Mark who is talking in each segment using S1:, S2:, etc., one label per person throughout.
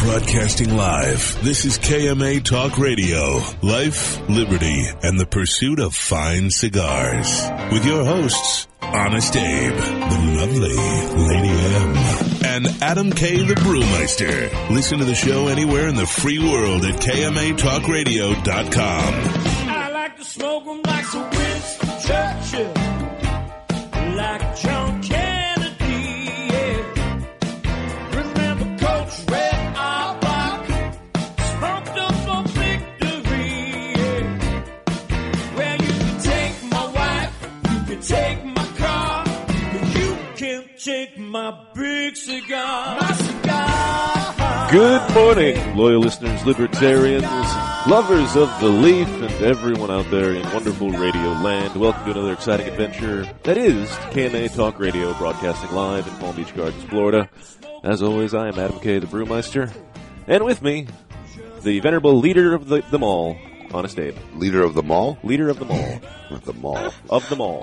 S1: Broadcasting live. This is KMA Talk Radio. Life, liberty, and the pursuit of fine cigars. With your hosts, Honest Abe, the lovely Lady M, and Adam K. the Brewmeister. Listen to the show anywhere in the free world at KMATalkRadio.com.
S2: I like to smoke 'em like Sir Winston Churchill, like John Kennedy. Yeah. Remember Coach Red Auerbach, smoked up for victory. Yeah. Well, you can take my wife, you can take my car, but you can't take my big cigar. My cigar.
S3: Good morning, loyal listeners, libertarians, lovers of belief, and everyone out there in wonderful radio land. Welcome to another exciting adventure that is KMA Talk Radio, broadcasting live in Palm Beach Gardens, Florida. As always, I am Adam K, the Brewmeister, and with me, the venerable leader of the, them all, Honest Abe.
S4: Leader of the mall?
S3: Leader of them all.
S4: Not the mall.
S3: Of them all.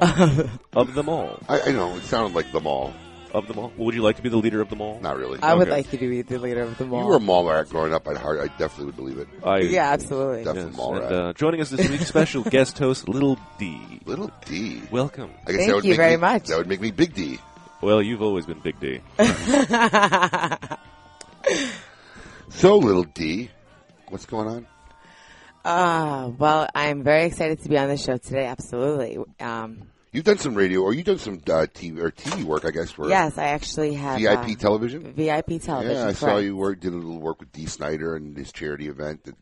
S3: of them all.
S4: I, I know, it sounded like the mall.
S3: Of them all. Would you like to be the leader of them all?
S4: Not really.
S5: I would
S3: Okay.
S5: like you to be the leader of the
S4: If
S5: mall.
S4: you were a mall rat growing up, I'd hard, I definitely would believe it.
S3: I,
S5: yeah, absolutely.
S4: Definitely. I'm
S3: yes,
S4: all
S3: and,
S4: right.
S3: uh, joining us this week, special guest host, Little D.
S4: Little D.
S3: Welcome.
S4: I guess
S5: Thank you
S4: make
S5: very
S4: me,
S5: much.
S4: That would make me Big D.
S3: Well, you've always been Big D.
S4: So, Little D, what's going on?
S5: Ah, well, I'm very excited to be on the show today. Absolutely. Um,
S4: You've done some radio, or you've done some uh, TV, or TV work, I guess, for
S5: yes, I actually have
S4: VIP
S5: uh,
S4: television?
S5: VIP television.
S4: yeah, I saw
S5: correct.
S4: you work, did a little work with D. Snyder and his charity event. That,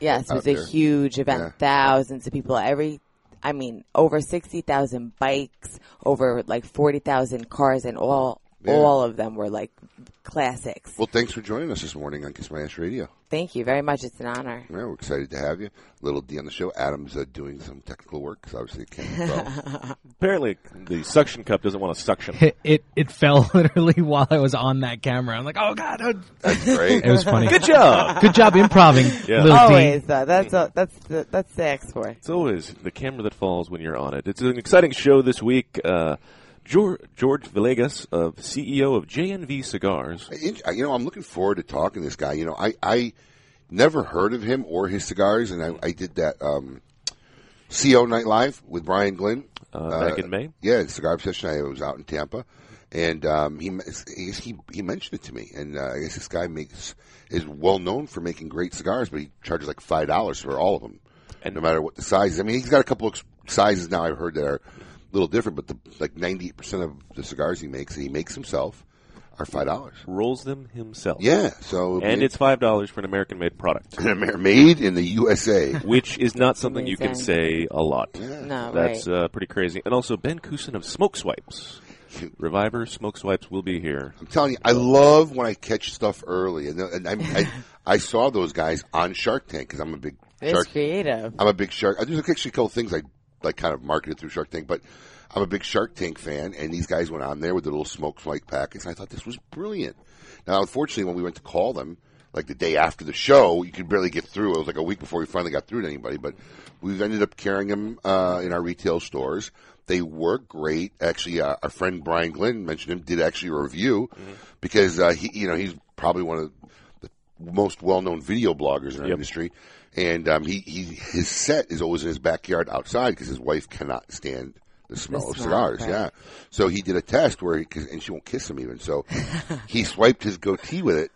S5: Yes, it
S4: out
S5: was a
S4: there.
S5: huge event.
S4: Yeah.
S5: Thousands of people. Every, I mean, over sixty thousand bikes, over like forty thousand cars, and all
S4: Yeah.
S5: all of them were like classics.
S4: well, thanks for joining us this morning on Kiss My Ass Radio.
S5: Thank you very much. It's an honor.
S4: Yeah, we're excited to have you. Little D on the show. Adam's uh, doing some technical work, because obviously it can't be well.
S3: Apparently, the suction cup doesn't want to suction.
S6: it, it it fell literally while I was on that camera. I'm like, oh god, oh.
S4: That's great.
S6: it was funny.
S3: Good job.
S6: Good job improving,
S3: Yeah.
S6: Lil D.
S5: Always though. That's all, that's the, that's the X for.
S3: It's always the camera that falls when you're on it. It's an exciting show this week. Uh, George, George Villegas, of CEO E of JNV Cigars.
S4: In- you know, I'm looking forward to talking to this guy. You know, I, I never heard of him or his cigars, and I, I did that um, CO Night Live with Brian Glynn.
S3: Uh, back in May?
S4: Yeah, at Cigar Obsession. I was out in Tampa, and um, he, he he he mentioned it to me. And uh, I guess this guy makes is well known for making great cigars, but he charges like five dollars for all of them, and no matter what the size. I mean, he's got a couple of ex- sizes now. I've heard that are a little different, but the, like ninety eight percent of the cigars he makes, he makes himself, are five dollars.
S3: Rolls them himself.
S4: Yeah, so
S3: And it's $5 for an American made product,
S4: an Amer- made in the USA.
S3: which is not something you can say
S5: Amazing.
S3: a lot.
S5: No,
S3: That's
S5: right.
S3: uh, pretty crazy. And also, Ben Kusin of Smoke Swipes. Reviver Smoke Swipes will be here.
S4: I'm telling you, I love when I catch stuff early, and, and I'm, I I saw those guys on Shark Tank because I'm a big
S5: it's
S4: Shark.
S5: creative.
S4: I'm a big Shark. There's actually a couple things I like, kind of marketed through Shark Tank, but I'm a big Shark Tank fan, and these guys went on there with the little smoke white packets, and I thought this was brilliant. Now, unfortunately, when we went to call them. Like the day after the show, you could barely get through. It was like a week before we finally got through to anybody, but we've ended up carrying them uh, in our retail stores. They were great. Actually, uh, our friend Brian Glenn mentioned him. Did actually a review because uh, he, you know, he's probably one of the most well-known video bloggers in our industry, and um, he, he his set is always in his backyard outside because his wife cannot stand the smell of cigars.
S5: right.
S4: Yeah, so he did a test where he, cause, and she won't kiss him even. So he swiped his goatee with it,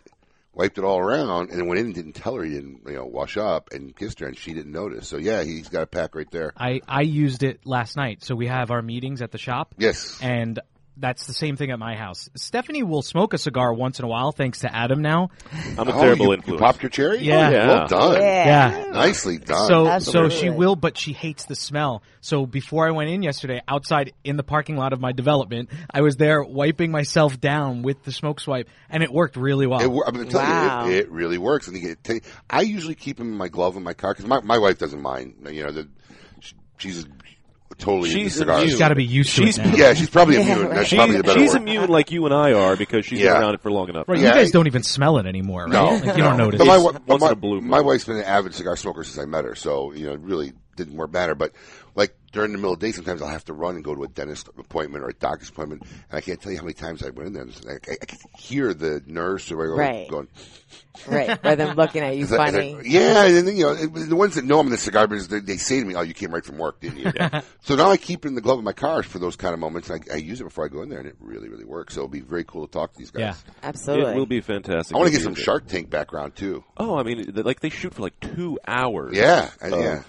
S4: wiped it all around, and then went in and didn't tell her he didn't you know wash up and kissed her, and she didn't notice. So yeah, he's got a pack right there.
S6: I I used it last night. So we have our meetings at the shop.
S4: Yes.
S6: and that's the same thing at my house. Stephanie will smoke a cigar once in a while, thanks to Adam now.
S3: I'm a
S4: Oh,
S3: terrible
S4: you- you,
S3: influence.
S4: popped your cherry?
S6: Yeah.
S4: Oh, Well done.
S6: Yeah.
S3: Oh,
S4: Nicely done.
S6: So
S5: Absolutely.
S6: so she will, but she hates the smell. So before I went in yesterday, outside in the parking lot of my development, I was there wiping myself down with the smoke swipe, and it worked really well.
S4: It, wor- I'm going to tell
S5: Oh, Wow.
S4: you, it, it really works. And you get t- I usually keep them in my glove in my car because my, my wife doesn't mind. You know, the, she, she's totally into
S3: She's
S4: cigars.
S3: immune.
S6: She's got to be used to
S3: She's-
S6: it now.
S4: Yeah, she's probably
S5: Yeah,
S4: immune.
S5: right.
S4: That's
S3: She-
S4: probably the better
S3: she's
S4: word.
S3: immune like you and I are because she's
S4: Yeah.
S3: been around it for long enough.
S6: Right,
S4: Yeah,
S6: you guys
S4: I-
S6: don't even smell it anymore, right?
S4: No,
S6: like, you don't
S4: no.
S6: notice.
S4: But my,
S3: It's
S4: wa-
S3: once
S4: my,
S3: in a blue moon.
S4: my wife's been an avid cigar smoker since I met her, so you know, really didn't work matter. But like during the middle of the day, sometimes I'll have to run and go to a dentist appointment or a doctor's appointment, and I can't tell you how many times I went in there. And I, I, I could hear the nurse or whatever
S5: Right.
S4: going,
S5: right? Rather than looking at you
S4: Is that- is
S5: funny.
S4: that- yeah, and then, you know, it- the ones that know I'm in the cigar business, they, they say to me, "Oh, you came right from work, didn't you?" so now I keep it in the glove of my car for those kind of moments. I, I use it before I go in there, and it really, really works. So it'll be very cool to talk to these guys.
S6: Yeah.
S5: Absolutely.
S3: It will be fantastic.
S4: I want to
S3: to
S4: get some Shark Tank background too.
S3: Oh, I mean, th- like they shoot for like two hours.
S4: Yeah, I-
S3: of
S4: yeah,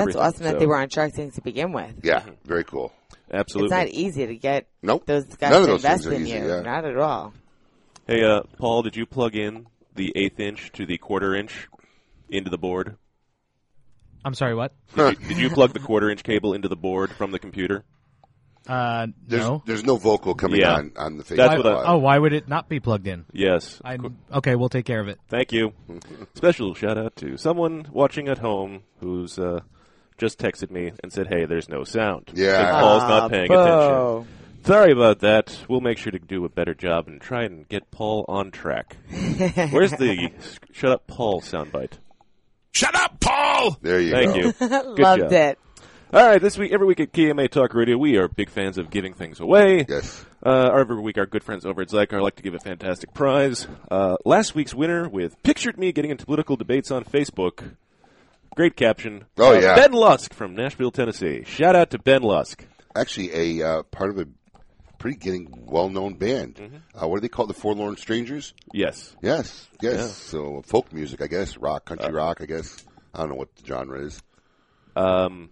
S5: That's
S3: everything,
S5: awesome that
S3: so-
S5: they were on Shark Tank to begin with.
S4: yeah. Very cool.
S5: It's
S3: Absolutely.
S5: not easy to get
S4: Nope.
S5: those guys
S4: None of
S5: to
S4: those
S5: invest
S4: things are
S5: in
S4: easy,
S5: you.
S4: yeah.
S5: Not at all.
S3: hey, uh, Paul, did you plug in the eighth inch to the quarter inch into the board?
S6: I'm sorry, what?
S3: Did you, did you plug the quarter inch cable into the board from the computer?
S6: Uh,
S4: There's
S6: no.
S4: there's no vocal coming
S3: Yeah.
S4: on on the Facebook
S3: That's what I-
S4: Live.
S6: oh, why would it not be plugged in?
S3: Yes.
S6: I okay, we'll take care of it.
S3: Thank you. Special shout out to someone watching at home who's uh, just texted me and said, "Hey, there's no sound."
S4: Yeah.
S3: Think Paul's
S5: Ah,
S3: not paying
S5: boo.
S3: attention. Sorry about that. We'll make sure to do a better job and try and get Paul on track. Where's the s- "Shut Up, Paul" soundbite?
S1: Shut up, Paul!
S4: there you
S3: Thank
S4: go.
S3: you. Good
S5: Loved
S3: job.
S5: it.
S3: All right, this week, every week at KMA Talk Radio, we are big fans of giving things away.
S4: Yes.
S3: Uh, every week, our good friends over at Zycar like to give a fantastic prize. Uh, last week's winner with Pictured Me Getting into Political Debates on Facebook. Great caption.
S4: Oh,
S3: Uh,
S4: yeah.
S3: Ben Lusk from Nashville, Tennessee. Shout out to Ben Lusk.
S4: Actually, a uh, part of a pretty getting well known band. Uh, what do they call the Forlorn Strangers?
S3: Mm-hmm. Yes. Uh,
S4: Yes, yes. So folk music, I guess, rock, country rock, I guess. I don't know what the genre is.
S3: Um,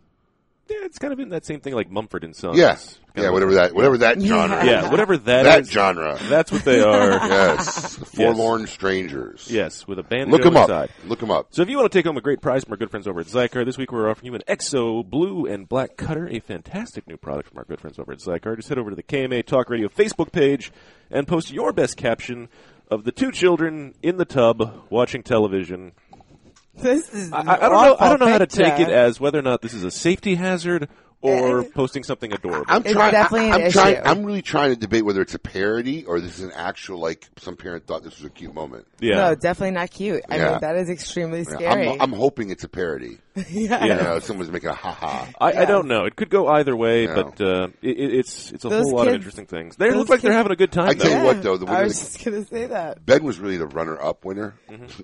S3: yeah, it's kind of in that same thing like Mumford and Sons.
S4: Yeah,
S3: Kind
S4: yeah,
S3: of-
S4: whatever that, whatever that genre.
S3: Yeah, whatever that,
S4: that
S3: is,
S4: genre.
S3: That's what they are.
S4: yes, forlorn strangers.
S3: Yes, with a band
S4: look them up.
S3: side.
S4: Look them up.
S3: So if you want to take home a great prize from our good friends over at Zycar, this week we're offering you an EXO Blue and Black Cutter, a fantastic new product from our good friends over at Zycar. Just head over to the KMA Talk Radio Facebook page and post your best caption of the two children in the tub watching television.
S5: This is
S3: I, I don't know. I
S5: awful
S3: don't know how to take it
S5: picture.
S3: as whether or not this is a safety hazard or posting something adorable.
S4: I'm
S5: It's
S4: trying.
S5: definitely
S4: I,
S5: an
S4: am trying.
S5: issue.
S4: I'm really trying to debate whether it's a parody or this is an actual like some parent thought this was a cute moment.
S3: yeah.
S5: No, definitely not cute. I
S4: Yeah.
S5: mean, that is extremely
S4: Yeah,
S5: scary.
S4: I'm, I'm hoping it's a parody.
S5: yeah.
S4: You know, someone's making a ha ha.
S3: I, I don't know. It could go either way,
S4: No.
S3: but uh, it, it- it's it's a
S5: Those
S3: whole lot of
S5: kids-
S3: interesting things. They
S5: those
S3: look like they're
S5: kids-
S3: having a good time.
S4: I tell
S3: though.
S4: you what, though, the
S5: I
S4: winner,
S5: was
S4: the,
S5: just gonna say that.
S4: Ben was really the runner-up winner,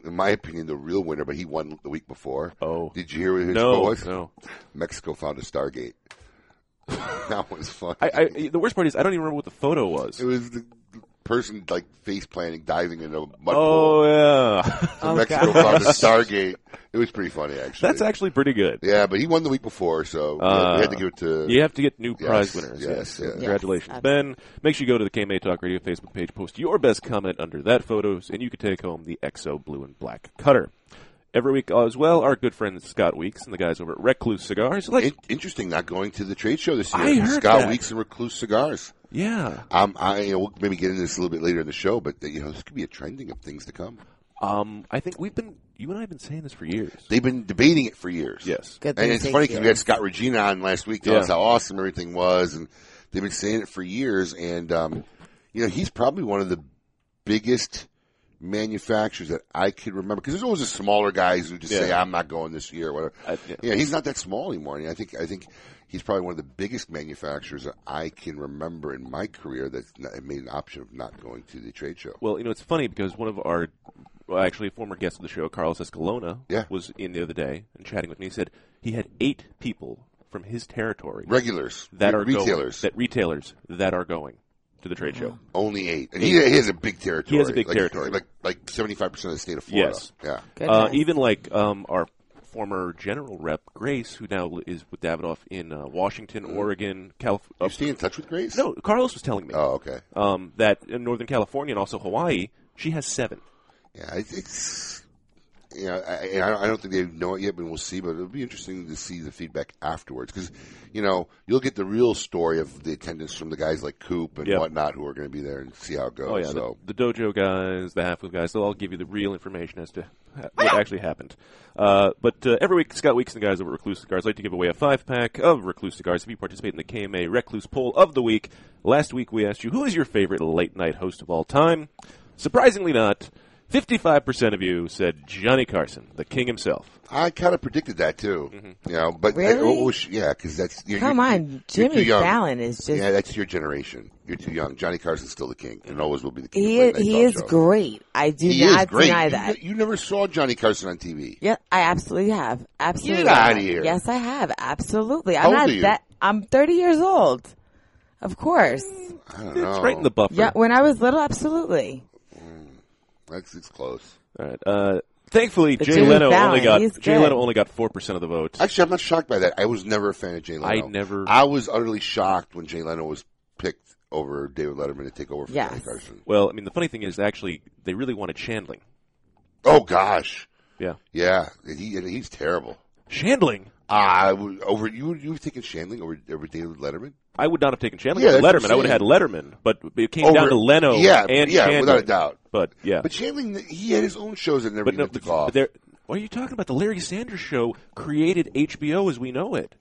S4: in my opinion, the real winner. But he won the week before.
S3: Mm-hmm. Oh.
S4: did you hear what his goal
S3: no,
S4: was?
S3: no.
S4: Mexico found a Stargate. that was fun.
S3: I, I, the worst part is I don't even remember what the photo was.
S4: it was the person like face planting, diving in a mud pool.
S3: Oh yeah,
S4: So Mexico
S5: Oh, God.
S4: found a Stargate. It was pretty funny, actually.
S3: that's actually pretty good.
S4: yeah, but he won the week before, so
S3: Uh,
S4: we had to give it to.
S3: You have to get new
S4: Yes,
S3: prize winners.
S4: yes,
S3: Yes,
S4: yes.
S3: congratulations,
S5: Yes.
S3: Ben. Make sure you go to the KMA Talk Radio Facebook page, post your best comment under that photos, and you can take home the EXO Blue and Black Cutter. Every week as well, our good friend Scott Weeks and the guys over at Recluse Cigars. Like,
S4: In- interesting, not going to the trade show this year.
S3: I heard
S4: Scott
S3: that.
S4: Weeks and Recluse Cigars.
S3: yeah,
S4: Um, I you know, we'll maybe get into this a little bit later in the show, but you know this could be a trending of things to come.
S3: um, I think we've been you and I have been saying this for years.
S4: They've been debating it for years.
S3: Yes.
S5: Good
S4: and
S5: thing
S4: it's
S5: they
S4: funny because
S5: did.
S4: we had Scott Regina on last week telling
S3: Yeah.
S4: us how awesome everything was, and they've been saying it for years. And um, you know, he's probably one of the biggest manufacturers that I could remember because there's always the smaller guys who just say,
S3: Yeah.
S4: "I'm not going this year," or whatever.
S3: I- yeah.
S4: yeah. he's not that small anymore. And I think I think he's probably one of the biggest manufacturers that I can remember in my career that made an option of not going to the trade show.
S3: Well, you know, it's funny because one of our, well, actually, a former guest of the show, Carlos Escalona,
S4: Yeah.
S3: was in the other day and chatting with me. He said he had eight people from his territory
S4: Regulars
S3: that
S4: re-
S3: are
S4: retailers,
S3: going, that retailers that are going to the trade show.
S4: only eight, and he, he has a big territory.
S3: He has a big
S4: like,
S3: territory.
S4: like like seventy five percent of the state of Florida.
S3: Yes.
S4: Yeah.
S3: Uh,
S5: Goodness.
S3: even like um, our former general rep Grace, who now li- is with Davidoff in uh, Washington, Oregon, California.
S4: Mm-hmm. You stay in touch with Grace?
S3: no, Carlos was telling me
S4: Oh, okay.
S3: um, that in Northern California and also Hawaii, she has seven.
S4: Yeah, it's. it's you know, I, I- I don't think they know it yet, but we'll see. But it'll be interesting to see the feedback afterwards because, you know, you'll get the real story of the attendance from the guys like Coop and
S3: Yeah.
S4: whatnot who are going to be there and see how it goes.
S3: Oh yeah,
S4: so
S3: the, the dojo guys, the half guys, they'll all give you the real information as to ha- what actually happened. Uh, but uh, every week, Scott Weeks and the guys over at Recluse Cigars like to give away a five pack of Recluse Cigars if you participate in the KMA Recluse poll of the week. Last week we asked you who is your favorite late night host of all time. Surprisingly, not 55% of you said Johnny Carson, the king himself.
S4: I kind of predicted that too.
S3: Mm-hmm.
S4: You know, but
S5: Really?
S4: I, oh, oh, sh- yeah, because that's you're,
S5: Come
S4: you're-
S5: on,
S4: you're too
S5: Jimmy
S4: young.
S5: Fallon is just
S4: yeah, that's your generation. You're too young. Johnny Carson's still the king, and always will be the king.
S5: he
S4: of
S5: is,
S4: late-night
S5: he
S4: talk
S5: is
S4: shows.
S5: great. I do
S4: He
S5: not
S4: is great.
S5: deny
S4: You-
S5: that.
S4: You, never saw Johnny Carson on TV.
S5: Yeah, I absolutely have. Absolutely.
S4: Get outta here.
S5: Yes, I have. Absolutely. I'm
S4: How old
S5: not
S4: are you?
S5: that I'm 30 years old. Of course.
S4: I don't know.
S3: It's right in the buffer.
S5: Yeah, when I was little, absolutely.
S4: That's it's close.
S3: All right. Uh, thankfully,
S5: But
S3: Jay
S5: Jimmy
S3: Leno only
S5: Fallon,
S3: got
S5: he's
S3: Jay
S5: good.
S3: Leno only got four percent of the vote.
S4: Actually, I'm not shocked by that. I was never a fan of Jay Leno.
S3: I never-
S4: I was utterly shocked when Jay Leno was picked over David Letterman to take over for
S5: Yes.
S4: Johnny Carson.
S3: well, I mean, the funny thing is, actually, they really wanted Chandling.
S4: Oh gosh,
S3: Yeah,
S4: yeah, and he and he's terrible.
S3: Chandling.
S4: Ah, I would- over you you were taking Shandling over over David Letterman.
S3: I would not have taken Chandling.
S4: Yeah,
S3: but
S4: that's what I'm
S3: Letterman. I would have had
S4: saying.
S3: Letterman, but it came
S4: Over-
S3: down to Leno
S4: yeah,
S3: and
S4: yeah,
S3: Chandling.
S4: without a doubt.
S3: But yeah,
S4: But Shandling, he had his own shows that never
S3: But
S4: even
S3: no,
S4: took off.
S3: but there. What are you talking about? The Larry Sanders Show created HBO as we know it.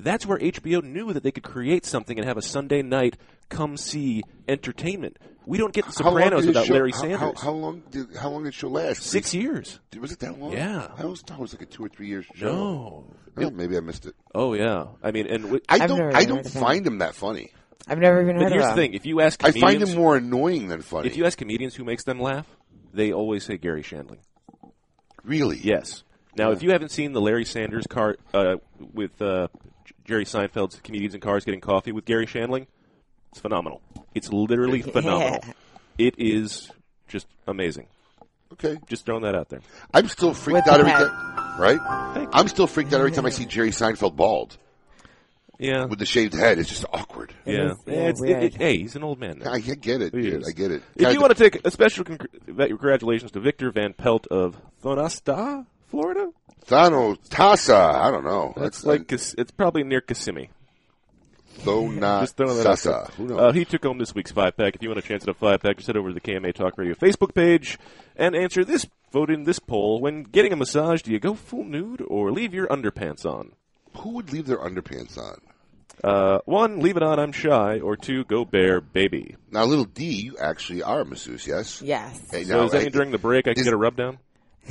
S3: That's where HBO knew that they could create something and have a Sunday night come see entertainment. We don't get The
S4: How long did
S3: Sopranos
S4: his
S3: without
S4: show-
S3: Larry
S4: how-
S3: Sanders.
S4: How, how long did how long did the show last?
S3: Six years.
S4: Did- Was it that long?
S3: Yeah.
S4: I always thought it was like a two or three years show.
S3: No.
S4: Well, maybe I missed it.
S3: Oh yeah. I mean, and w-
S4: I
S5: I've
S4: don't.
S5: never
S4: I
S5: heard
S4: don't
S5: of him.
S4: find him that funny.
S5: I've never even
S3: but
S5: heard
S3: here's
S5: of
S3: the
S5: him.
S3: thing: if you ask
S4: I
S3: comedians,
S4: find him more annoying than funny.
S3: if you ask comedians who makes them laugh, they always say Gary Shandling.
S4: really?
S3: Yes. Now, if you haven't seen the Larry Sanders car uh, with uh, J- Jerry Seinfeld's comedians in cars getting coffee with Gary Shandling, it's phenomenal. It's literally phenomenal. It is just amazing.
S4: Okay.
S3: Just throwing that out there.
S4: I'm still freaked
S5: With the
S4: out every
S5: hat.
S4: time. Right? I'm still freaked out every time I see Jerry Seinfeld bald
S3: Yeah.
S4: with the shaved head. It's just awkward.
S3: yeah.
S5: is, yeah,
S3: It's- it-
S5: weird.
S3: it- hey, he's an old man. Now.
S4: I get it.
S3: He
S4: dude.
S3: is.
S4: I get it.
S3: If you want to take a special congr- congratulations to Victor Van Pelt of Thonasta, Florida,
S4: Thano Tasa, I don't know.
S3: That's like Kiss- it's probably near Kissimmee.
S4: Thona
S3: Just throwing that out there.
S4: Sasa. Who knows?
S3: Uh, he took home this week's five pack. If you want a chance at a five pack, just head over to the KMA Talk Radio Facebook page and answer this vote in this poll. When getting a massage, do you go full nude or leave your underpants on?
S4: Who would leave their underpants on?
S3: Uh, one, leave it on. I'm shy. Or two, go bare baby.
S4: Now, little D, you actually are a masseuse, yes?
S5: Yes.
S4: Hey,
S3: So
S4: now,
S3: does that
S4: I-
S3: mean during the break I can
S4: Is-
S3: get a rub down?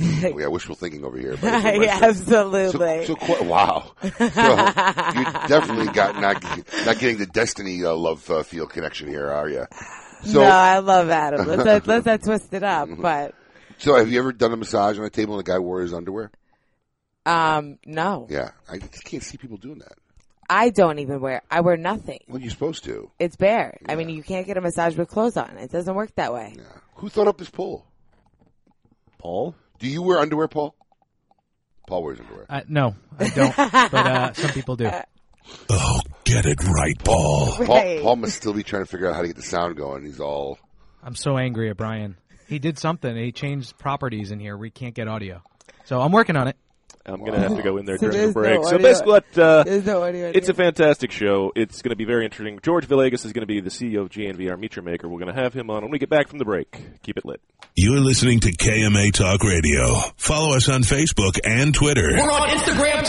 S4: Oh, yeah, wishful thinking over here. but it's all right.
S5: Yeah, absolutely.
S4: So, so qu- wow. So, you definitely got not not getting the destiny uh, love uh, field connection here, are you? So, Mm-hmm.
S5: no, I love Adam. Let's not, let's not twist it up, but
S4: so have you ever done a massage on a table and a guy wore his underwear?
S5: um, no,
S4: Yeah, I just can't see people doing that.
S5: I don't even wear. I wear nothing.
S4: Well, you're supposed to.
S5: It's bare. I mean, you can't get a massage with clothes on. It doesn't work that way.
S4: Yeah. Who thought up this poll?
S3: Paul?
S4: Do you wear underwear, Paul? Paul wears underwear.
S6: Uh, no, I don't. but uh, some people do.
S1: Oh, get it right, Paul.
S5: Right.
S4: Paul, Paul must still be trying to figure out how to get the sound going. He's all.
S6: I'm so angry at Brian. He did something. He changed properties in here. We can't get audio. So I'm working on it.
S3: I'm gonna have to go in there
S5: So
S3: during the
S5: there's
S3: break.
S5: no
S3: so
S5: audio.
S3: basically, what uh,
S5: There's no audio.
S3: It's a fantastic show. It's going to be very interesting. George Villegas is going to be the CEO of GNV, our meter maker. We're going to have him on when we get back from the break. Keep it lit.
S1: You're listening to KMA Talk Radio. Follow us on Facebook and Twitter. We're on Instagram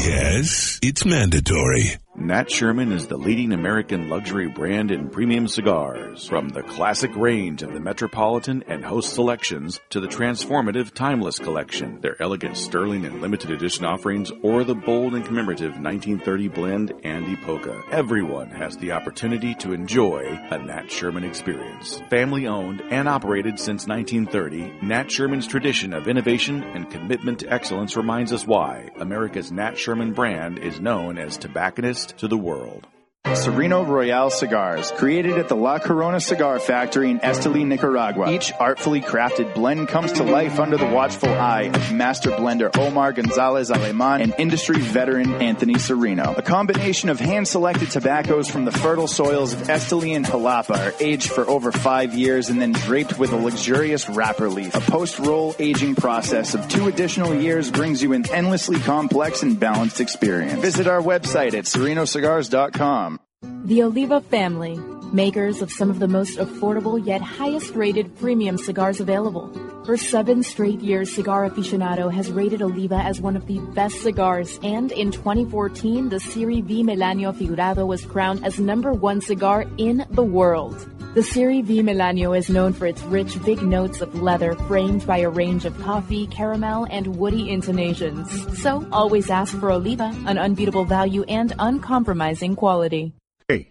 S1: too. Yes, it's mandatory.
S7: Nat Sherman is the leading American luxury brand in premium cigars. From the classic range of the Metropolitan and Host selections to the transformative Timeless collection, their elegant sterling and limited edition offerings, or the bold and commemorative 1930 blend Andy Polka. Everyone has the opportunity to enjoy a Nat Sherman experience. Family owned and operated since 1930, Nat Sherman's tradition of innovation and commitment to excellence reminds us why America's Nat Sherman brand is known as tobacconist to the world.
S8: Sereno Royale cigars, created at the La Corona Cigar Factory in Esteli, Nicaragua. Each artfully crafted blend comes to life under the watchful eye of master blender Omar Gonzalez Aleman and industry veteran Anthony Sereno. A combination of hand-selected tobaccos from the fertile soils of Esteli and Jalapa are aged for over five years and then draped with a luxurious wrapper leaf. A post-roll aging process of two additional years brings you an endlessly complex and balanced experience. Visit our website at serenocigars.com.
S9: The Oliva family, makers of some of the most affordable yet highest rated premium cigars available. For seven straight years, Cigar Aficionado has rated Oliva as one of the best cigars, and in 2014, the Siri V Melanio Figurado was crowned as number one cigar in the world. The Siri V Milano is known for its rich, big notes of leather framed by a range of coffee, caramel, and woody intonations. So always ask for Oliva, an unbeatable value and uncompromising quality.
S10: Hey,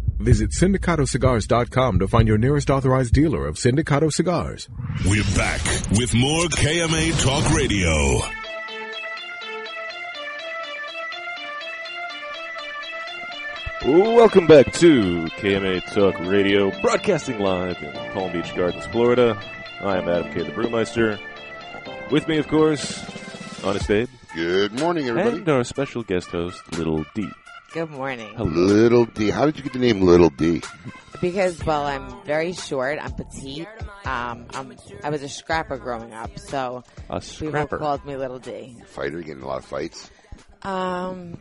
S11: Visit syndicatocigars.com to find your nearest authorized dealer of Sindicato cigars.
S1: We're back with more KMA Talk Radio.
S3: Welcome back to KMA Talk Radio, broadcasting live in Palm Beach Gardens, Florida. I am Adam K. the Brewmeister. With me, of course, Honest Abe.
S4: Good morning, everybody.
S3: And our special guest host, Little D.
S5: Good morning.
S4: Little D. How did you get the name Little D?
S5: Because, well, I'm very short. I'm petite. Um, I'm, I was a scrapper growing up, so
S3: A
S5: people
S3: scrapper.
S5: called me Little D.
S4: Fighter, you getting a lot of fights.
S5: Um,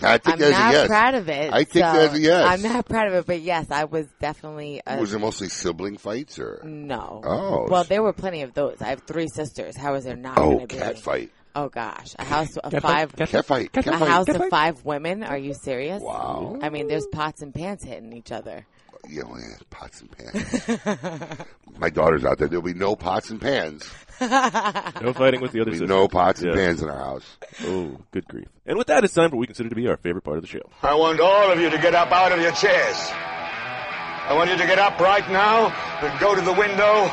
S4: I think
S5: I'm
S4: that's
S5: not
S4: a yes.
S5: proud of it.
S4: I think
S5: so
S4: that's a yes.
S5: I'm not proud of it, but yes, I was definitely a
S4: Was it mostly sibling fights or?
S5: no.
S4: Oh.
S5: Well, there were plenty of those. I have three sisters. How is there not
S4: Oh,
S5: going to be?
S4: cat fight.
S5: Oh gosh, a house of five.
S4: Cat fight. Cat
S5: a
S4: fight.
S5: house of five women? Are you serious?
S4: Wow.
S5: I mean, there's pots and pans hitting each other.
S4: Yeah, well, yeah, pots and pans. My daughter's out there. There'll be no pots and pans.
S3: No fighting with the
S4: There'll be
S3: other sisters.
S4: no pots and
S3: Yeah.
S4: pans in our house.
S3: Oh, good grief. And with that, it's time for what we consider to be our favorite part of the show.
S12: I want all of you to get up out of your chairs. I want you to get up right now and go to the window,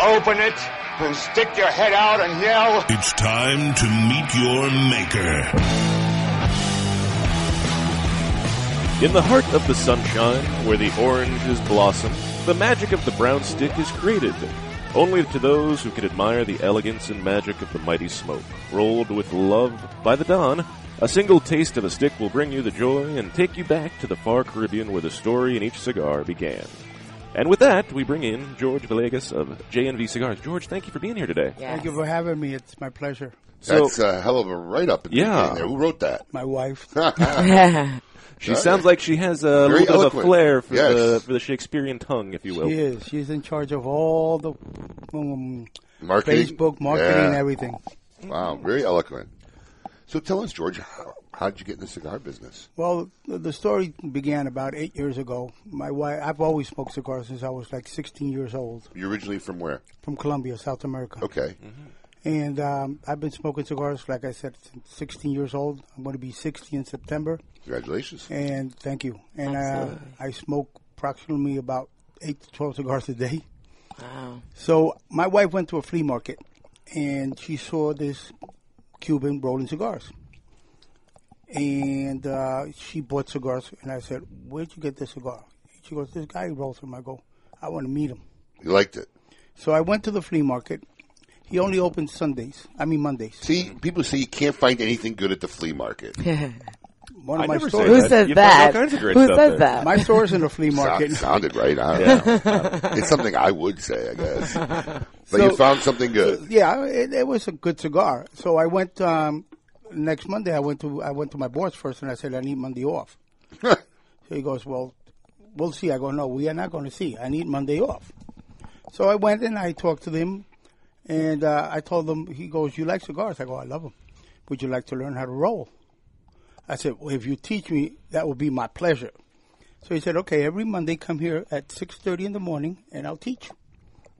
S12: open it, and stick your head out and yell.
S1: It's time to meet your maker.
S3: In the heart of the sunshine, where the oranges blossom, the magic of the brown stick is created. Only to those who can admire the elegance and magic of the mighty smoke. Rolled with love by the dawn, a single taste of a stick will bring you the joy and take you back to the far Caribbean where the story in each cigar began. And with that, we bring in George Villegas of JNV Cigars. George, thank you for being here today.
S5: Yes.
S13: Thank you for having me. It's my pleasure.
S3: So,
S4: That's a hell of a write up.
S3: Yeah.
S4: There. Who wrote that?
S13: My wife.
S3: she sounds like she has a little
S4: Very
S3: bit of a
S4: eloquent.
S3: flair for,
S4: Yes.
S3: the, for the Shakespearean tongue, if you will.
S13: She is. She's in charge of all the um,
S4: Marketing?
S13: Facebook marketing
S4: Yeah.
S13: and everything.
S4: Wow, very eloquent. So tell us, George, how, how did you get in the cigar business?
S13: Well, the the story began about eight years ago. My wife. I've always smoked cigars since I was like 16 years old
S4: You're originally from where?
S13: from Colombia, South America.
S3: Mm-hmm.
S4: Okay.
S13: And um, I've been smoking cigars, like I said, since 16 years old. I'm going to be 60 in September.
S4: Congratulations.
S13: And thank you. And uh,
S4: Absolutely.
S13: I smoke approximately about 8 to 12 cigars a day.
S5: Wow.
S13: So my wife went to a flea market and she saw this Cuban rolling cigars. And uh, she bought cigars, and I said, "Where'd you get this cigar?" She goes, "This guy rolls them." I go, "I want to meet him."
S4: You liked it.
S13: So I went to the flea market. He only opens Sundays. I mean Mondays.
S4: See, people say you can't find anything good at the flea market.
S13: One of
S4: I
S13: my
S4: never say that. Who
S13: stores.
S4: said You find all that? kinds of great Who stuff said there. that?
S13: My store's in a flea market.
S4: Sound- sounded right. I don't know. it's something I would say, I guess. But
S13: So-
S4: you found something good.
S13: yeah, it, it was a good cigar. So I went um, next Monday. I went to I went to my boss first, and I said I need Monday off. so he goes, "Well, we'll see." I go, "No, we are not going to see. I need Monday off." So I went and I talked to him, and uh, I told him. He goes, "You like cigars?" I go, "I love them." Would you like to learn how to roll? I said, well, "If you teach me, that will be my pleasure." So he said, "Okay, every Monday come here at six thirty in the morning, and I'll teach." you."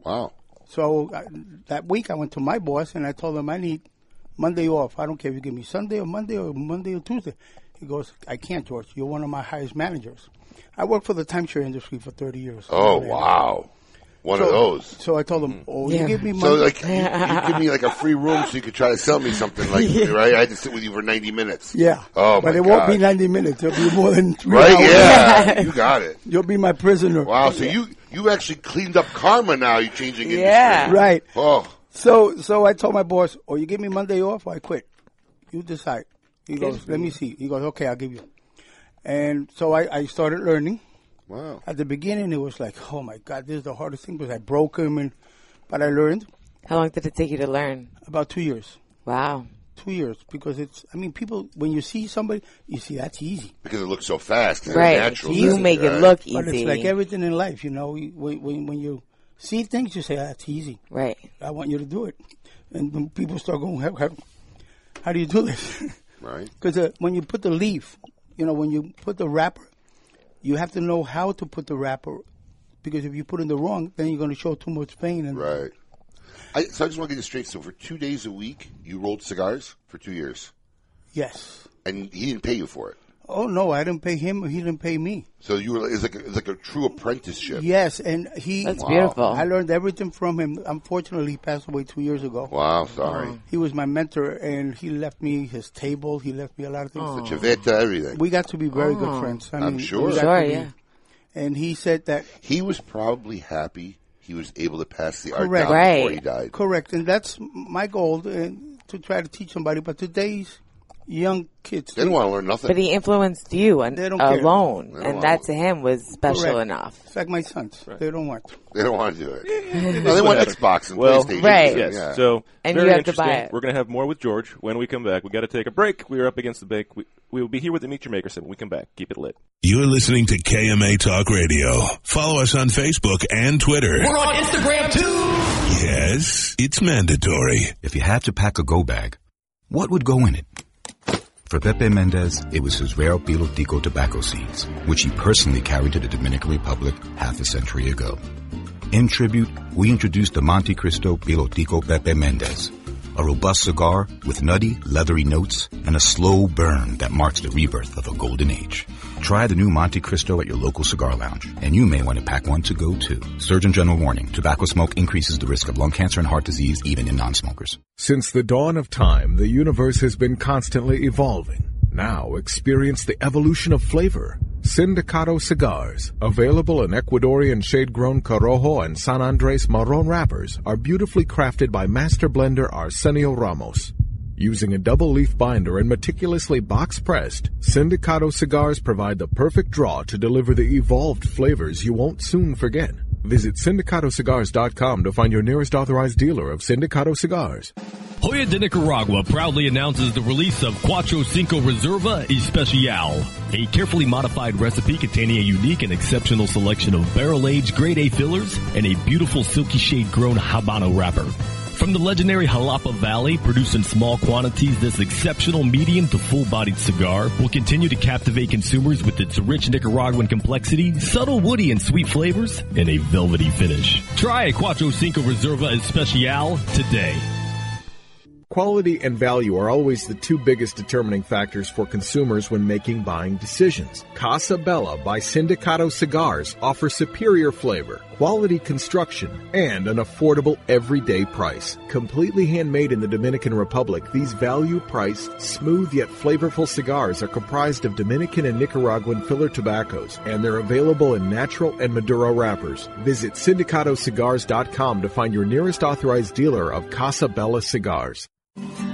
S4: Wow.
S13: So I, that week I went to my boss and I told him I need Monday off. I don't care if you give me Sunday or Monday or Monday or Tuesday. He goes, I can't, George. You're one of my highest managers. I worked for the timeshare industry for 30 years.
S4: Oh, wow. One of
S13: So-
S4: those.
S13: So I told him, oh,
S4: Yeah.
S13: you give me
S4: So,
S13: Monday.
S4: like, you, you give me like a free room so you could try to sell me something, like right? I had to sit with you for ninety minutes.
S13: yeah.
S4: Oh
S13: But
S4: my
S13: it
S4: god.
S13: won't be 90 minutes. It'll be more than three
S4: right?
S13: hours.
S4: Yeah. you got it.
S13: You'll be my prisoner.
S4: Wow. So you you actually cleaned up karma. Now you're changing industry.
S13: Yeah. Right.
S4: Oh.
S13: So so I told my boss, "Oh, you give me Monday off, or I quit. You decide." He
S4: Good
S13: goes,
S4: for
S13: "Let
S4: you.
S13: me see." He goes, "Okay, I'll give you." And so I, I started learning.
S4: Wow.
S13: At the beginning, it was like, "Oh my God, this is the hardest thing," because I broke him, and but I learned.
S5: How long did it take you to learn?
S13: About two years.
S5: Wow.
S13: Two years, because it's. I mean, people when you see somebody, you see that's easy.
S4: Because it looks so fast. 'cause it's
S5: Right.
S4: Natural.
S5: You
S4: isn't
S5: make it
S4: right?
S5: look
S13: But it's like everything in life, you know. you- When when, when you see things, you say that's easy.
S5: Right.
S13: I want you to do it, and when people start going, how, how, how do you do this?
S4: Right.
S13: Because uh, when you put the leaf, you know, when you put the wrapper, you have to know how to put the wrapper. Because if you put in the wrong, then you're going to show too much pain. And
S4: right. I, so I just want to get this straight. So for two days a week, you rolled cigars for two years,
S13: Yes.
S4: and he didn't pay you for it.
S13: Oh no, I didn't pay him. He didn't pay me.
S4: So you were it's like a, it's like a true apprenticeship.
S13: Yes, and he.
S4: That's Wow. beautiful.
S13: I learned everything from him. Unfortunately, he passed away two years ago.
S4: Wow, sorry.
S13: He was my mentor, and he left me his table. He left me a lot of things.
S4: The Chaveta, everything.
S13: We got to be very good
S4: Oh.
S13: friends. I
S4: I'm
S13: mean,
S4: sure.
S13: we got to
S4: Sure,
S13: be-
S4: yeah.
S13: And he said that
S4: He was probably happy he was able to pass the art
S13: correct
S4: down before he died.
S13: Correct, and that's my goal and to try to teach somebody. But today's young kids
S4: They don't want to learn nothing.
S5: But he influenced you and,
S13: They don't care.
S5: alone,
S13: They don't
S5: and
S13: want
S5: that to him was special
S13: Correct.
S5: enough.
S13: It's like my sons; they don't want.
S4: They don't want to do it.
S3: It
S4: No,
S3: is
S4: they want
S3: whatever.
S4: Xbox and
S3: well,
S4: PlayStation.
S5: Right.
S3: Yes.
S5: Yeah.
S3: So
S5: And you
S3: very
S5: have to
S3: interesting.
S5: buy it.
S3: We're going to have more with George when we come back. We got to take a break. We are up against the break. We, we will be here with the Meet Your Maker. So when we come back, keep it lit.
S1: You're listening to KMA Talk Radio. Follow us on Facebook and Twitter.
S2: We're on Instagram too.
S1: Yes, it's mandatory.
S14: If you had to pack a go bag, what would go in it? For Pepe Mendez, it was his rare Beetle Dico tobacco seeds, which he personally carried to the Dominican Republic half a century ago. In tribute, we introduced the Monte Cristo Beetle Dico Pepe Mendez, a robust cigar with nutty, leathery notes and a slow burn that marks the rebirth of a golden age. Try the new Monte Cristo at your local cigar lounge, and you may want to pack one to go too. Surgeon General warning, tobacco smoke increases the risk of lung cancer and heart disease even in non-smokers.
S11: Since the dawn of time, the universe has been constantly evolving. Now experience the evolution of flavor. Sindicato cigars, available in Ecuadorian shade-grown Corojo and San Andres Marron wrappers, are beautifully crafted by master blender Arsenio Ramos. Using a double leaf binder and meticulously box pressed, Sindicato cigars provide the perfect draw to deliver the evolved flavors you won't soon forget. Visit syndicatocigars.com to find your nearest authorized dealer of Sindicato cigars.
S15: Hoya de Nicaragua proudly announces the release of Cuatro Cinco Reserva Especial, a carefully modified recipe containing a unique and exceptional selection of barrel-aged grade A fillers and a beautiful silky shade grown Habano wrapper. From the legendary Jalapa Valley, produced in small quantities, this exceptional medium to full-bodied cigar will continue to captivate consumers with its rich Nicaraguan complexity, subtle woody and sweet flavors, and a velvety finish. Try a Cuatro Cinco Reserva Especial today.
S11: quality and value are always the two biggest determining factors for consumers when making buying decisions. Casa Bella by Sindicato Cigars offer superior flavor, quality construction, and an affordable everyday price. Completely handmade in the Dominican Republic, these value priced, smooth yet flavorful cigars are comprised of Dominican and Nicaraguan filler tobaccos, and they're available in natural and Maduro wrappers. Visit syndicatocigars.com to find your nearest authorized dealer of Casa Bella cigars.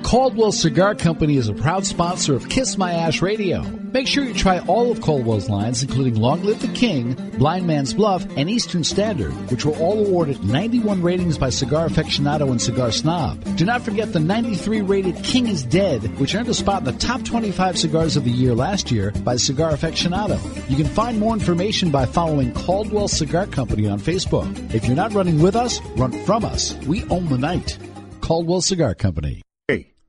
S16: Caldwell Cigar Company is a proud sponsor of Kiss My Ash Radio. Make sure you try all of Caldwell's lines, including Long Live the King, Blind Man's Bluff, and Eastern Standard, which were all awarded 91 ratings by Cigar Aficionado and Cigar Snob. Do not forget the 93 rated King is Dead, which earned a spot in the top 25 cigars of the year last year by Cigar Aficionado. You can find more information by following Caldwell Cigar Company on Facebook. If you're not running with us, run from us. We own the night. Caldwell Cigar Company.
S10: Hey,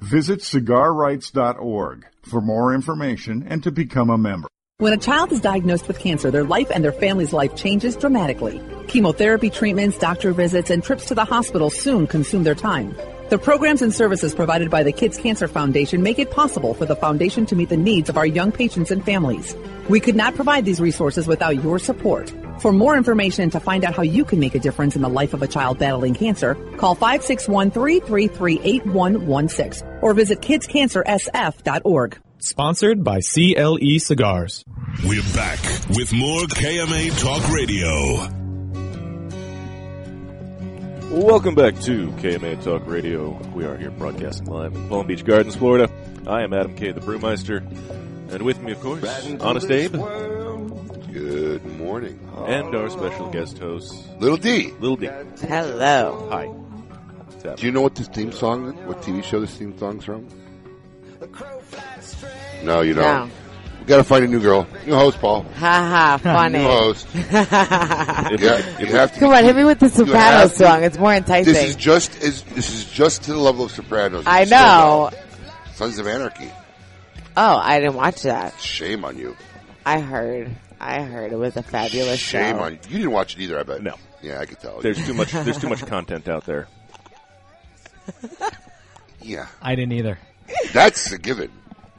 S10: Visit cigarrights.org for more information and to become a member.
S17: When a child is diagnosed with cancer, their life and their family's life changes dramatically. Chemotherapy treatments, doctor visits, and trips to the hospital soon consume their time. The programs and services provided by the Kids Cancer Foundation make it possible for the foundation to meet the needs of our young patients and families. We could not provide these resources without your support. For more information and to find out how you can make a difference in the life of a child battling cancer, call 561-333-8116 or visit kidscancersf.org.
S18: Sponsored by CLE Cigars.
S1: We're back with more KMA Talk Radio.
S3: Welcome back to KMA Talk Radio. We are here broadcasting live in Palm Beach Gardens, Florida. I am Adam K. the Brewmeister, and with me, of course, Honest Abe.
S4: Good morning.
S3: And our special guest host,
S4: Little D.
S3: Little D.
S4: Hello.
S3: Hi.
S4: Do you know what this theme song, what TV show this theme song's from? No, you don't.
S5: No.
S4: We gotta find a new girl. New host, Paul.
S5: Ha ha, funny.
S4: New host. yeah, you have to.
S5: Come on, hit me with the
S4: You have
S5: Sopranos
S4: to.
S5: song. It's more enticing.
S4: This is just is this is just to the level of Sopranos.
S5: I
S4: It's still
S5: know.
S4: not. Sons of Anarchy.
S5: Oh, I didn't watch that.
S4: Shame on you.
S5: I heard. I heard it was a fabulous
S4: Shame
S5: show.
S4: on you. You didn't watch it either, I bet. No. Yeah, I could tell.
S3: There's too much. There's too much content out there.
S4: Yeah,
S6: I didn't either.
S4: that's a given.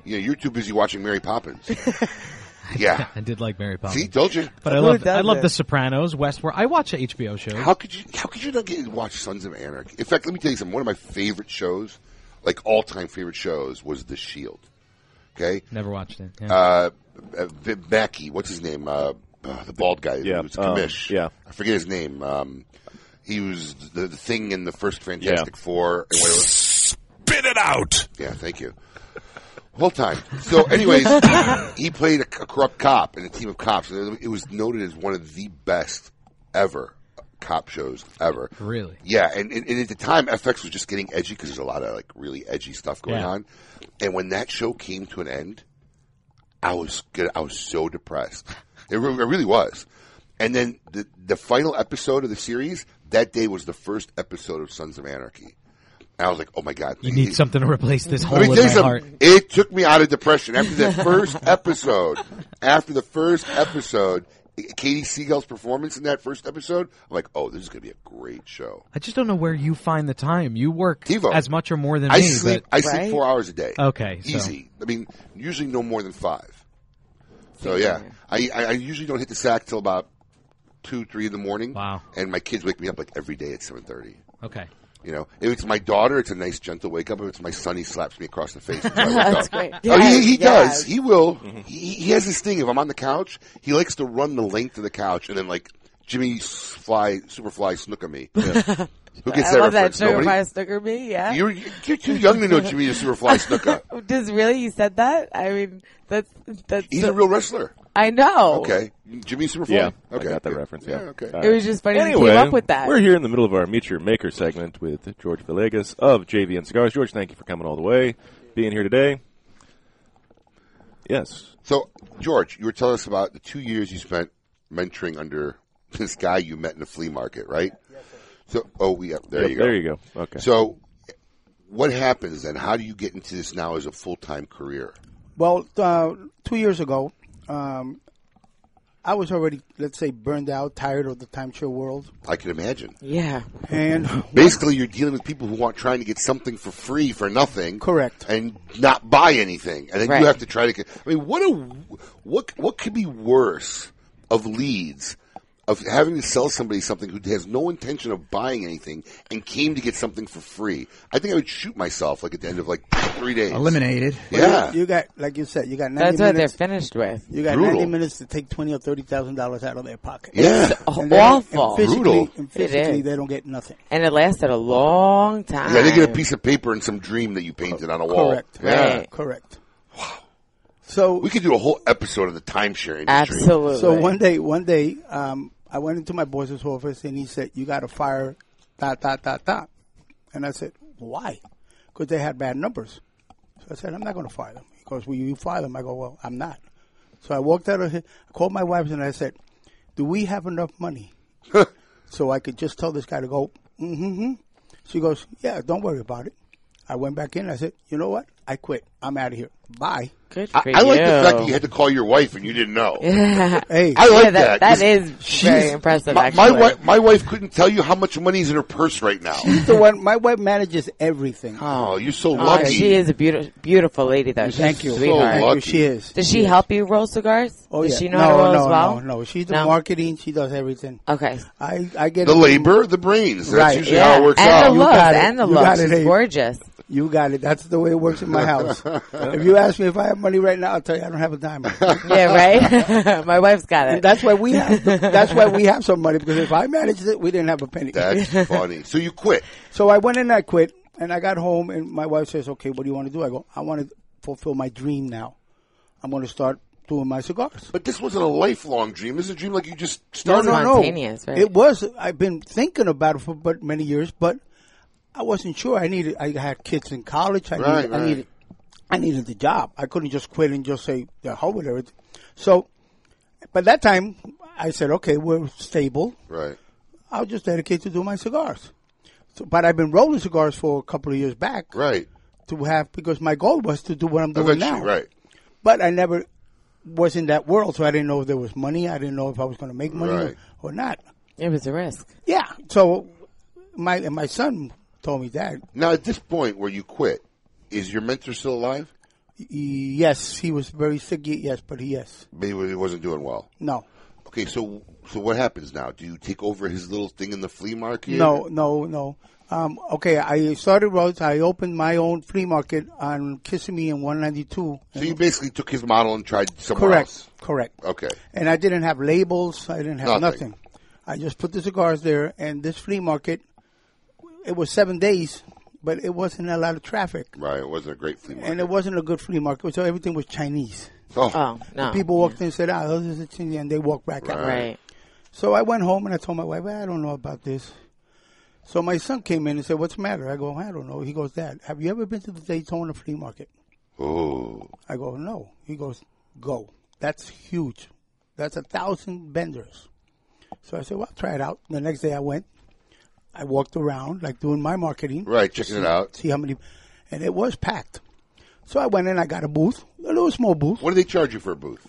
S4: Yeah, you're too busy watching Mary Poppins. yeah,
S6: I did like Mary Poppins.
S4: See, told you.
S6: But I love I love The Sopranos, Westworld. I watch HBO shows.
S4: How could you? How could you not get to watch Sons of Anarchy? In fact, let me tell you something. One of my favorite shows, like all time favorite shows, was The Shield. Okay,
S6: Never watched it. Yeah.
S4: uh, uh, Vib Mackey, what's his name? Uh, uh, the bald guy. Yeah, was
S3: um,
S4: commish.
S3: yeah.
S4: I forget his name. Um, he was the, the thing in the first Fantastic Four. And whatever. Spit
S1: it out.
S4: Yeah, thank you. Whole time. So, anyways, he played a, a corrupt cop in a team of cops. and It was noted as one of the best ever cop shows ever.
S6: Really?
S4: Yeah, and, and, and at the time, FX was just getting edgy because there's a lot of like really edgy stuff going
S6: Yeah.
S4: on. And when that show came to an end, I was good. I was so depressed. It, re- it really was. And then the the final episode of the series that day was the first episode of Sons of Anarchy. And I was like, oh my god,
S6: You need something to replace this hole
S4: Let me
S6: in
S4: tell you
S6: my heart.
S4: something. It took me out of depression after that first episode. After the first episode, Katie Seagal's performance in that first episode, I'm like, oh, this is going to be a great show.
S6: I just don't know where you find the time. You work as much or more than
S4: I
S6: me.
S4: sleep.
S6: but-
S4: I sleep four hours a day.
S6: Okay, so-
S4: easy. I mean, usually no more than five. So yeah, I, I I usually don't hit the sack till about two, three in the morning. Wow. And my kids wake me up like every day at seven thirty.
S6: Okay.
S4: You know, if it's my daughter, it's a nice gentle wake up. If it's my son, he slaps me across the face. until I wake
S2: That's
S4: up.
S2: great.
S4: Oh, he, he
S2: Yes,
S4: does.
S2: yes.
S4: He will. He, he has this thing. If I'm on the couch, he likes to run the length of the couch and then like Jimmy Fly, Superfly, snooker me. Who gets
S5: I
S4: that
S5: love that
S4: reference?
S5: sugar
S4: Nobody?
S5: pie snooker me. Yeah,
S4: You're, you're too young to know Jimmy the Superfly snooker.
S5: Just really, you said that? I mean, that's that's.
S4: He's a real wrestler.
S5: I know.
S4: Okay, Jimmy Superfly.
S3: Yeah,
S4: okay,
S3: I got that reference. Yeah,
S4: okay.
S3: All
S5: It was just funny you
S3: Anyway,
S5: came up with that.
S3: We're here in the middle of our Meet Your Maker segment with George Villegas of JVN Cigars. George, thank you for coming all the way, being here today. Yes.
S4: So, George, you were telling us about the two years you spent mentoring under this guy you met in the flea market, right? So, oh, yeah, there
S3: Yep,
S4: you go.
S3: there you go. Okay.
S4: So, what happens then? How do you get into this now as a full time career?
S13: Well, uh, two years ago, um, I was already, let's say, burned out, tired of the timeshare world.
S4: I can imagine.
S5: Yeah.
S13: And
S4: basically, you're dealing with people who want trying to get something for free for nothing,
S13: correct,
S4: and not buy anything, and then
S13: Right.
S4: you have to try to. get- I mean, what a what what could be worse of leads of having to sell somebody something who has no intention of buying anything and came to get something for free? I think I would shoot myself like at the end of like three days.
S19: Eliminated.
S4: Yeah.
S13: You, you got, like you said, you got 90
S5: That's what
S13: minutes.
S5: they're finished with.
S13: You got
S5: Brutal.
S13: 90 minutes to take 20 or $30,000 out of their pocket.
S5: Yeah. It's
S13: And they don't-
S5: awful.
S13: And physically,
S5: Brutal.
S13: And
S5: It is.
S13: physically, they don't get nothing.
S5: And it lasted a long time.
S4: Yeah, they get a piece of paper and some dream that you painted on a wall.
S13: Correct.
S4: Yeah.
S13: Right. Correct. So
S4: we could do a whole episode on the timeshare industry.
S13: So one day, one day, um, I went into my boss's office and he said, "You got to fire dot dot dot dot," and I said, "Why?" Because they had bad numbers. So I said, "I'm not going to fire them." He goes, "Will you fire them?" I go, "Well, I'm not." So I walked out of here, I called my wife and I said, "Do we have enough money?" so I could just tell this guy to go. Mm-hmm. She goes, "Yeah, don't worry about it." I went back in. I said, "You know what? I quit. I'm out of here. Bye."
S5: Good
S4: I, I like the fact that you had to call your wife and you didn't know.
S5: Yeah.
S13: Hey.
S4: I like
S5: Yeah, that-
S4: that.
S5: that
S4: 'cause
S5: is
S4: she's-
S5: very impressive,
S4: My, my
S5: actually.
S4: wife, my wife couldn't tell you how much money's in her purse right now.
S13: She's the one. My wife manages everything.
S4: Oh, you're so
S5: Oh,
S4: lucky.
S5: She is a beautiful, beautiful lady, though. She's
S13: Thank
S5: a
S13: you. So
S5: sweetheart.
S13: lucky. She is.
S5: Does
S13: She
S5: she
S13: is.
S5: help you roll cigars?
S13: Oh,
S5: Does
S13: yeah.
S5: she know
S13: no,
S5: how to roll
S13: no,
S5: as well?
S13: No, no, She does
S5: No?
S13: marketing. She does everything.
S5: Okay.
S13: I, I get
S4: The
S13: it.
S4: labor, the brains. That's
S13: Right.
S4: usually how it works
S5: and
S4: out.
S5: The
S13: You
S5: looks,
S13: got it.
S5: and the
S13: You
S5: looks.
S13: got it,
S5: She's
S13: Abe.
S5: gorgeous.
S13: You got it. That's the way it works in my house. if you ask me if I have money right now, I'll tell you I don't have a dime.
S5: yeah, right. my wife's got it.
S13: And that's why we have. That's why we have some money because if I managed it, we didn't have a penny.
S4: That's funny. So you quit.
S13: So I went and I quit, and I got home, and my wife says, "Okay, what do you want to do?" I go, "I want to fulfill my dream now. I'm going to start doing my cigars."
S4: But this wasn't a lifelong dream. This is a dream like you just
S13: No,
S4: started.
S13: no, no. It was. I've been thinking about it for but many years, but I wasn't sure. I needed. I had kids in college. I
S4: Right,
S13: needed.
S4: right.
S13: I needed. I needed the job. I couldn't just quit and just say the hell with everything. So, by that time, I said, "Okay, we're stable.
S4: Right.
S13: I'll just dedicate to do my cigars." So, but I've been rolling cigars for a couple of years back.
S4: Right.
S13: To have because my goal was to do what I'm doing
S4: Eventually,
S13: now.
S4: right.
S13: But I never was in that world, so I didn't know if there was money. I didn't know if I was going to make money or-
S5: Right.
S13: or not.
S5: It was a risk.
S13: Yeah. So my and my son told me that.
S4: Now at this point where you quit, is your mentor still alive?
S13: Yes, he was very sick. ye- Yes, but he- yes,
S4: Maybe he wasn't doing well.
S13: no,
S4: Okay, so so what happens now? Do you take over his little thing in the flea market?
S13: no, no, no. Um, okay, I started Rhodes. I opened my own flea market on Kissimmee in 192.
S4: So you basically took his model and tried somewhere
S13: Correct,
S4: else.
S13: correct.
S4: Okay.
S13: And I didn't have labels. I didn't have
S4: Nothing.
S13: nothing. I just put the cigars there, and this flea market. It was seven days, but it wasn't a lot of traffic.
S4: Right. It wasn't a great flea market.
S13: And it wasn't a good flea market, so everything was Chinese.
S4: Oh. Oh, no.
S13: The people walked in and said, "Ah, those are the Chinese," and they walked back out.
S4: Right.
S13: So I went home and I told my wife, "I don't know about this." So my son came in and said, "What's the matter?" I go, "I don't know." He goes, "Dad, have you ever been to the Daytona flea market?"
S4: Oh.
S13: I go, "No." He goes, "Go. That's huge. That's a thousand vendors." So I said, "Well, I'll try it out." The next day I went. I walked around, like doing my marketing.
S4: Right, checking it out.
S13: See how many, and it was packed. So I went in, I got a booth, a little small booth.
S4: What do they charge you for a booth?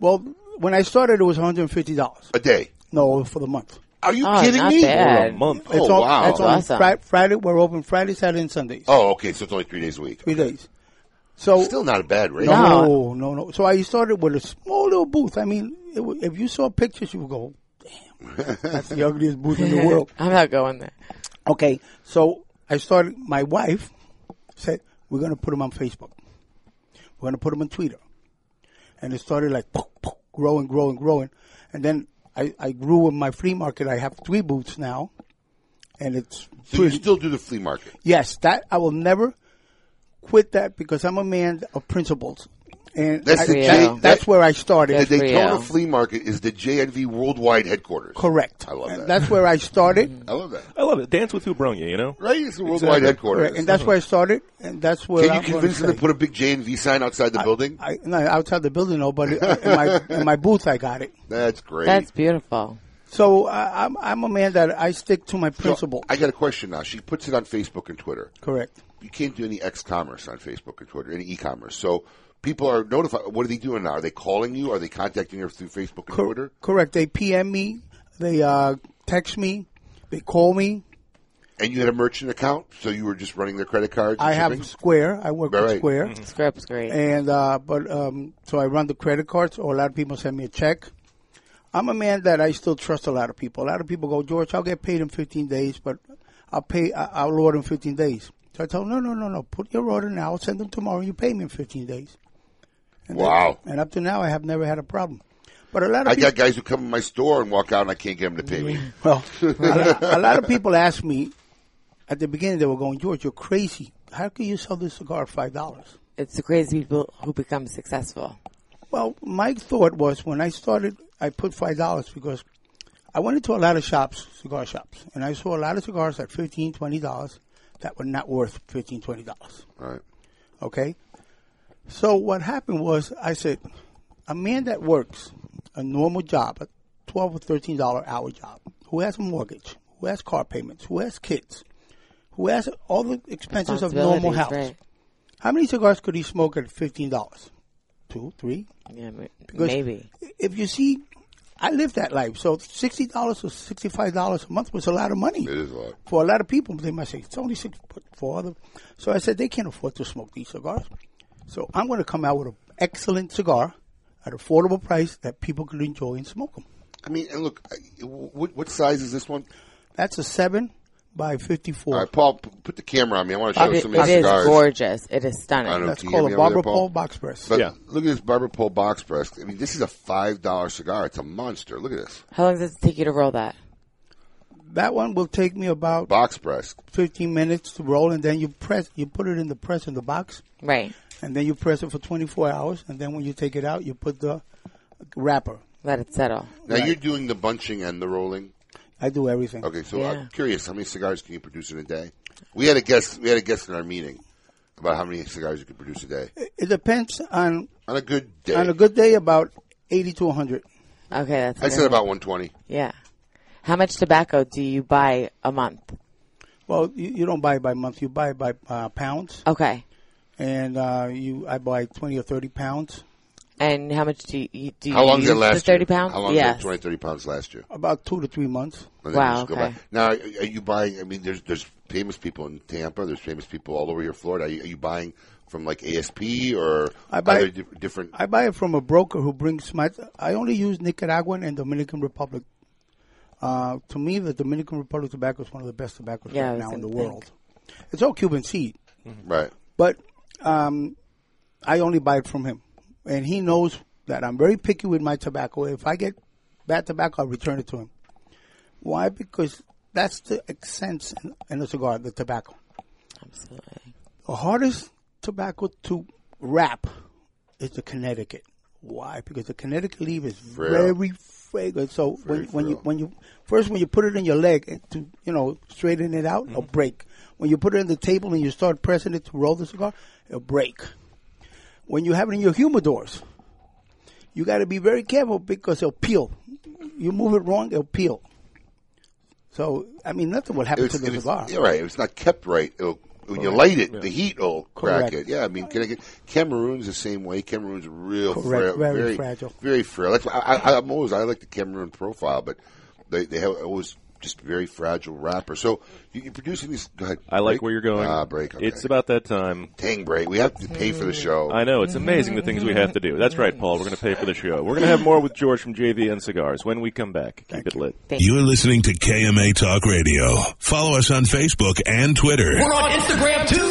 S13: Well, when I started, it was $150.
S4: A day?
S13: No, for the month.
S4: Are you
S5: Oh, kidding not me? bad. For a month.
S13: It's
S4: Oh,
S13: all,
S4: wow.
S13: It's on
S4: That's awesome.
S13: Fri- Friday, we're open Friday, Saturday, and Sunday.
S4: Oh, okay. So it's only three days a week.
S13: Three days. So
S4: still not a bad rate.
S13: No, no, no. So I started with a small little booth. I mean, it, wa- if you saw pictures, you would go, damn, that's the ugliest booth in the world.
S5: I'm not going there.
S13: Okay, so I started. My wife said, "We're going to put them on Facebook. We're going to put them on Twitter." And it started like growing, growing, growing, and then I, I grew in my flea market. I have three booths now, and it's
S4: So you still do the flea market.
S13: Yes, that I will never quit that because I'm a man of principles, and
S4: That's
S13: I-
S4: the
S13: that-
S4: J-
S13: that's where I started.
S4: The Daytona Flea Market is the JNV Worldwide headquarters.
S13: Correct.
S4: I love that.
S13: That's where I started.
S4: I love that.
S3: I love it. Dance with who brung you, you know?
S4: Right? It's the worldwide headquarters.
S13: Correct. and that's where I started, and that's where
S4: Can
S13: I'm
S4: you convince them
S13: gonna
S4: to put a big JNV sign outside the building?
S13: stay. I, no, outside the building, no, but in my in my booth, I got it.
S4: That's great.
S5: That's beautiful.
S13: So I, I'm I'm a man that I stick to my
S4: So,
S13: principle.
S4: I got a question now. She puts it on Facebook and Twitter.
S13: Correct.
S4: You can't do any X commerce on Facebook and Twitter, any e commerce. So people are notified. What are they doing now? Are they calling you? Are they contacting you through Facebook and Twitter?
S13: Correct. They PM me, they uh, text me, they call me.
S4: And you had a merchant account, so you were just running their credit cards. and
S13: I have
S4: shipping?
S13: Square. I work with
S4: Right.
S13: Square.
S4: Mhm.
S5: Square's Mm-hmm. great.
S13: And uh, but um, so I run the credit cards, or a lot of people send me a check. I'm a man that I still trust a lot of people. A lot of people go, George, I'll get paid in 15 days, but I'll pay. I- I'll order in 15 days. So I tell them, no, no, no, no. Put your order now. I'll send them tomorrow. and You pay me in 15 days. And
S4: Wow.
S13: and up to now, I have never had a problem. But a lot of
S4: I
S13: people,
S4: got guys who come in my store and walk out, and I can't get them to pay me.
S13: well, a, lot, a lot of people asked me at the beginning. They were going, George, you're crazy. How can you sell this cigar at five dollars?
S5: It's the crazy people who become successful.
S13: Well, my thought was when I started, I put five dollars because I went into a lot of shops, cigar shops, and I saw a lot of cigars at fifteen, twenty dollars that were not worth fifteen, twenty dollars.
S4: Right.
S13: Okay. So what happened was I said, a man that works a normal job, a twelve or thirteen dollar hour job, who has a mortgage, who has car payments, who has kids, who has all the expenses of normal
S5: Responsibilities,
S13: house.
S5: right.
S13: How many cigars could he smoke at fifteen dollars? Two, three?
S5: Yeah, ma-
S13: Because
S5: maybe.
S13: If you see, I lived that life. So sixty dollars or sixty-five dollars a month was a lot of money. It
S4: is a lot
S13: for a lot of people. They might say it's only six but for other. So I said they can't afford to smoke these cigars. So I'm going to come out with an excellent cigar at affordable price that people could enjoy and smoke them.
S4: I mean, and look, I- what, what size is this one?
S13: That's a seven by fifty-four.
S4: All right, Paul, p- put the camera on me. I want to show
S5: It-
S4: some of these
S5: it is
S4: cigars.
S5: gorgeous. It is
S4: I don't
S5: stunning.
S4: know
S13: That's
S4: if you
S13: called
S4: hear me
S13: a
S4: over there,
S13: Barbara Paul box press.
S4: But
S13: Yeah.
S4: Look at this Barbara Paul box press. I mean, this is a five dollar cigar. It's a monster. Look at this
S5: How long does it take you to roll that?
S13: That one will take me about
S4: box press.
S13: fifteen minutes to roll, and then you press. You put it in the press in the box.
S5: Right.
S13: and then you press it for 24 hours, and then when you take it out, you put the wrapper.
S5: Let it
S13: Oh,
S5: settle.
S4: Now you're doing the bunching and the rolling.
S13: I do everything.
S4: Okay, so
S5: Yeah.
S4: I'm curious, how many cigars can you produce in a day? We had a guest. We had a guest in our meeting about how many cigars you could produce a day.
S13: It depends on
S4: On a good day.
S13: on a good day about 80 to 100.
S5: Okay, that's.
S4: I said about 120.
S5: Yeah. How much tobacco do you buy a month?
S13: Well, you, you don't buy it by month; you buy it by uh, pounds.
S5: Okay.
S13: And uh, you, I buy 20 or 30 pounds.
S5: And how much do you do? You
S4: How long did it
S5: use
S4: last?
S5: The Thirty
S4: you?
S5: pounds.
S4: How long
S5: yes.
S4: did 20, 30 pounds last you?
S13: About two to three months.
S4: And then you
S5: Wow,
S4: just go
S5: okay.
S4: back. Now, are are you buying? I mean, there's there's famous people in Tampa. There's famous people all over here, Florida. Are you, are you buying from like ASP or
S13: I buy-
S4: other di- different?
S13: I buy it from a broker who brings my. I only use Nicaraguan and Dominican Republic. Uh, to me, the Dominican Republic tobacco is one of the best tobaccos
S5: Yeah, I
S13: right
S5: was
S13: now in the
S5: gonna
S13: world. It's all Cuban seed.
S4: Right.
S13: But um, I only buy it from him, and he knows that I'm very picky with my tobacco. If I get bad tobacco, I return it to him. Why? Because that's the essence in- in a cigar, the tobacco.
S5: Absolutely.
S13: The hardest tobacco to wrap is the Connecticut. Why? Because the Connecticut leaf is
S4: Frail.
S13: very fragrant. So
S4: Very
S13: when, when you when you first when you put it in your leg and to you know straighten it out,
S4: Mm-hmm.
S13: it'll break. When you put it on the table and you start pressing it to roll the cigar, it'll break. When you have it in your humidors, you got to be very careful because it'll peel. You move it wrong, it'll peel. So I mean, nothing will happen
S4: If
S13: to
S4: it's-
S13: the
S4: if it's-
S13: cigar.
S4: Yeah, right. If it's not kept right, it'll, when you
S13: Correct.
S4: light it,
S13: Yeah.
S4: the heat will crack
S13: Correct.
S4: it. Yeah, I mean, can I get, Cameroon's the same way. Cameroon's real
S13: Correct.
S4: frail,
S13: Very fragile.
S4: very frail. That's why I, I, I'm always I like the Cameroon profile, but they they have always just very fragile wrapper. So you- you're producing these. Go ahead.
S3: I like
S4: Break?
S3: where you're going.
S4: Ah, break. Okay.
S3: It's about that time.
S4: Dang, break. We have to pay for the show.
S3: I know. It's amazing the things we have to do. That's right, Paul. We're going to pay for the show. We're going to have more with George from JVN Cigars when we come back. Keep it lit.
S1: You're listening to KMA Talk Radio. Follow us on Facebook and Twitter.
S2: We're on Instagram too.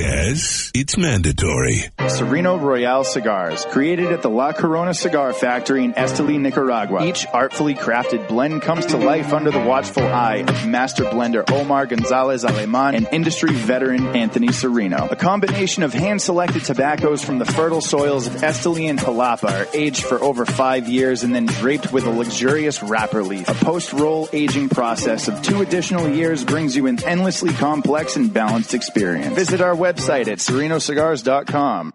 S1: Yes, it's mandatory.
S8: Sereno Royale cigars, created at the La Corona Cigar Factory in Esteli, Nicaragua. Each artfully crafted blend comes to life under the watchful eye of master blender Omar Gonzalez Aleman and industry veteran Anthony Sereno. A combination of hand-selected tobaccos from the fertile soils of Esteli and Jalapa are aged for over five years and then draped with a luxurious wrapper leaf. A post-roll aging process of two additional years brings you an endlessly complex and balanced experience. Visit our website at serenocigars.com.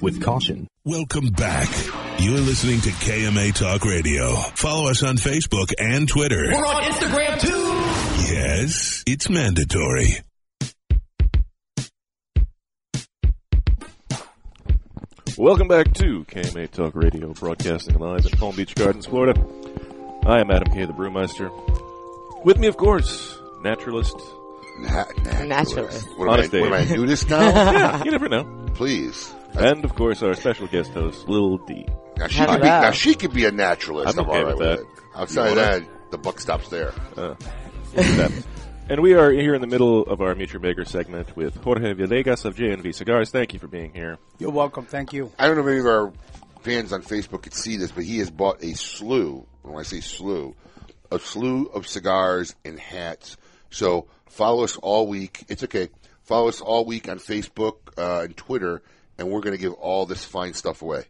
S15: with caution.
S1: Welcome back. You're listening to KMA Talk Radio. Follow us on Facebook and Twitter.
S2: We're on Instagram too.
S1: Yes, it's mandatory.
S3: Welcome back to KMA Talk Radio, broadcasting live in Palm Beach Gardens, Florida. I am Adam K. the Brewmeister. With me, of course, naturalist.
S5: Naturalist.
S4: What am I-
S3: Honest Abe.
S4: what am I, a nudist now?
S3: yeah, you never know.
S4: Please.
S3: And, of course, our special guest host, Lil D.
S4: Now she, could be, now she could be a naturalist.
S3: I'm
S4: I'm,
S3: okay
S4: all right
S3: with
S4: with
S3: that.
S4: it. Outside
S3: You Uh,
S4: of
S3: wanna-
S4: that, the buck stops there.
S3: Accept. and we are here in the middle of our Meet Your Maker segment with Jorge Villegas of JNV Cigars. Thank you for being here.
S13: You're welcome. Thank you.
S4: I don't know if any of our fans on Facebook could see this, but he has bought a slew. When I say slew, a slew of cigars and hats. So follow us all week. It's okay. Follow us all week on Facebook uh, and Twitter, and we're going to give all this fine stuff away.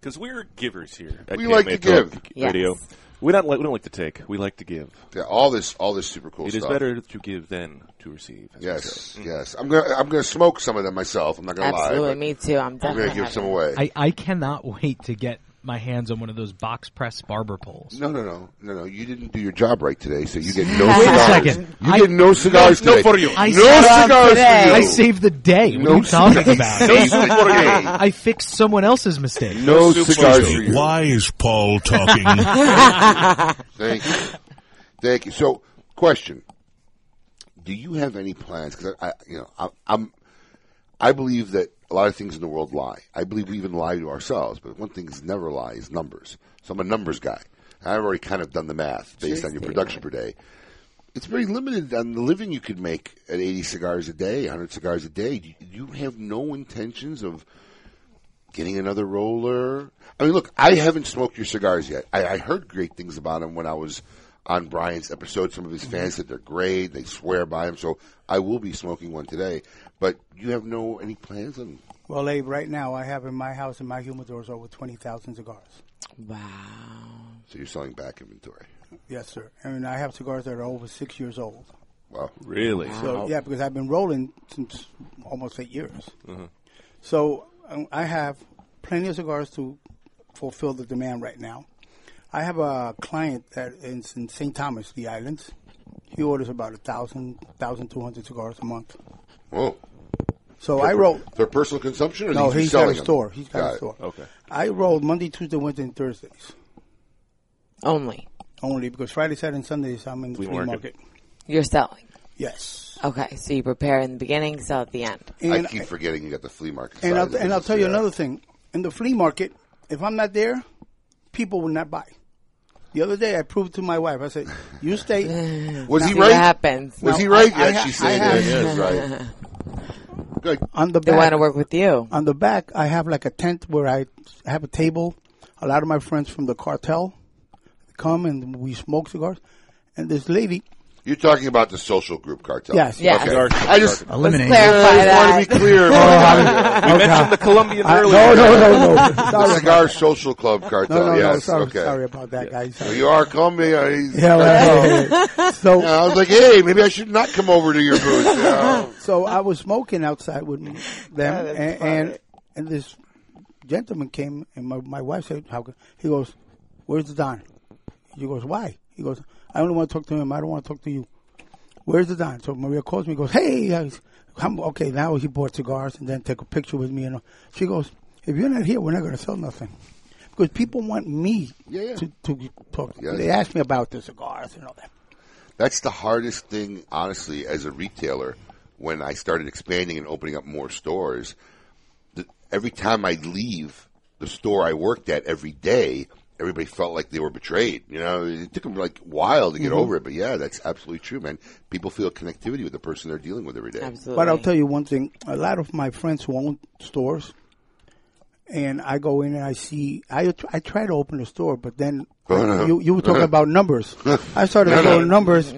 S3: Because we're givers here. at
S4: We like
S3: KMA
S4: to give.
S3: Talk
S4: Yes.
S3: Radio. We don't like we don't like to take. We like to give.
S4: Yeah, all this all this super cool
S3: It is
S4: stuff.
S3: better to give than to receive. as we
S4: Yes,
S3: say. Mm.
S4: yes. I'm gonna I'm gonna smoke some of them myself. I'm not gonna lie.
S5: Absolutely,
S4: but
S5: me too. I'm definitely
S4: gonna give
S5: having-
S4: some away.
S6: I, I cannot wait to get my hands on one of those box press barber poles.
S4: No, no, no, no, no. You didn't do your job right today, so you get no
S6: Wait a
S4: cigars.
S6: second.
S4: You
S6: I-
S4: get no cigars
S6: No- no
S4: today.
S6: for you. I
S4: no
S6: saved-
S4: cigars for you.
S6: I saved the day. What
S4: No
S6: are you talking
S4: cigars.
S6: about?
S4: Saved for you.
S6: I fixed someone else's mistake.
S4: No Super cigars for you.
S1: Why is Paul talking?
S4: Thank you. Thank you. So, question: Do you have any plans? Because I, I, you know, I, I'm, I believe that a lot of things in the world lie. I believe we even lie to ourselves. But one thing that's never lie is numbers. So I'm a numbers guy. And I've already kind of done the math based on your production per day. It's very limited on the living you could make at 80 cigars a day, 100 cigars a day. Do you have no intentions of getting another roller. I mean, look, I haven't smoked your cigars yet. I, I heard great things about them when I was on Brian's episode. Some of his fans said they're great. They swear by them. So I will be smoking one today. But you have no any plans on
S13: Well, Abe, right now I have in my house in my humidor is over twenty thousand cigars.
S5: Wow.
S4: So you're selling back inventory.
S13: Yes, sir. I mean, I have cigars that are over six years old.
S4: Wow.
S3: Really?
S13: So yeah, because I've been rolling since almost eight years. So um, I have plenty of cigars to fulfill the demand right now. I have a client that is in St. Thomas, the islands. He orders about a thousand, thousand two hundred cigars a month.
S4: Whoa.
S13: So
S4: For-
S13: I wrote
S4: For personal consumption or
S13: no,
S4: he's just
S13: he's got a
S4: selling 'em?
S13: store. He's got,
S4: Got
S13: a
S4: it.
S13: store.
S4: Okay.
S13: I rolled Monday, Tuesday, Wednesday, and Thursdays.
S5: Only.
S13: Only because Friday, Saturday, and Sundays I'm in the
S5: Flea
S13: flea
S5: market.
S13: market.
S5: You're selling.
S13: Yes.
S5: Okay, so you prepare in the beginning, sell at the end.
S13: And-
S4: I keep forgetting you got the flea market.
S13: And
S4: side
S13: I'll,
S4: of the
S13: and I'll
S4: business.
S13: tell you
S4: Yeah.
S13: another thing. In the flea market, if I'm not there, people will not buy. The other day, I proved to my wife. I said, "You stay."
S4: Was he
S13: Now-
S4: right? Was he right?
S13: I- I
S4: Yeah,
S13: ha-
S4: she
S13: I
S4: said
S13: have-
S4: that. Yeah, he was right. Good.
S13: On the
S5: They
S13: back-
S5: wanna work with you.
S13: On the back, I have like a tent where I have a table. A lot of my friends from the cartel come and we smoke cigars. And this lady,
S4: You're talking about the social group cartel.
S13: Yes. Yes.
S4: Okay.
S13: Dark-
S4: I just
S13: Let's Eliminate.
S4: I
S13: clarify
S4: just want to
S13: that.
S4: be clear.
S13: Oh,
S4: About
S13: I- We okay. mentioned the Colombian I- earlier. no, no, no, no. Sorry.
S4: The cigar social club cartel.
S13: No, no, no,
S4: yes.
S13: sorry-
S4: okay.
S13: sorry about that, guys.
S4: So you are Colombia. he's-
S13: Yeah, well, so
S4: Oh. Yeah, I was like, hey, maybe I should not come over to your booth. you know.
S13: so I was smoking outside with them,
S4: Yeah, that's
S13: and, and and this gentleman came, and my, my wife said, "How?" co- He goes, "Where's the don?" She goes, "Why?" He goes, "I only want to talk to him. I don't want to talk to you." Where's the don? So Maria calls me, goes, "Hey, I was- I'm, okay." Now he bought cigars and then took a picture with me, and all. she goes, "If you're not here, we're not going to sell nothing." Because people want me to to talk.
S4: Yeah.
S13: They ask me about the cigars and all that.
S4: That's the hardest thing, honestly, as a retailer. When I started expanding and opening up more stores, the, every time I leave the store I worked at every day, everybody felt like they were betrayed. You know, it took them like a while to get
S13: Mhm.
S4: over it. But yeah, that's absolutely true, man. People feel connectivity with the person they're dealing with every day.
S5: Absolutely.
S13: But I'll tell you one thing: a lot of my friends who own stores, and I go in and I see. I I try to open a store, but then you you were talking about numbers. I started
S4: No, no.
S13: going numbers,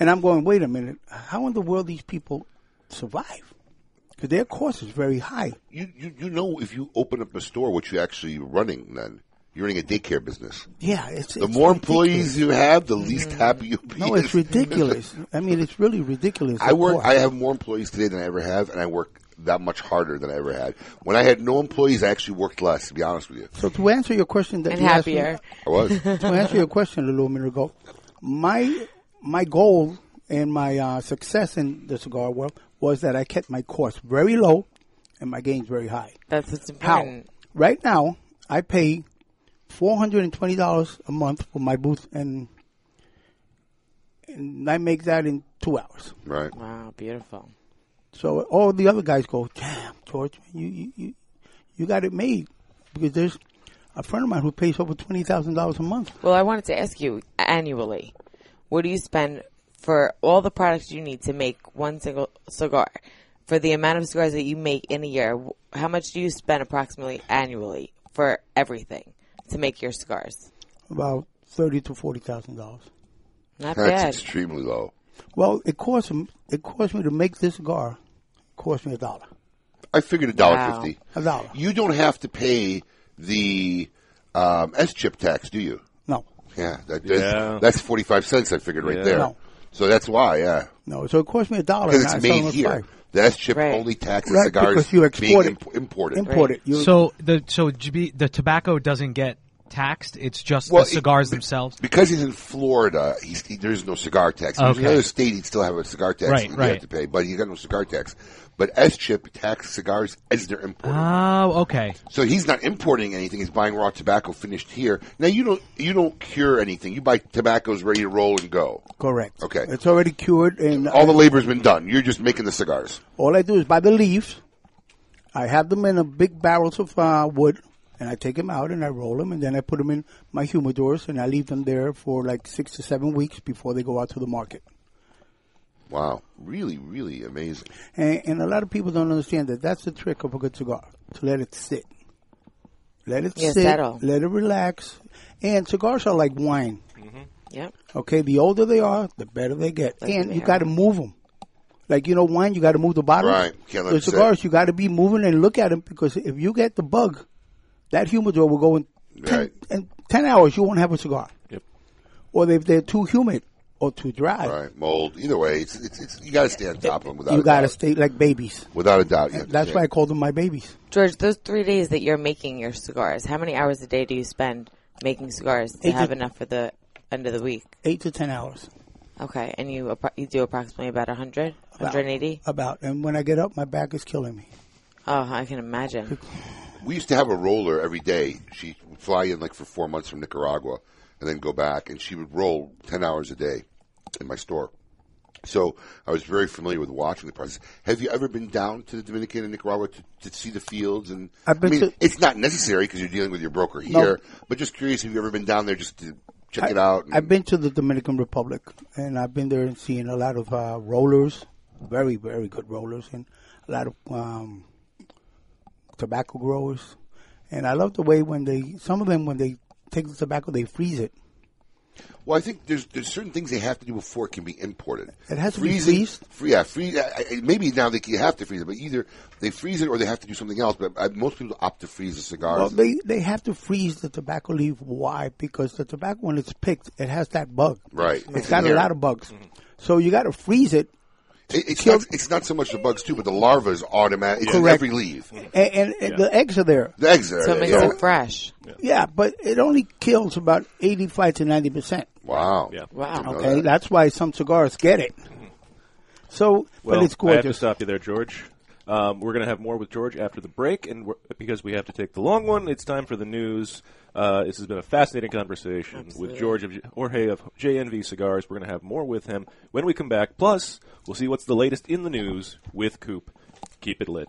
S13: and I'm going, wait a minute, how in the world these people survive? Because their cost is very high.
S4: You, you you know if you open up a store, what you actually running then. You're running a daycare business.
S13: Yeah, it's
S4: the
S13: it's
S4: more
S13: ridiculous. Mm-hmm.
S4: employees you have, the least happy you'll be.
S13: No, it's ridiculous. I mean, it's oh, really ridiculous.
S4: I
S13: of
S4: work.
S13: course.
S4: I have more employees today than I ever have, and I work that much harder than I ever had. When I had no employees, I actually worked less. To be honest with you,
S13: So to answer your question that
S4: And
S13: you asked me-
S4: happier. I was.
S13: to answer your question a little minute ago, my my goal and my uh, success in the cigar world was that I kept my costs very low and my gains very high.
S5: That's what's
S13: How?
S5: important.
S13: Right now, I pay four hundred and twenty dollars a month for my booth, and and I make that in two hours.
S4: right?
S5: Wow, beautiful.
S13: So all the other guys go, damn, George, you you you, you got it made because there's a friend of mine who pays over twenty thousand dollars a month.
S5: Well, I wanted to ask you annually, what do you spend for all the products you need to make one single cigar. For the amount of cigars that you make in a year, w- how much do you spend approximately annually for everything to make your cigars?
S13: About thirty to forty thousand dollars.
S5: Not
S4: That's
S5: bad.
S4: extremely low.
S13: Well, it cost him. It cost me to make this cigar. It cost me a dollar.
S4: I figured a dollar
S13: Wow.
S4: fifty.
S13: A dollar.
S4: You don't have to pay the um, S chip tax, do you?
S13: No.
S4: Yeah, that, that's,
S13: Yeah.
S4: that's forty five cents. I figured right
S13: Yeah.
S4: there.
S13: No.
S4: So that's why, yeah,
S13: No, so it cost me a dollar.
S4: because
S13: and I
S4: it's
S13: sold
S4: made
S13: it for
S4: here.
S13: five.
S4: The S chip only taxes
S13: Right,
S4: cigars
S13: because you
S4: being
S13: export it.
S4: imp- imported.
S13: Import it. You-
S6: So the so GB, the tobacco doesn't get taxed. It's just
S4: Well,
S6: the cigars themselves.
S4: Because he's in Florida, he's, he, there's no cigar tax. If he was in
S6: Okay.
S4: another state, he'd still have a cigar tax
S6: Right,
S4: that you have
S6: right.
S4: to pay, but he got no cigar tax. But S chip tax cigars as they're imported.
S6: Oh, okay.
S4: So he's not importing anything; he's buying raw tobacco finished here. Now you don't you don't cure anything. You buy tobaccos ready to roll and go.
S13: Correct.
S4: Okay,
S13: It's already cured, and
S4: all the labor's been done. You're just making the cigars.
S13: All I do is buy the leaves. I have them in a big barrels of uh, wood, and I take them out and I roll them, and then I put them in my humidors, and I leave them there for like six to seven weeks before they go out to the market.
S4: Wow, really, really amazing.
S13: And, and a lot of people don't understand that that's the trick of a good cigar to let it sit, let it
S5: Yeah,
S13: sit,
S5: settle.
S13: let it relax. And cigars are like wine.
S5: Yep.
S13: Okay, the older they are, the better they get,
S5: That's
S13: and you
S5: fair.
S13: got to move them. Like you know, wine you got to move the bottles.
S4: Right, can't let
S13: the
S4: it sit.
S13: cigars you got to be moving and look at them because if you get the bug, that humidor will go in ten,
S4: Right.
S13: in ten hours. You won't have a cigar.
S4: Yep.
S13: Or if they're too humid or too dry,
S4: Right, mold. Either way, it's, it's, it's you got to stay on top of them without
S13: you
S4: a
S13: got to
S4: doubt.
S13: stay like babies.
S4: without a doubt. You have to
S13: That's
S4: stay-
S13: why I call them my babies.
S5: George, those three days that you're making your cigars, how many hours a day do you spend making cigars to
S13: Eight to-
S5: have enough for the end of the week?
S13: Eight to ten hours.
S5: Okay, and you appro- you do approximately about 100, 180?
S13: About. And when I get up, my back is killing me.
S5: Oh, I can imagine.
S4: We used to have a roller every day. She would fly in like for four months from Nicaragua and then go back, and she would roll 10 hours a day in my store. So I was very familiar with watching the process. Have you ever been down to the Dominican and Nicaragua to, to see the fields? And
S13: I've been
S4: I mean,
S13: to-
S4: it's not necessary because you're dealing with your broker
S13: No.
S4: here. But just curious, have you ever been down there just to check it out? and-
S13: I've been to the Dominican Republic, and I've been there and seen a lot of uh, rollers, very very good rollers, and a lot of um, tobacco growers. And I love the way when they some of them when they take the tobacco they freeze it.
S4: Well, I think there's there's certain things they have to do before it can be imported.
S13: It has to be freezed?
S4: Free, yeah, freeze. I, I, maybe now they can- you have to freeze it, but either they freeze it or they have to do something else. But I, most people opt to freeze the cigars.
S13: Well, they they have to freeze the tobacco leaf. Why? Because the tobacco when it's picked, it has that bug.
S4: Right.
S13: It's got a lot of bugs, so you got to freeze it.
S4: It- it's not, it's not so much the bugs too, but the larva is automatic. It's in
S13: Correct.
S4: every leaf.
S13: And, and, and the eggs are there.
S4: The eggs are. there, yeah.
S5: fresh.
S13: Yeah. but it only kills about 85 to 90%.
S4: Wow.
S5: Wow.
S13: Okay, that's why some cigars get it. So,
S3: Well, I
S13: but it's
S3: have to
S13: gorgeous.
S3: stop you there, George. Um, we're going to have more with George after the break, and we're, because we have to take the long one, it's time for the news. Uh, this has been a fascinating conversation with George of J- Jorge of JNV Cigars. We're going to have more with him when we come back. Plus, we'll see what's the latest in the news with Coop. Keep it lit.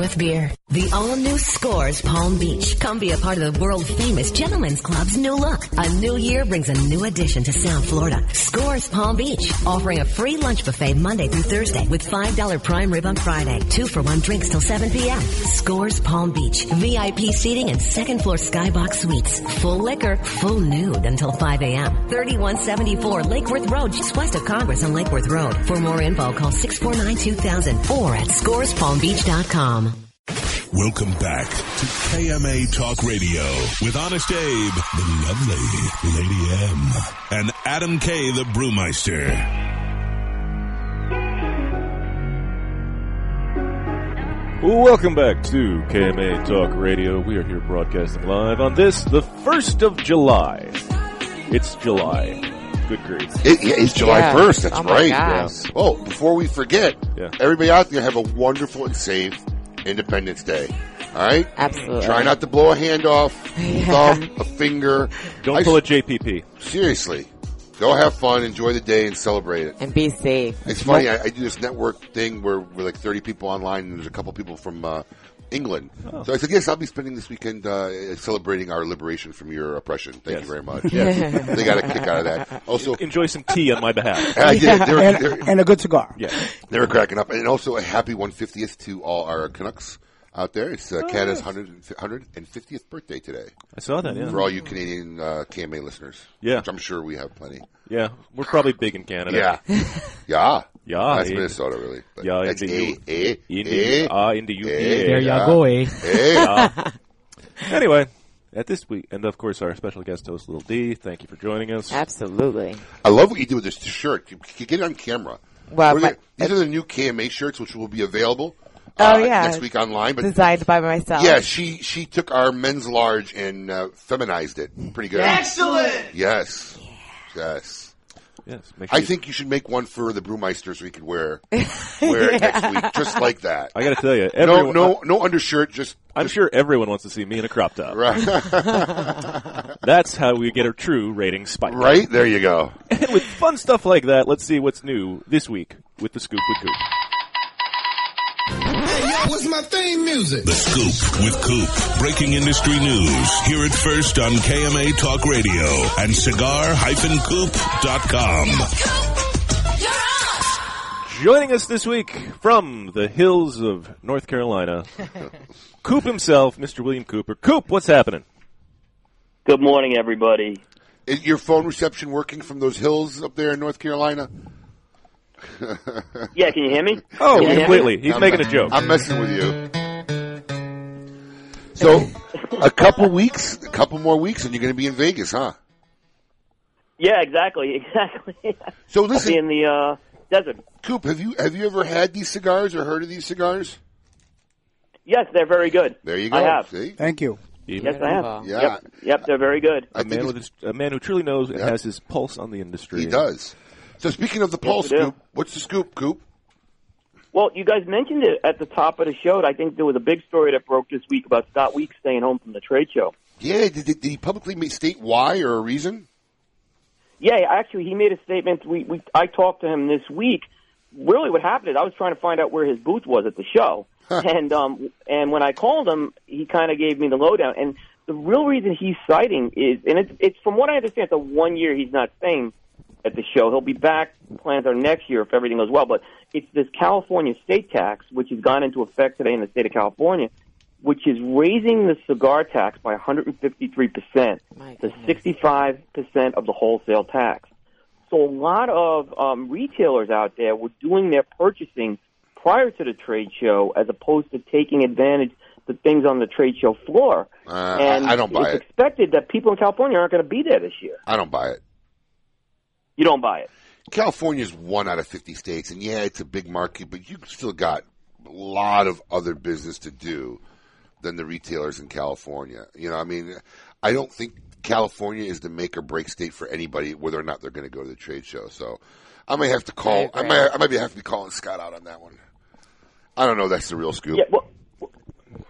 S20: with beer.
S21: The all new Scores Palm Beach. Come be a part of the world famous Gentlemen's Club's new look. A new year brings a new addition to South Florida. Scores Palm Beach, offering a free lunch buffet Monday through Thursday with $5 prime rib on Friday. Two for one drinks till 7 p.m. Scores Palm Beach. VIP seating and second floor skybox suites. Full liquor, full nude until 5 a.m. 3174 Lake Worth Road, just west of Congress on Lake Worth Road. For more info, call 649-2000 or at scorespalmbeach.com.
S1: Welcome back to KMA Talk Radio with Honest Abe, the lovely Lady M, and Adam K, the Brewmeister.
S3: Welcome back to KMA Talk Radio. We are here broadcasting live on this, the 1st of July. It's July. Good grief.
S4: It, yeah, it's July
S3: Yeah.
S4: 1st. That's
S3: Oh my
S4: right.
S3: gosh.
S4: Yeah. Oh, before we forget, everybody out there have a wonderful and safe Independence Day. All right?
S5: Absolutely.
S4: Try not to blow a hand off, thumb, a finger.
S3: Don't
S4: I-
S3: pull a JPP.
S4: Seriously. Go have fun, enjoy the day, and celebrate it.
S5: And be safe.
S4: It's funny. I, I do this network thing where we're like 30 people online, and there's a couple people from uh, England.
S3: Oh.
S4: So I said, "Yes, I'll be spending this weekend uh, celebrating our liberation from your oppression." Thank you very much.
S3: Yes.
S4: they got a kick out of that. Also,
S3: enjoy some tea on my behalf.
S4: I did. They were-
S13: and,
S4: they were-
S13: and a good cigar.
S3: Yeah.
S4: they were cracking up, and also a happy 150th to all our Canucks out there. It's uh,
S3: Oh,
S4: Canada's
S3: yes.
S4: 100, 150th birthday today.
S3: I saw that, yeah.
S4: For all you Canadian uh, KMA listeners,
S3: Yeah.
S4: which I'm sure we have plenty.
S3: Yeah, we're probably big in Canada.
S4: Yeah. Yeah.
S3: Yeah.
S4: That's
S3: eh.
S4: Minnesota, really. But
S3: yeah,
S4: that's
S3: in the U.
S4: eh, eh,
S3: in
S4: eh,
S3: the, ah, in the U.
S4: eh,
S6: There ya yeah. go, eh.
S4: Eh.
S3: Yeah. Anyway, at this week, and of course our special guest host, Little D. Thank you for joining us.
S5: Absolutely.
S4: I love what you do with this shirt. You, you get it on camera.
S5: Well,
S4: We're
S5: my-
S4: gonna- these are the new KMA shirts, which will be available.
S5: Oh,
S4: uh,
S5: yeah.
S4: next week online. But
S5: Designed by myself.
S4: yeah, she she took our men's large and uh, feminized it. Pretty good.
S5: Excellent!
S4: Yes. Yes.
S3: Yes.
S4: I think you should make one for the brewmeister so you can wear wear it next week, just like that.
S3: I got to tell you,
S4: no,
S3: everyone-
S4: no, no undershirt. Just
S3: I'm sure everyone wants to see me in a crop top.
S4: Right.
S3: That's how we get a true rating spike.
S4: Right? There you go.
S3: And with fun stuff like that, let's see what's new this week with the Scoop with Coop.
S22: Hey, yo, what's my theme music?
S1: The Scoop with Coop. Breaking industry news. Hear it first on KMA Talk Radio and cigar-coop.com.
S3: Joining us this week from the hills of North Carolina, Coop himself, Mr. William Cooper. Coop, what's happening?
S12: Good morning, everybody.
S4: Is your phone reception working from those hills up there in North Carolina?
S12: Yeah, can you hear me?
S4: Oh,
S12: Can you hear me?
S4: completely. He's I'm- making a joke. I'm messing with you. So, a couple weeks, a couple more weeks, and you're going to be in Vegas, huh?
S12: Yeah, exactly, exactly.
S4: So listen,
S12: I'll be in the uh, desert.
S4: Coop, have you have you ever had these cigars or heard of these cigars?
S12: Yes, they're very good.
S4: There you
S12: I
S4: go.
S12: have.
S4: See?
S13: Thank you.
S12: Yes, I have.
S4: Yeah.
S12: Yep, yep they're very good.
S3: A man, with his, a man who truly knows and has his pulse on the industry. He
S4: does. So speaking of the
S12: Yes,
S4: Pulse,
S12: I do.
S4: Coop, what's the scoop, Coop?
S12: Well, you guys mentioned it at the top of the show. and I think there was a big story that broke this week about Scott Weeks staying home from the trade show.
S4: Yeah, did, did, did he publicly ma- state why or a reason?
S12: Yeah, actually, he made a statement. We, we I talked to him this week. Really, what happened is I was trying to find out where his booth was at the show, and um, and when I called him, he kind of gave me the lowdown. And the real reason he's citing is, and it's, it's from what I understand, it's a one year he's not staying at the show. He'll be back. Plans are next year if everything goes well. But it's this California state tax, which has gone into effect today in the state of California, which is raising the cigar tax by 153 percent to 65 percent of the wholesale tax. So a lot of um, retailers out there were doing their purchasing prior to the trade show, as opposed to taking advantage of things on the trade show floor.
S4: Uh, I-
S12: and
S4: I, don't buy
S12: it's
S4: it.
S12: expected that people in California aren't going to be there this year.
S4: I don't buy it.
S12: You don't buy it.
S4: California's one out of 50 states, and yeah, it's a big market, but you still got a lot of other business to do than the retailers in California. You know, I mean, I don't think California is the make or break state for anybody, whether or not they're going to go to the trade show. So I might have to call, I,
S12: agree.
S4: might, I might be have to be calling Scott out on that one. I don't know. That's the real scoop.
S12: Yeah, well,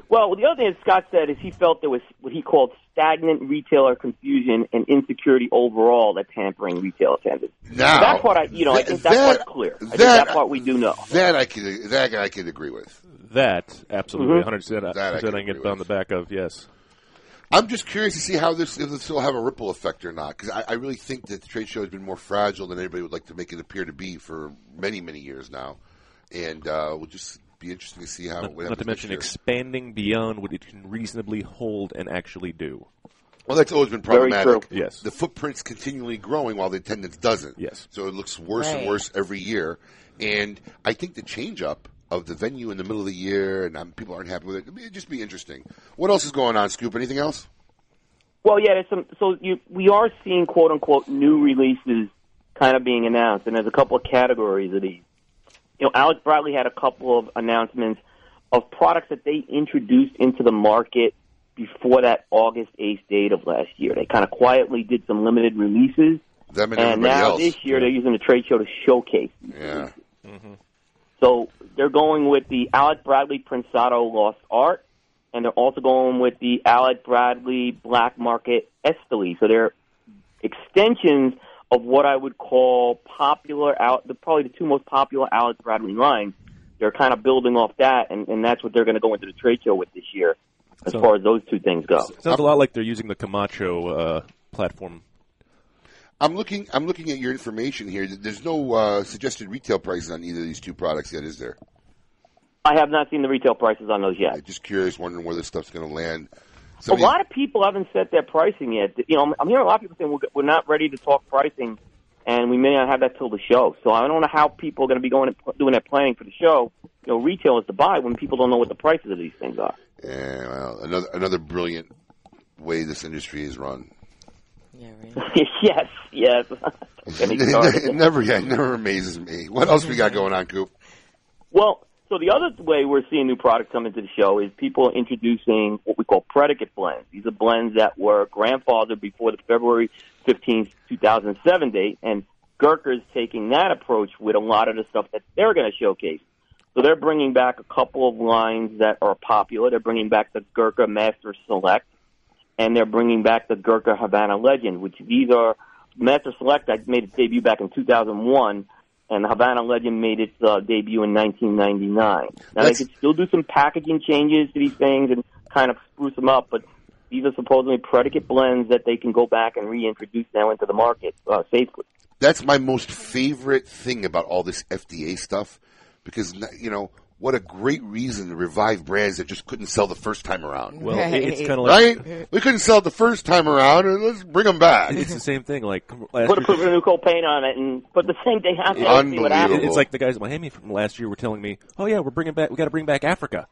S12: well, the other thing that Scott said is he felt there was what he called stagnant retailer confusion and insecurity overall that's hampering retail attendance.
S4: Now-
S12: that's what I, you know, I
S4: Th-
S12: think that's
S4: that-
S12: what's clear. I think
S4: that-
S12: that's what we do know.
S4: That I can, that I can agree with.
S3: That, absolutely.
S12: Mhm.
S3: 100%
S4: Mm-hmm. That I
S3: uh, I,
S4: can
S3: can get on the back of, yes.
S4: I'm just curious to see how this if this will have a ripple effect or not because I, I really think that the trade show has been more fragile than anybody would like to make it appear to be for many many years now, and uh, we'll just be interesting to see how.
S3: Not,
S4: what happens
S3: not to
S4: next
S3: mention
S4: year.
S3: expanding beyond what it can reasonably hold and actually do.
S4: Well, that's always been
S3: Very
S4: problematic.
S3: true. Yes.
S4: The footprint's continually growing while the attendance doesn't. Yes. So it looks worse and
S3: Right.
S4: worse every year. And I think the change up of the venue in the middle of the year and um, people aren't happy with it, it'd just be interesting. What else is going on, Scoop? Anything else?
S12: Well, yeah, there's some. So you, we are seeing quote unquote new releases kind of being announced, and there's a couple of categories of these. You know, Alex Bradley had a couple of announcements of products that they introduced into the market before that August 8th date of last year. They kind of quietly did some limited releases
S4: Them
S12: and
S4: and,
S12: uh,
S4: everybody
S12: now
S4: else.
S12: this year they're using the trade show to showcase.
S4: yeah.
S12: So they're going with the Alec Bradley Prinsato Lost Art, and they're also going with the Alec Bradley Black Market Esteli. So they're extensions of what I would call popular out the probably the two most popular Alec Bradley lines. They're kind of building off that, and, and that's what they're going to go into the trade show with this year, as
S3: So-
S12: far as those two things go.
S3: Sounds a lot like they're using the Camacho uh, platform.
S4: I'm looking. I'm looking at your information here. There's no uh, suggested retail prices on either of these two products yet, is there?
S12: I have not seen the retail prices on those yet. Oh,
S4: Just curious, wondering where this stuff's going to land.
S12: a lot of people haven't set their pricing yet. You know, I'm- I'm hearing a lot of people saying we're, we're not ready to talk pricing, and we may not have that till the show. So I don't know how people are going to be going and pl- doing that planning for the show. You know, retail is to buy when people don't know what the prices of these things are.
S4: Yeah, eh, well, another another brilliant way this industry is run.
S12: yes, yes. Get me started.
S4: it never, yeah, it never amazes me. What else we got going on, Coop?
S12: Well, so the other way we're seeing new product come into the show is people introducing what we call predicate blends. These are blends that were grandfathered before the February 15th, 2007 date, and Gurkha's taking that approach with a lot of the stuff that they're going to showcase. So they're bringing back a couple of lines that are popular. They're bringing back the Gurkha Master Select, and they're bringing back the Gurkha Havana Legend, which these are Master Select that made its debut back in 2001 and the Havana Legend made its uh, debut in 1999. Now
S4: Let's-
S12: they could still do some packaging changes to these things and kind of spruce them up, but these are supposedly predicate blends that they can go back and reintroduce now into the market uh, safely.
S4: That's my most favorite thing about all this FDA stuff, because you know what a great reason to revive brands that just couldn't sell the first time around.
S3: Well, it- it's kinda like-
S4: right. We couldn't sell it the first time around, and let's bring them back.
S3: It's the same thing. Like
S12: Put a, put a new coat paint on it and put the same thing out there and see what happens.
S3: It's like the guys at Miami from last year were telling me, "Oh yeah, we're bringing back. We got to bring back Africa."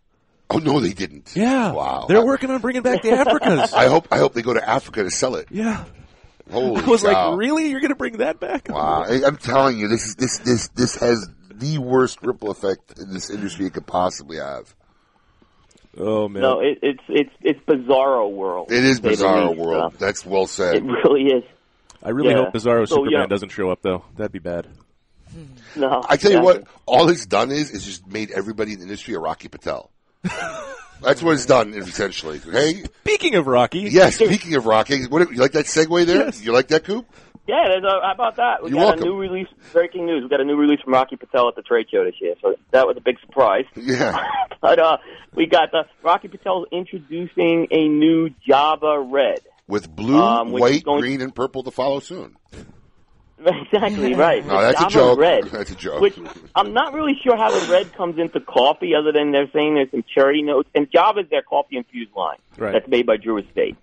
S4: Oh no, they didn't.
S3: Yeah,
S4: wow.
S3: They're working on bringing back the Africas.
S4: I hope I hope they go to Africa to sell it.
S3: Yeah.
S4: Holy
S3: I was
S4: cow.
S3: like, "Really? You're going to bring that back?"
S4: Wow, I- I'm telling you, this is this this this has the worst ripple effect in this industry it could possibly have.
S3: Oh man,
S12: No, it, it's it's it's bizarro world.
S4: it is
S12: to say the
S4: bizarre
S12: least. Uh,
S4: world. That's well said.
S12: It really is.
S3: I really
S12: Yeah.
S3: hope Bizarro
S12: So,
S3: Superman
S12: yeah.
S3: doesn't show up though. That'd be bad.
S12: No,
S4: I tell you
S12: yeah.
S4: what, all it's done is is just made everybody in the industry a Rocky Patel. That's what it's done essentially. Hey,
S3: speaking of Rocky,
S4: yes. Speaking of Rocky, what you like that segue there? You like that, Coop?
S12: Yeah, there's a, how about that? We
S4: You're
S12: got
S4: welcome.
S12: a new release. Breaking news: we got a new release from Rocky Patel at the trade show this year, so that was a big surprise.
S4: Yeah.
S12: but uh, we got the Rocky Patel introducing a new Java Red.
S4: With blue,
S12: Um, which is
S4: white,
S12: going-
S4: green, and purple to follow soon.
S12: Exactly right.
S4: No, that's a
S12: Java
S4: joke.
S12: Red.
S4: That's a joke.
S12: Which I'm not really sure how the red comes into coffee, other than they're saying there's some cherry notes. And Java is their coffee infused line
S2: Right.
S12: that's made by Drew Estate.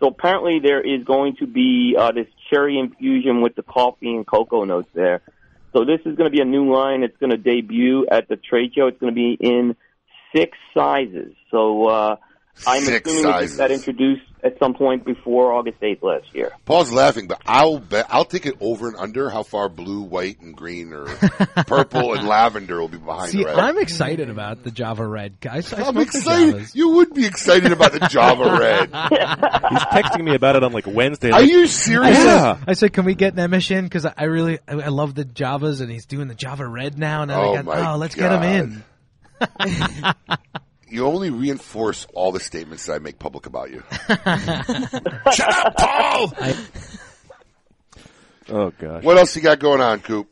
S12: So apparently there is going to be uh, this cherry infusion with the coffee and cocoa notes there. So this is going to be a new line. It's going to debut at the trade show. It's going to be in six sizes. So uh, I'm
S4: Six
S12: assuming that this
S4: sizes.
S12: got introduced at some point before August 8th last year.
S4: Paul's laughing, but I'll bet I'll take it over and under how far blue, white, and green, or purple and lavender will be behind
S6: See,
S4: red.
S6: I'm excited about the Java Red, guys. I
S4: I'm
S6: smoke the
S4: excited.
S6: Javas.
S4: You would be excited about the Java Red.
S3: He's texting me about it on like Wednesday.
S4: Are
S3: Like,
S4: you serious?
S3: Yeah.
S6: I said, can we get Nemish in? Because I, I really, I, I love the Javas, and he's doing the Java Red now. And
S4: Oh
S6: I
S4: my
S6: got, oh, let's get him in.
S4: You only reinforce all the statements that I make public about you.
S2: Shut up, Paul!
S3: Oh gosh.
S4: What else you got going on, Coop?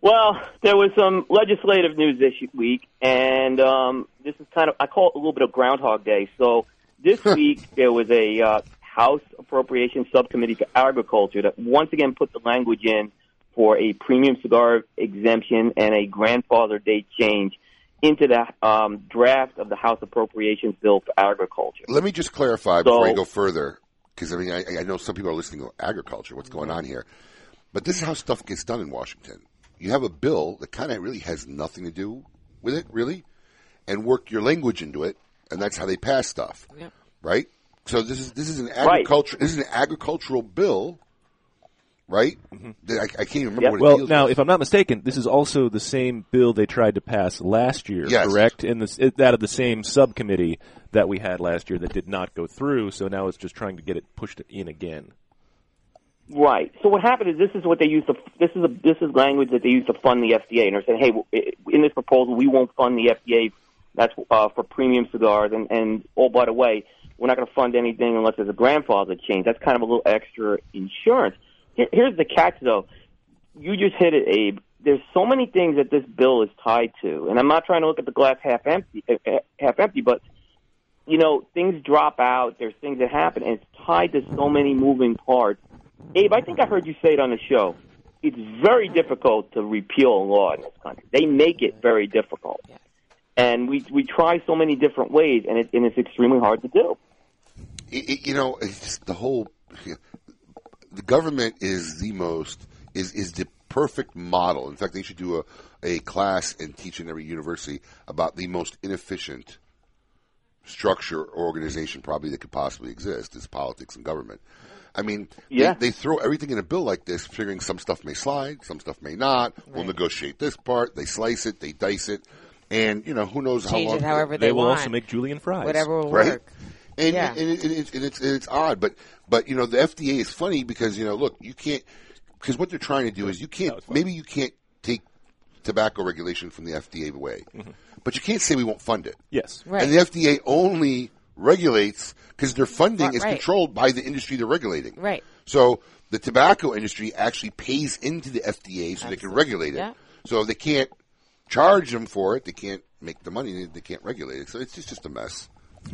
S12: Well, there was some legislative news this week, and um, this is kind of I call it a little bit of Groundhog Day. So this week there was a uh, House Appropriations Subcommittee for Agriculture that once again put the language in for a premium cigar exemption and a grandfather date change into the um, draft of the House Appropriations Bill for Agriculture.
S4: Let me just clarify before
S12: So-
S4: you go further, because I mean I, I know some people are listening to agriculture. What's going on here? But this is how stuff gets done in Washington. You have a bill that kind of really has nothing to do with it, really, and work your language into it, and that's how they pass stuff,
S2: Yep.
S4: right? So this is this is an
S2: Right.
S4: agriculture this is an agricultural bill, right? That I, I can't even remember what it
S3: Mm-hmm. well,
S4: deals
S3: now,
S4: with.
S3: if I'm not mistaken, this is also the same bill they tried to pass last year,
S4: Yes.
S3: correct? And this, it, that of the same subcommittee that we had last year that did not go through. So now it's just trying to get it pushed in again.
S12: Right. So what happened is this is what they use to this is a, this is language that they use to fund the FDA, and they're saying, hey, w- in this proposal we won't fund the FDA. That's uh, for premium cigars, and and oh by the way, we're not going to fund anything unless there's a grandfather change. That's kind of a little extra insurance. Here, here's the catch, though. You just hit it, Abe. There's so many things that this bill is tied to, and I'm not trying to look at the glass half empty, eh, eh, half empty, but you know things drop out. There's things that happen, and it's tied to so many moving parts. Abe, I think I heard you say it on the show. It's very difficult to repeal a law in this country. They make it very difficult, and we we try so many different ways, and it and it's extremely hard to do.
S4: it, it, you know, it's just the whole the government is the most is is the perfect model. In fact, they should do a a class and teach in every university about the most inefficient structure or organization probably that could possibly exist is politics and government. I mean,
S14: Yeah.
S4: they, they throw everything in a bill like this, figuring some stuff may slide, some stuff may not. We'll negotiate this part. They slice it, they dice it, and you know who knows how
S5: Change
S4: long
S5: it however they
S3: They will also want. make Julian fries.
S5: Whatever will
S4: right?
S5: work.
S4: And,
S5: Yeah.
S4: and, it, and, it's and, it's, and it's odd, but but you know the FDA is funny because you know look you can't because what they're trying to do is you can't maybe you can't take tobacco regulation from the FDA away, but you can't say we won't fund it.
S3: Yes,
S4: Right. And the FDA only regulates because their funding
S5: Right,
S4: is
S5: right.
S4: controlled by the industry they're regulating.
S5: Right.
S4: So the tobacco industry actually pays into the FDA so they can regulate it.
S5: Yeah.
S4: So if they can't charge them for it, they can't make the money, they can't regulate it. So it's just, just a mess.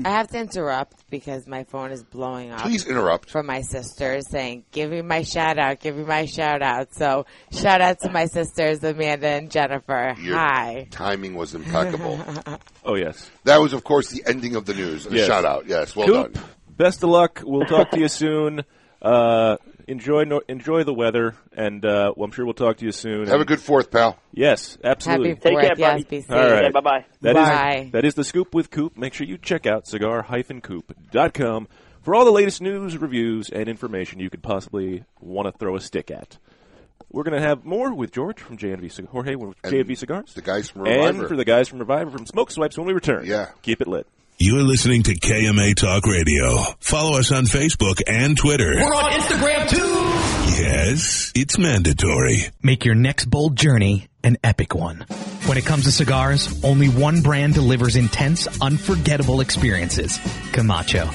S5: I have to interrupt because my phone is blowing up.
S4: Please interrupt.
S5: From my sister saying, give me my shout out, give me my shout out. So shout out to my sisters, Amanda and Jennifer.
S4: Your
S5: Hi.
S4: timing was impeccable.
S3: oh yes,
S4: that was of course the ending of the news. A
S3: Yes.
S4: Shout out, yes, well
S3: Coop,
S4: done.
S3: Best of luck. We'll talk to you soon. Uh, enjoy no- enjoy the weather, and uh, well, I'm sure we'll talk to you soon.
S4: Have a good fourth, pal.
S3: Yes, absolutely.
S5: Happy Take fourth, care, buddy. yes, be safe.
S3: All right.
S5: Okay, bye-bye.
S3: That is-
S5: Bye.
S3: that is the scoop with Coop. Make sure you check out cigar-coop.com for all the latest news, reviews, and information you could possibly want to throw a stick at. We're going to have more with George from JNV Cig- Jorge from JNV Cigars,
S4: the guys from
S3: and
S4: Reviver.
S3: for the guys from Reviver from Smoke Swipes when we return. Yeah, keep it lit.
S1: You're listening to KMA Talk Radio. Follow us on Facebook and Twitter.
S2: We're on Instagram too.
S1: Yes, it's mandatory.
S6: Make your next bold journey an epic one. When it comes to cigars, only one brand delivers intense, unforgettable experiences Camacho.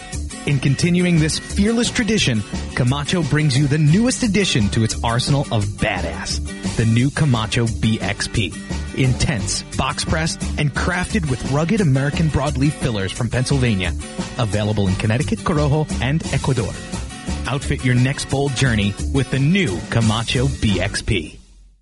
S6: In continuing this fearless tradition, Camacho brings you the newest addition to its arsenal of badass the new Camacho BXP. Intense, box pressed, and crafted with rugged American broadleaf fillers from Pennsylvania. Available in Connecticut, Corojo, and Ecuador. Outfit your next bold journey with the new Camacho BXP.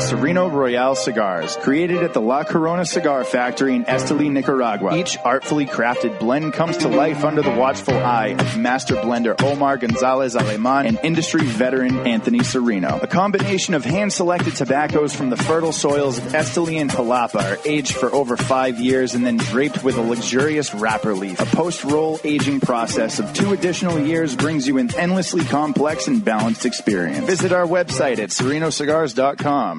S8: Sereno Royale cigars, created at the La Corona Cigar Factory in Esteli, Nicaragua. Each artfully crafted blend comes to life under the watchful eye of master blender Omar Gonzalez Aleman and industry veteran Anthony Sereno. A combination of hand-selected tobaccos from the fertile soils of Esteli and Palapa are aged for over five years and then draped with a luxurious wrapper leaf. A post-roll aging process of two additional years brings you an endlessly complex and balanced experience. Visit our website at serenocigars.com.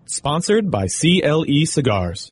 S23: Sponsored by CLE Cigars.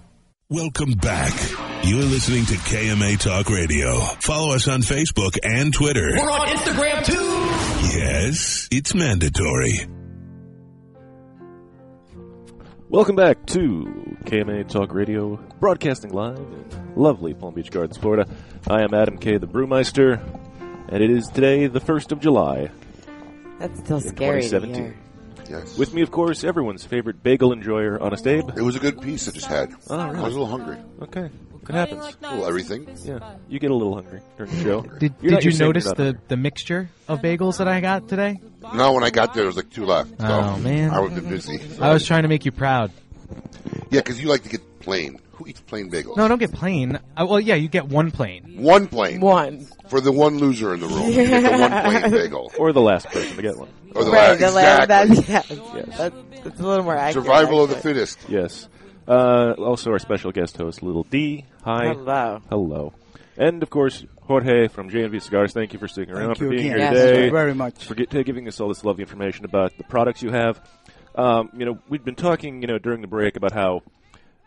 S1: Welcome back. You're listening to KMA Talk Radio. Follow us on Facebook and Twitter.
S12: We're on Instagram too.
S1: Yes, it's mandatory.
S3: Welcome back to KMA Talk Radio, broadcasting live in lovely Palm Beach Gardens, Florida. I am Adam K. the Brewmeister, and it is today the 1st of July,
S5: That's still
S3: in
S5: scary. To
S3: 2017.
S5: hear.
S4: Yes.
S3: With me, of course, everyone's favorite bagel enjoyer, Honest Abe.
S4: It was a good piece I just had.
S3: Oh, really?
S4: I was a little hungry.
S3: Okay.
S4: Oh,
S3: It happens.
S4: Well, everything.
S3: Yeah. You get a little hungry during the show.
S6: Did,
S3: You're
S6: did
S3: not- you're
S6: you
S3: saying
S6: notice
S3: you're not
S6: the, the mixture of bagels that I got today?
S4: No, when I got there, there was like two left. So
S6: Oh, man.
S4: I was been busy. so-
S6: I was trying to make you proud.
S4: Yeah, because you like to get plain. Who eats plain bagels?
S6: No, don't get plain. I, well, yeah, you get one plane.
S4: One plain.
S5: One.
S4: For the one loser in the room. You get the one plain bagel.
S3: Or the last person to get one.
S4: Or Oh, the
S5: Right, the
S4: last.
S5: last-
S4: Exactly.
S5: that- yeah, That's, that's a little more accurate.
S4: Survival of the
S5: actually.
S4: fittest.
S3: Yes. Uh, also, our special guest host, Little D. Hi.
S5: Hello.
S3: Hello. And of course, Jorge from JNV Cigars. Thank you for sticking around
S13: Thank
S3: for
S13: you
S3: being
S13: again.
S3: here
S13: Yes,
S3: today.
S13: thank you very much.
S3: For get, uh, giving us all this lovely information about the products you have. Um, you know, we've been talking, you know, during the break about how,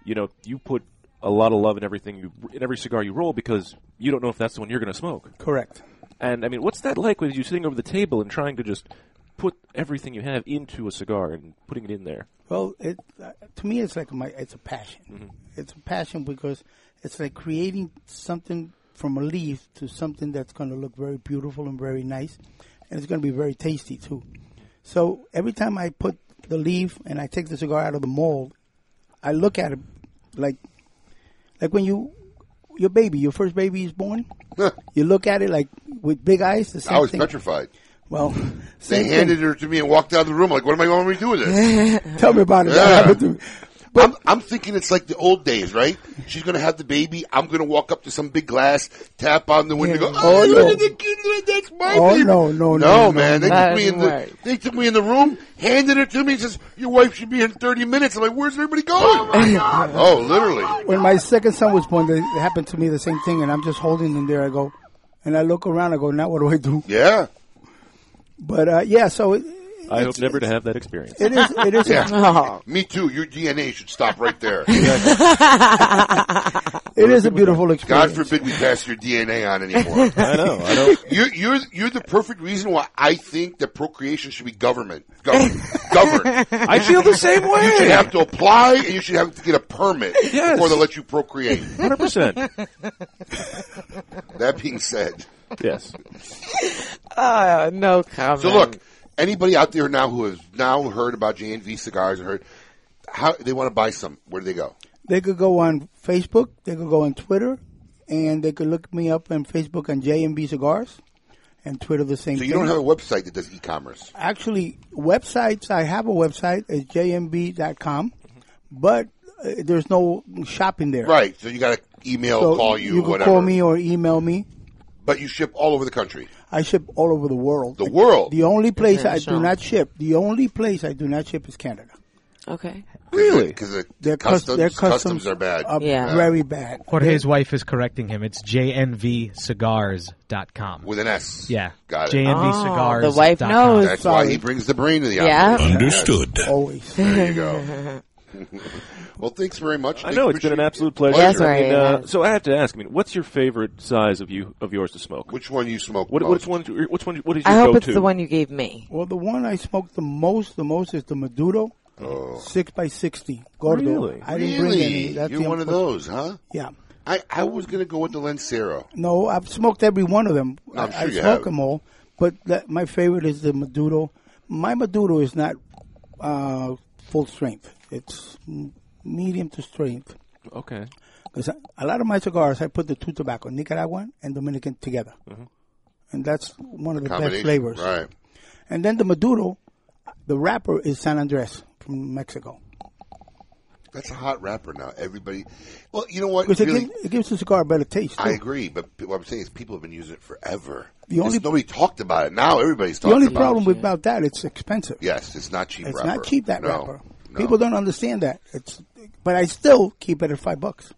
S3: you know, you put a lot of love in everything you in every cigar you roll because you don't know if that's the one you're going to smoke.
S13: Correct.
S3: And I mean, what's that like with you sitting over the table and trying to just put everything you have into a cigar and putting it in there?
S13: Well, it uh, to me it's like my it's a passion.
S3: Mm-hmm.
S13: It's a passion because it's like creating something from a leaf to something that's going to look very beautiful and very nice, and it's going to be very tasty too. So every time I put the leaf and I take the cigar out of the mold, I look at it like like when you your baby, your first baby is born. you look at it like with big eyes. The same
S4: I was
S13: thing.
S4: petrified.
S13: Well, same
S4: They
S13: thing.
S4: handed her to me and walked out of the room. Like, what am I going to do with this?
S13: Tell me about it. That
S4: Yeah.
S13: happened to
S4: I'm, I'm thinking it's like the old days, right? She's going to have the baby. I'm going to walk up to some big glass, tap on the window,
S13: Yeah.
S4: go,
S13: Oh,
S4: oh,
S13: no.
S4: look at the kid, that's my
S13: Oh,
S4: baby."
S13: no, no, no, no.
S4: man. They
S13: That
S4: took, me in
S13: doesn't
S4: the,
S13: work.
S4: they took me in the room, handed it to me, says, your wife should be here in 30 minutes. I'm like, where's everybody going? Oh, literally.
S13: When my second son was born, they- it happened to me the same thing, and I'm just holding him there. I go, and I look around. I go, now what do I do?
S4: Yeah.
S13: But uh, yeah, so it,
S3: I hope never to have that experience.
S13: it is. It is.
S4: Yeah.
S13: Oh.
S4: Me too. Your DNA should stop right there.
S13: It is a beautiful experience.
S4: God forbid we pass your DNA on anymore.
S3: I know. I know.
S4: You're, you're you're the perfect reason why I think that procreation should be government. Governed. governed.
S3: I feel the same way.
S4: You should have to apply and you should have to get a permit
S3: Yes.
S4: before they let you procreate.
S3: 100%.
S4: That being said,
S3: yes. Ah,
S5: Oh, no comment.
S4: So look, anybody out there now who has now heard about JNV cigars and heard how they want to buy some, where do they go?
S13: They could go on Facebook. They could go on Twitter, and they could look me up on Facebook and JMB Cigars, and Twitter the same.
S4: So
S13: thing.
S4: you don't have a website that does e-commerce.
S13: actually websites i have a website it's jmb.com but uh, there's no shopping there
S4: Right. So you got to email,
S13: so
S4: call you,
S13: you can
S4: whatever.
S13: call me or email me
S4: But you ship all over the country.
S13: i ship all over the world
S4: The world.
S13: the only place i do
S4: International.
S13: not ship the only place i do not ship is canada
S24: Okay.
S4: Really? Because
S13: Their cus-
S4: customs,
S13: their
S4: customs,
S13: customs
S4: are bad.
S13: are Yeah. very bad.
S6: Jorge's wife is correcting him. It's jnvcigars.com.
S4: With an S.
S6: Yeah.
S4: Got it.
S6: JNV
S4: Oh,
S6: Cigars.
S4: the wife
S6: dot
S4: knows.
S6: com.
S4: That's why he brings the brain to the operation.
S6: Yeah.
S1: Understood.
S13: Always.
S4: There you go. well, thanks very much.
S3: I know it's been an absolute pleasure. I mean, uh, so I have to ask. I mean, what's your favorite size of you of yours to smoke?
S4: Which one you smoke?
S3: What,
S4: most?
S3: Which one? Which one? What is your
S24: I hope
S3: go-to?
S24: it's the one you gave me.
S13: Well, the one I smoked the most, the most is the Maduro. Six by sixty, Gordo.
S4: Really?
S13: I didn't bring any.
S4: Oh. Really?
S13: That's
S4: You're
S13: the
S4: one of
S13: unfortunate-
S4: those, huh?
S13: Yeah.
S4: I, I was going to go with the Lancero.
S13: No, I've smoked every one of them.
S4: I'm
S13: I-
S4: sure
S13: I
S4: you
S13: smoke
S4: have.
S13: them all, but that, my favorite is the Maduro. My Maduro is not uh, full strength; it's m- medium to strength.
S3: Okay.
S13: Because a lot of my cigars, I put the two tobacco, Nicaraguan and Dominican, together, and that's one of the best
S4: Combination,
S13: flavors.
S4: Right.
S13: And then the Maduro, the wrapper is San Andres from Mexico.
S4: That's a hot wrapper now. Everybody. Well, you know what?
S13: Because
S4: Really,
S13: it, gives, it gives the cigar a better taste.
S4: I
S13: too.
S4: agree, but p- what I'm saying is people have been using it forever.
S13: The only-
S4: Just nobody talked about it. Now everybody's
S13: The
S4: talking
S13: only
S4: about
S13: problem
S4: it.
S13: with about that, it's expensive.
S4: Yes, it's not cheap
S13: It's
S4: wrapper.
S13: not cheap that
S4: No.
S13: wrapper. People don't understand that. It's, but I still keep it at five bucks.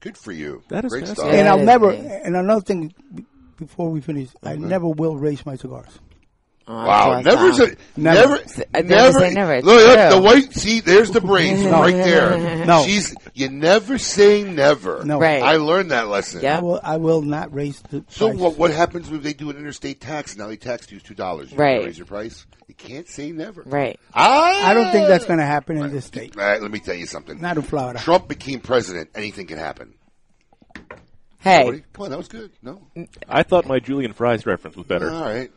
S4: Good for you.
S3: That is
S4: Great
S3: that's-
S4: stuff.
S13: and I'll never. And another thing, b- before we finish, I never will raise my cigars.
S4: Oh, Wow, never say never,
S13: Never.
S4: never,
S13: I never say never. It's
S4: Look, look,
S13: true.
S4: the white. See, there's the brains
S13: No.
S4: right there.
S13: No.
S4: she's you never say never.
S13: No. Right.
S4: I learned that lesson.
S13: I will. I will not raise the.
S4: So
S13: price.
S4: what? What happens if they do an interstate tax? Now they tax you two dollars.
S13: Right.
S4: Raise your price. You can't say never.
S24: Right.
S4: Ah!
S13: I don't think that's going to happen in this state.
S4: All right, let me tell you something.
S13: Not in Florida.
S4: Trump became president. Anything can happen.
S24: Hey.
S4: What do you- come on, that was good. No.
S3: I thought my Julian Fries reference was better.
S4: All right.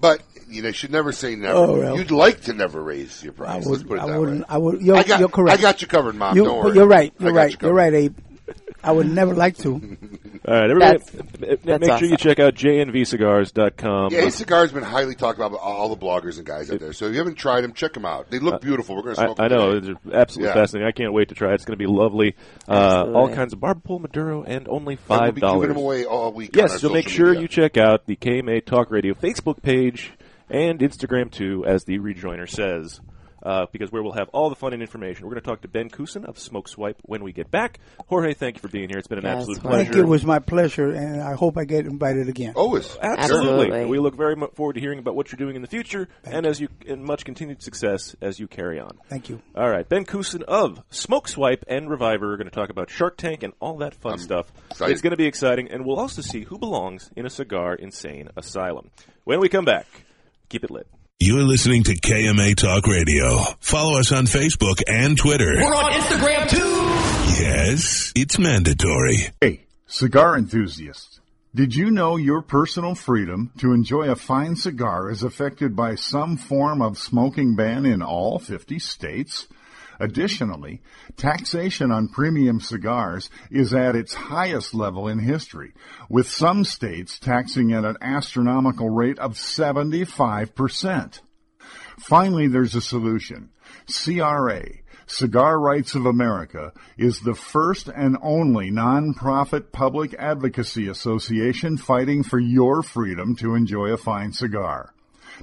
S4: But you know, you should never say never.
S13: Oh, well.
S4: You'd like to never raise your price.
S13: I
S4: Let's put
S13: would.
S4: it
S13: I
S4: that
S13: wouldn't.
S4: way.
S13: I would. You're,
S4: I got,
S13: you're correct.
S4: I got you covered, Mom.
S13: You-
S4: Don't
S13: but
S4: worry.
S13: You're right.
S4: I
S13: You're
S4: got
S13: right.
S4: you
S13: You're
S4: covered.
S13: right, Abe. I would never like to.
S3: All right, everybody,
S13: That's-
S3: m- m-
S13: that's
S3: make sure you
S13: awesome.
S3: check out jnvcigars.com.
S4: Yeah, his cigar's been highly talked about by all the bloggers and guys out there. So if you haven't tried them, check them out. They look beautiful. We're going to
S3: I,
S4: smoke
S3: I
S4: them
S3: know
S4: today.
S3: it's absolutely
S4: Yeah.
S3: fascinating. I can't wait to try it. It's going to be lovely. Uh, all
S4: Absolutely.
S3: kinds of barbacoa Maduro and only
S4: And
S3: five
S4: We'll be
S3: dollars.
S4: giving them away all week. on
S3: Yes,
S4: our
S3: so make
S4: social
S3: sure
S4: media.
S3: you check out the KMA Talk Radio Facebook page and Instagram too, as the rejoiner says, uh, because where we'll have all the fun and information. We're going to talk to Ben Kusin of Smoke Swipe when we get back. Jorge, thank you for being here. It's been an
S4: Yes,
S3: absolute
S4: Jorge.
S3: pleasure.
S13: Thank you. It was my pleasure, and I hope I get invited again.
S4: Always.
S3: Absolutely. We look very much forward to hearing about what you're doing in the future and as you and much continued success as you carry on.
S13: Thank you.
S3: All right, Ben Kusin of Smoke Swipe and Reviver are going to talk about Shark Tank and all that fun stuff.
S4: excited.
S3: It's going to be exciting, and we'll also see who belongs in a cigar insane asylum. When we come back, keep it lit.
S1: You're listening to KMA Talk Radio. Follow us on Facebook and Twitter.
S12: We're on Instagram too.
S1: Yes, it's mandatory.
S10: Hey, cigar enthusiasts. Did you know your personal freedom to enjoy a fine cigar is affected by some form of smoking ban in all 50 states? Additionally, taxation on premium cigars is at its highest level in history, with some states taxing at an astronomical rate of 75%. Finally, there's a solution. CRA, Cigar Rights of America, is the first and only nonprofit public advocacy association fighting for your freedom to enjoy a fine cigar.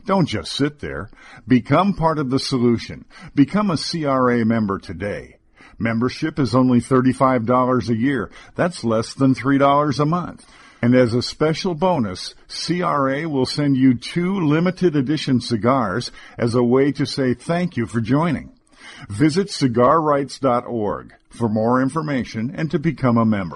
S10: Don't just sit there. Become part of the solution. Become a CRA member today. Membership is only $35 a year. That's less than $3 a month. And as a special bonus, CRA will send you two limited edition cigars as a way to say thank you for joining. Visit cigarrights.org for more information and to become a member.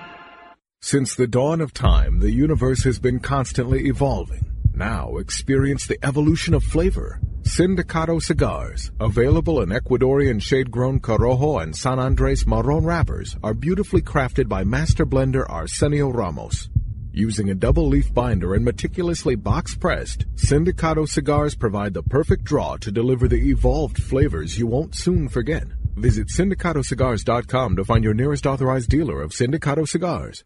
S11: Since the dawn of time, the universe has been constantly evolving. Now experience the evolution of flavor. Sindicato cigars, available in Ecuadorian shade-grown Corojo and San Andres Marron wrappers, are beautifully crafted by master blender Arsenio Ramos.
S25: Using a double leaf binder and meticulously box pressed, Sindicato cigars provide the perfect draw to deliver the evolved flavors you won't soon forget. Visit syndicatocigars.com to find your nearest authorized dealer of Sindicato cigars.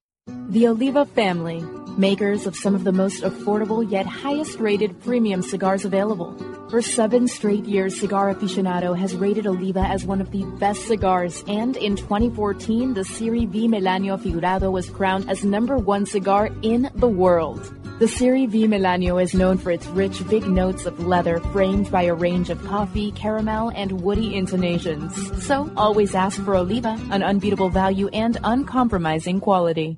S9: The Oliva family, makers of some of the most affordable yet highest rated premium cigars available. For seven straight years, Cigar Aficionado has rated Oliva as one of the best cigars, and in 2014, the Siri V Melanio Figurado was crowned as number one cigar in the world. The Siri V Melanio is known for its rich, big notes of leather framed by a range of coffee, caramel, and woody intonations. So always ask for Oliva, an unbeatable value and uncompromising quality.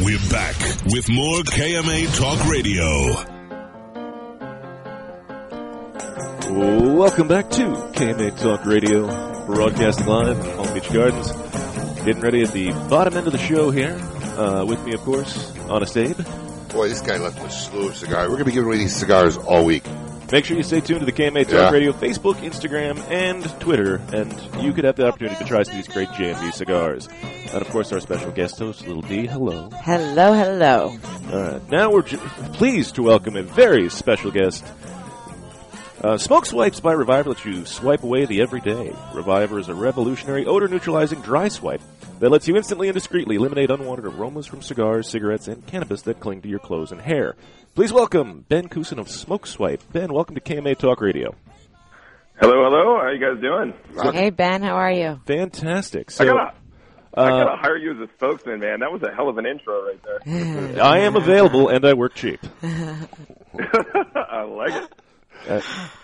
S1: We're back with more KMA Talk Radio.
S3: Welcome back to KMA Talk Radio, broadcast live from Palm Beach Gardens. Getting ready at the bottom end of the show here. Uh, with me, of course, Honest Abe.
S4: Boy, this guy left a slew of cigars. We're going to be giving away these cigars all week.
S3: Make sure you stay tuned to the KMA Talk
S4: Yeah.
S3: Radio Facebook, Instagram, and Twitter, and you could have the opportunity to try some of these great JMB cigars. And of course, our special guest host, Little D. Hello.
S5: Hello, hello.
S3: All right, now we're j- pleased to welcome a very special guest. Uh, smoke swipes by Reviver lets you swipe away the everyday. Reviver is a revolutionary odor neutralizing dry swipe that lets you instantly and discreetly eliminate unwanted aromas from cigars, cigarettes, and cannabis that cling to your clothes and hair. Please welcome Ben Kusin of Smoke Swipe. Ben, welcome to KMA Talk Radio.
S15: Hello, hello. How you guys doing?
S5: Hey, Ben, how are you?
S3: Fantastic. So,
S5: I
S15: gotta- I
S3: uh,
S15: gotta hire you as a spokesman, man. That was a hell of an intro right there.
S3: I am available and I work cheap.
S15: I like it.
S4: Uh,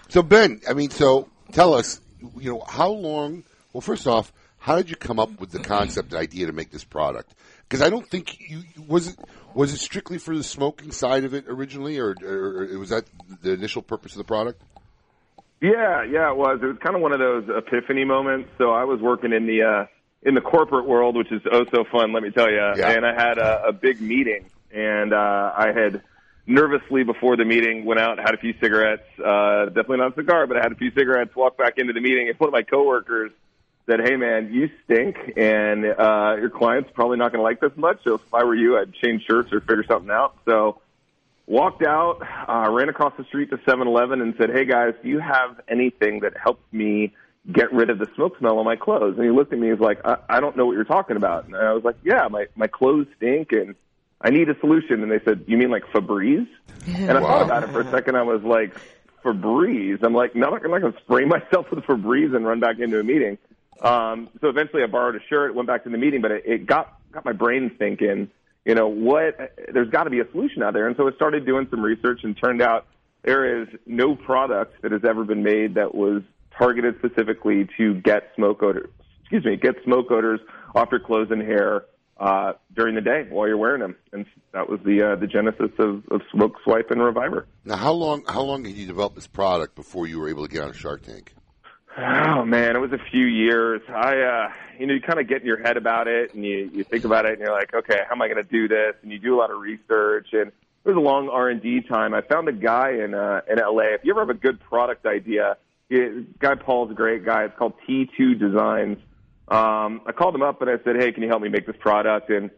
S4: so Ben, I mean, so tell us, you know, how long? Well, first off, how did you come up with the concept and idea to make this product? Because I don't think you was it was it strictly for the smoking side of it originally, or, or, or was that the initial purpose of the product?
S15: Yeah, yeah, it was. It was kind of one of those epiphany moments. So I was working in the uh, in the corporate world, which is oh so fun, let me tell you.
S26: Yeah.
S15: And I had a, a big meeting, and uh, I had nervously before the meeting went out, had a few cigarettes, uh, definitely not a cigar, but I had a few cigarettes. Walked back into the meeting, and one of my coworkers said, "Hey, man, you stink, and uh, your client's probably not going to like this much. So if I were you, I'd change shirts or figure something out." So walked out, uh, ran across the street to 7-Eleven and said, "Hey guys, do you have anything that helps me get rid of the smoke smell on my clothes?" And he looked at me, and was like, I-, "I don't know what you're talking about." And I was like, "Yeah, my my clothes stink, and I need a solution." And they said, "You mean like Febreze?" And I thought about it for a second. I was like, Febreze. I'm like, no, I'm not going to spray myself with Febreze and run back into a meeting. Um, so eventually, I borrowed a shirt, went back to the meeting, but it, it got got my brain thinking. You know what? There's got to be a solution out there, and so I started doing some research, and turned out there is no product that has ever been made that was targeted specifically to get smoke odor. Excuse me, get smoke odors off your clothes and hair uh, during the day while you're wearing them, and that was the uh, the genesis of, of Smoke Swipe and Reviver.
S4: Now, how long how long did you develop this product before you were able to get on Shark Tank?
S15: Oh man, it was a few years. I uh you know, you kind of get in your head about it, and you you think about it, and you're like, okay, how am I going to do this? And you do a lot of research, and it was a long R and D time. I found a guy in uh, in LA. If you ever have a good product idea, it, guy Paul's a great guy. It's called T2 Designs. Um, I called him up and I said, hey, can you help me make this product? And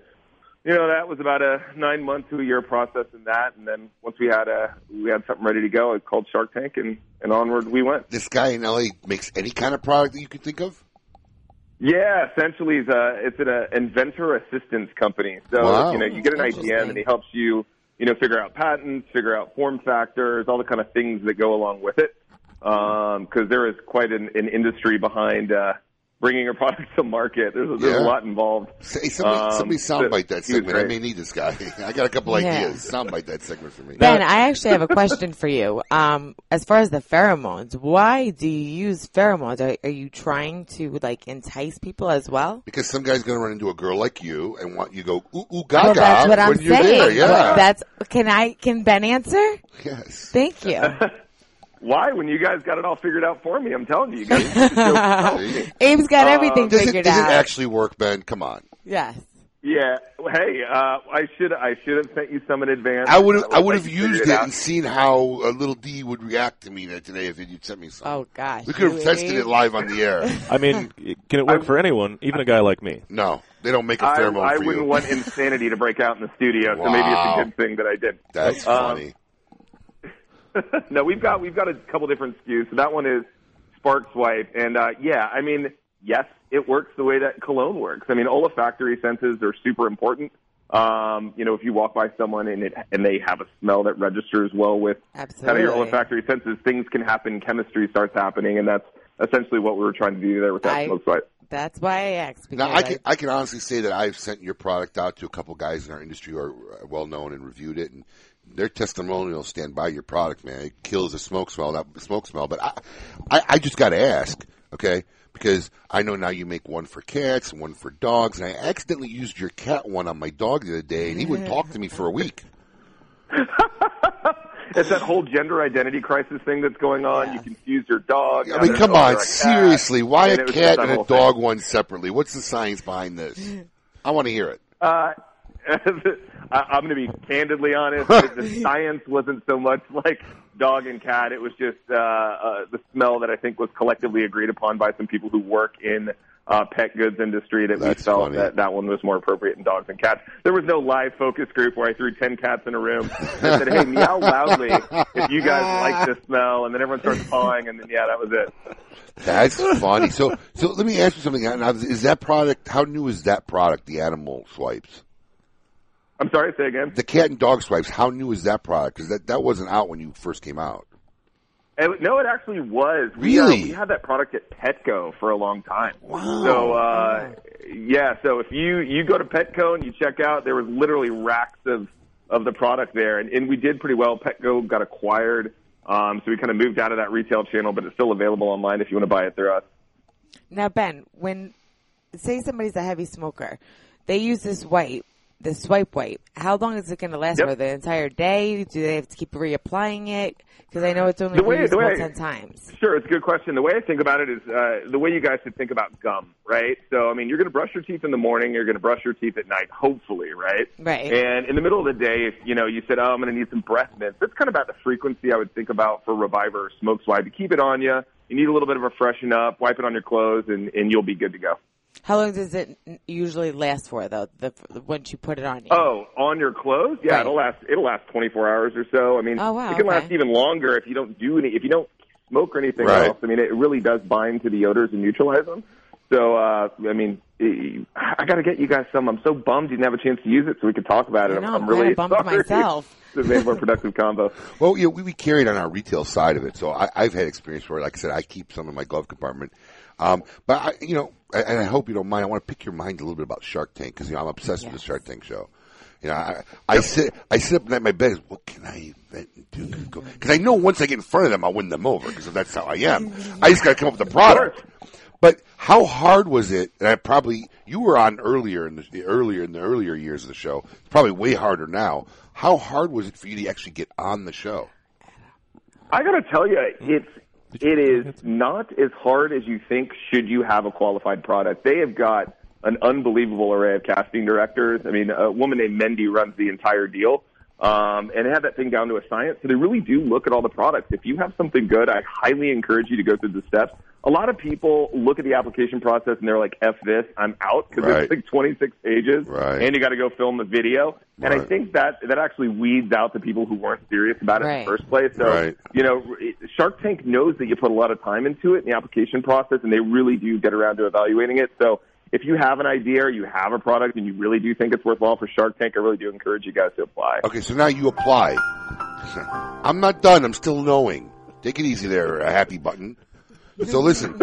S15: you know that was about a nine month to a year process in that, and then once we had a we had something ready to go, I called Shark Tank, and and onward we went.
S4: This guy in LA makes any kind of product that you can think of.
S15: Yeah, essentially, it's a it's an uh, inventor assistance company. So
S4: Wow.
S15: you know, you get an idea, and he helps you you know figure out patents, figure out form factors, all the kind of things that go along with it. Because there is quite an, an industry behind uh, bringing a product to market. There's, there's a
S4: Yeah.
S15: lot involved.
S4: Hey, somebody,
S15: Um,
S4: somebody
S15: so-
S4: soundbite that
S15: he was
S4: segment. I
S15: great.
S4: may need this guy. I got a couple
S5: Yeah.
S4: ideas. Soundbite that segment for me.
S5: Ben, I actually have a question for you. Um, as far as the pheromones, why do you use pheromones? Are, are you trying to like entice people as well?
S4: Because some guy's going to run into a girl like you and want you to go ooh ooh gaga
S5: Well, that's what I'm
S4: when you're
S5: saying.
S4: there. Yeah,
S5: That's can I can Ben answer?
S4: Yes.
S5: Thank you.
S15: Why? When you guys got it all figured out for me, I'm telling you, you guys. you know,
S5: Abe's got
S15: Uh,
S5: everything
S4: does it,
S5: figured
S4: does
S5: out.
S4: it actually work, Ben? Come on.
S5: yes.
S15: Yeah. Hey, uh, I should I should have sent you some in advance.
S4: I would have,
S15: That
S4: I
S15: way
S4: would have
S15: could figure
S4: used it,
S15: out.
S4: and seen how uh, little D would react to me that today if you'd sent me some.
S5: Oh gosh,
S4: we could have
S5: you
S4: tested
S5: Abe.
S4: it live on the air.
S3: I mean, can it work for anyone, even a guy like me?
S4: No, they don't make a
S15: I,
S4: pheromone
S15: I
S4: for
S15: wouldn't
S4: you.
S15: want insanity to break out in the studio, so maybe
S4: Wow.
S15: it's a good thing that I did.
S4: That's
S15: Um,
S4: funny.
S15: no, we've got we've got a couple different SKUs. So that one is Spark Swipe, and uh, yeah, I mean, yes, it works the way that cologne works. I mean, olfactory senses are super important. Um, you know, if you walk by someone and it and they have a smell that registers well with kind of your
S5: Absolutely.
S15: olfactory senses, things can happen. Chemistry starts happening, and that's essentially what we were trying to do there with that
S5: I-
S15: smoke swipe.
S5: That's why I asked. Because
S4: Now I can I can honestly say that I've sent your product out to a couple guys in our industry who are uh, well known and reviewed it, and their testimonials stand by your product, man. It kills the smoke smell, that smoke smell. But I I, I just got to ask, okay? Because I know now you make one for cats and one for dogs, and I accidentally used your cat one on my dog the other day, and he wouldn't talk to me for a week.
S15: It's that whole gender identity crisis thing that's going on. You confuse your dog.
S4: I mean, come on, seriously, why
S15: And
S4: a
S15: it was just
S4: cat
S15: that
S4: and a
S15: whole thing.
S4: dog one separately? What's the science behind this? I want to hear it.
S15: Uh, I- I'm going to be candidly honest. the science wasn't so much like dog and cat. It was just uh, uh, the smell that I think was collectively agreed upon by some people who work in uh, pet goods industry that we felt that that one was more appropriate in dogs and cats. There was no live focus group where I threw ten cats in a room and said, "Hey, meow loudly if you guys like this smell," and then everyone starts pawing, and then yeah, that was it.
S4: That's funny. So, so let me ask you something. Now, is that product? How new is that product? The animal swipes,
S15: I'm sorry, say again.
S4: the cat and dog swipes. How new is that product? Because that that wasn't out when you first came out.
S15: It, no, it actually was. We, uh,
S4: Really?
S15: we had that product at Petco for a long time. Wow. So, uh, yeah, so if you, you go to Petco and you check out, there was literally racks of, of the product there. And, and we did pretty well. Petco got acquired. Um, so we kind of moved out of that retail channel, but it's still available online if you want to buy it through us.
S5: Now, Ben, when say somebody's a heavy smoker, they use this wipe, this swipe wipe. How long is it going to last for the entire day? Do they have to keep reapplying it? Because I know it's only
S15: The way- the
S5: reusable
S15: way-
S5: ten times.
S15: Sure, it's a good question. The way I think about it is uh, the way you guys should think about gum, right? So, I mean, you're going to brush your teeth in the morning, you're going to brush your teeth at night, hopefully, right?
S5: Right.
S15: And in the middle of the day, if you know you said, "Oh, I'm going to need some breath mints," that's kind of about the frequency I would think about for Reviver or Smoke Swipe. You keep it on you. You need a little bit of a freshen up. Wipe it on your clothes, and and you'll be good to go.
S5: How long does it n- usually last for though? The, the once you put it on you.
S15: Oh, on your clothes? Yeah,
S5: Right.
S15: it'll last. It'll last 24 hours or so. I mean,
S5: Oh, wow,
S15: it can
S5: okay.
S15: last even longer if you don't do any. If you don't smoke or anything
S6: Right.
S15: else, I mean, it really does bind to the odors and neutralize them. So, uh, I mean, I I got to get you guys some. I'm so bummed you didn't have a chance to use it, so we could talk about it.
S5: know,
S15: I'm,
S5: I'm
S15: really
S5: kinda bummed
S15: sorry.
S5: myself.
S15: This made a more productive combo.
S4: Well, you know, we, we carry it on our retail side of it, so I, I've had experience where, like I said, I keep some in my glove compartment. Um, but I, you know, a- and I hope you don't mind. I want to pick your mind a little bit about Shark Tank because you know I'm obsessed with the Shark Tank show. You know, I, I sit, I sit up at night in my bed. What can I invent and do? Because I know once I get in front of them, I'll win them over. Because that's how I am. I just got to come up with a product. But how hard was it? And I probably you were on earlier in the earlier in the earlier years of the show. It's probably way harder now. How hard was it for you to actually get on the show?
S15: I got to tell you, it's It is not as hard as you think should you have a qualified product. They have got an unbelievable array of casting directors. I mean, a woman named Mendy runs the entire deal. Um, and they have that thing down to a science. So they really do look at all the products. If you have something good, I highly encourage you to go through the steps. A lot of people look at the application process and they're like, F this, I'm out, because
S4: Right.
S15: it's like 26 pages,
S4: Right.
S15: and you got to go film a video. And I
S4: Right.
S15: think that, that actually weeds out the people who weren't serious about it in
S4: Right.
S15: the first place. So,
S4: Right.
S15: you know, it- Shark Tank knows that you put a lot of time into it in the application process, and they really do get around to evaluating it. So if you have an idea or you have a product and you really do think it's worthwhile for Shark Tank, I really do encourage you guys to apply.
S4: Okay, so now you apply. I'm not done. I'm still knowing. Take it easy there, a happy button. So listen,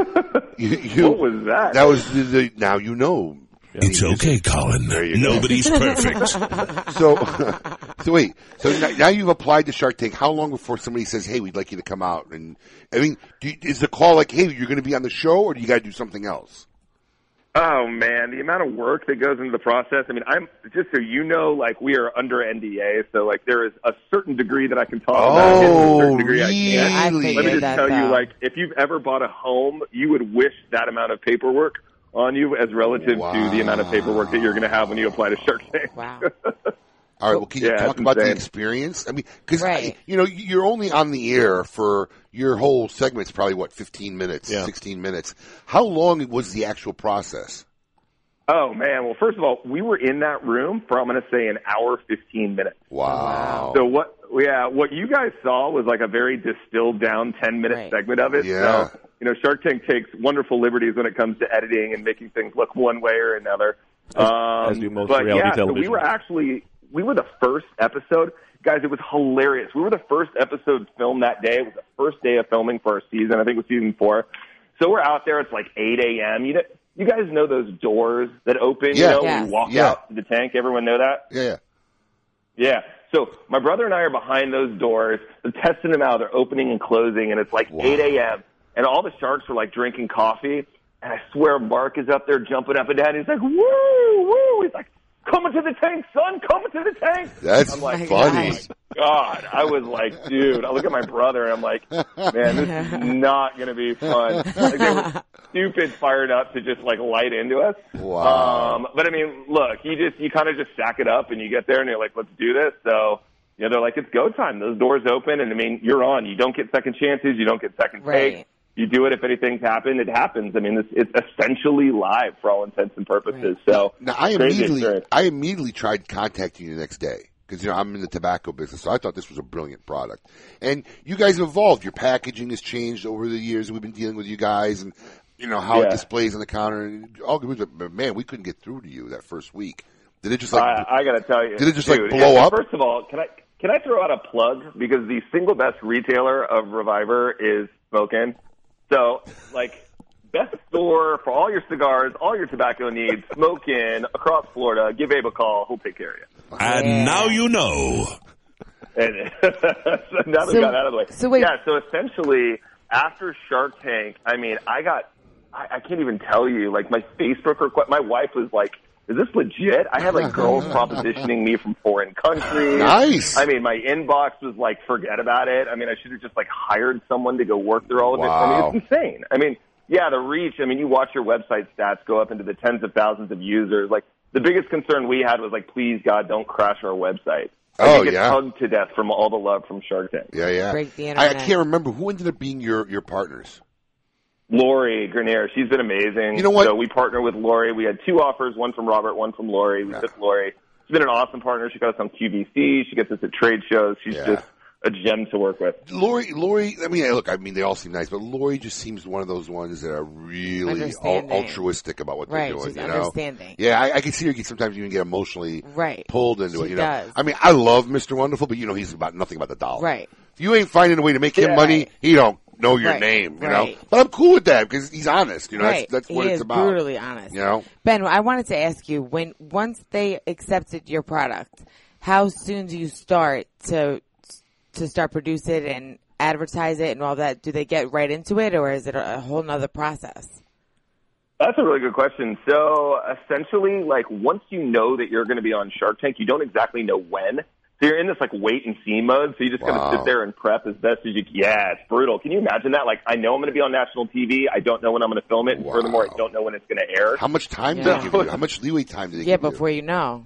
S4: you, you,
S15: What was that?
S4: That was the, the now you know.
S1: It's okay, Colin.
S4: There you go.
S1: Nobody's perfect.
S4: so, so wait. So now, now you've applied to Shark Tank. How long before somebody says, "Hey, we'd like you to come out"? And I mean, do you, is the call like, "Hey, you're going to be on the show," or do you got to do something else?
S15: Oh man, the amount of work that goes into the process. I mean, I'm just so you know, like we are under NDA, so like there is a certain degree that I can talk about. and a certain
S4: Oh,
S15: degree I can't.
S4: really? I
S15: Let me
S4: figured
S15: just
S4: that
S15: tell you,
S4: out.
S15: like if you've ever bought a home, you would wish that amount of paperwork on you as relative to the amount of paperwork that you're going to have when you apply to Shark Tank.
S5: Wow.
S4: All right. Well, can you
S15: Yeah,
S4: talk
S15: it's
S4: about the
S15: insane.
S4: experience? I mean, because you know you're only on the air for your whole segment's probably what 15 minutes, 16 minutes. How long was the actual process?
S15: Oh man! Well, first of all, we were in that room for I'm going to say an hour fifteen minutes.
S4: Wow.
S15: So what? Yeah, what you guys saw was like a very distilled down ten minute segment of it.
S4: Yeah.
S15: So, you know, Shark Tank takes wonderful liberties when it comes to editing and making things look one way or another.
S3: As-
S15: um,
S3: as do most
S15: but
S3: reality
S15: yeah, so we
S3: television.
S15: were actually we were the first episode, guys. It was hilarious. We were the first episode filmed that day. It was the first day of filming for our season. I think it was season four. So we're out there. It's like 8 a.m. You know, you guys know those doors that open. You
S4: Yeah.
S15: know,
S4: Yes.
S15: when you walk
S4: Yeah.
S15: out to the tank. Everyone know that.
S4: Yeah. yeah.
S15: Yeah. So my brother and I are behind those doors. They're testing them out. They're opening and closing, and it's like 8 a.m. And all the sharks are like drinking coffee. And I swear, Mark is up there jumping up and down. He's like, "Woo, woo!" He's like, "Coming to the tank, son! Coming to the tank!"
S4: That's
S15: I'm like,
S4: funny.
S15: "Oh my God, I was like, dude. I look at my brother, and I'm like, man, this is not going to be fun. Like, they were stupid fired up to just like light into us.
S4: Wow.
S15: Um, but I mean, look, you just you kind of just stack it up and you get there and you're like, let's do this. So you know, they're like, it's go time. Those doors open, and I mean, you're on. You don't get second chances. You don't get second
S5: Right.
S15: takes. You do it if anything's happened. It happens. I mean, it's, it's essentially live for all intents and purposes. So
S4: Now I
S15: crazy
S4: immediately,
S15: experience.
S4: I immediately tried contacting you the next day because you know I'm in the tobacco business, so I thought this was a brilliant product. And you guys have evolved. Your packaging has changed over the years. We've been dealing with you guys, and you know how it
S15: Yeah.
S4: displays on the counter. And all good, but- but man, we couldn't get through to you that first week. Did it just like?
S15: I, I gotta tell you,
S4: Did it just, like,
S15: dude,
S4: blow
S15: yeah,
S4: up?
S15: First of all, can I can I throw out a plug because the single best retailer of Reviver is Smokin. So like. Best store for all your cigars, all your tobacco needs, Smokin across Florida. Give Abe a call; he'll take care of you.
S1: And now you know.
S15: And so now that we
S1: So-
S15: got that out of the way.
S1: so wait-
S15: Yeah, so essentially, after Shark Tank, I mean, I got, I, I can't even tell you, like, my Facebook request, my wife was like, is this legit? I had like girls propositioning me from foreign countries.
S4: Nice.
S15: I mean, my inbox was like, forget about it. I mean, I should have just like hired someone to go work through all of
S4: Wow.
S15: it. I mean, it's insane. I mean, yeah, the reach. I mean, you watch your website stats go up into the tens of thousands of users. Like, the biggest concern we had was like, please God, don't crash our website. I
S4: Oh,
S15: think it's
S4: yeah.
S15: hugged to death from all the love from Shark Tank.
S4: Yeah, yeah.
S15: Break the
S4: I, I
S15: internet.
S4: can't remember who ended up being your your partners.
S15: Lori Grenier, she's been amazing.
S4: You know what?
S15: So we partner with Lori. We had two offers, one from Robert, one from Lori. We took Lori. She's been an awesome partner. She got us on QVC. She gets us at trade shows. She's
S4: Yeah.
S15: just a gem to work with.
S4: Lori, Lori. I mean, look. I mean, they all seem nice, but Lori just seems one of those ones that are really al-
S5: Understanding.
S4: altruistic about what
S5: Right,
S4: they're doing.
S5: she's
S4: you know,
S5: understanding.
S4: Yeah, I, I can see her get, sometimes even get emotionally
S5: Right.
S4: pulled into
S5: She
S4: it. You know,
S5: does.
S4: I mean, I love Mister Wonderful, but you know, he's about nothing about the dollar.
S5: Right.
S4: If you ain't finding a way to make him
S5: Yeah.
S4: money, he don't know your
S5: Right,
S4: name. You
S5: right.
S4: know, but I'm cool with that because he's honest. You know,
S5: Right.
S4: that's, that's what
S5: He
S4: it's
S5: is
S4: about.
S5: brutally honest.
S4: You know,
S5: Ben, I wanted to ask you when once they accepted your product, how soon do you start to to start produce it and advertise it and all that? Do they get right into it, or is it a whole nother process?
S15: That's a really good question. So essentially, like once you know that you're going to be on Shark Tank, you don't exactly know when. So you're in this like wait and see mode. So you just
S4: Wow.
S15: kind of sit there and prep as best as you. Yeah, it's brutal. Can you imagine that? Like, I know I'm going to be on national TV. I don't know when I'm going to film it. And furthermore, I don't know when it's going to air.
S4: How much time did
S15: Yeah.
S4: they give you? How much leeway time did they
S5: Yeah,
S4: give you?
S5: before you know.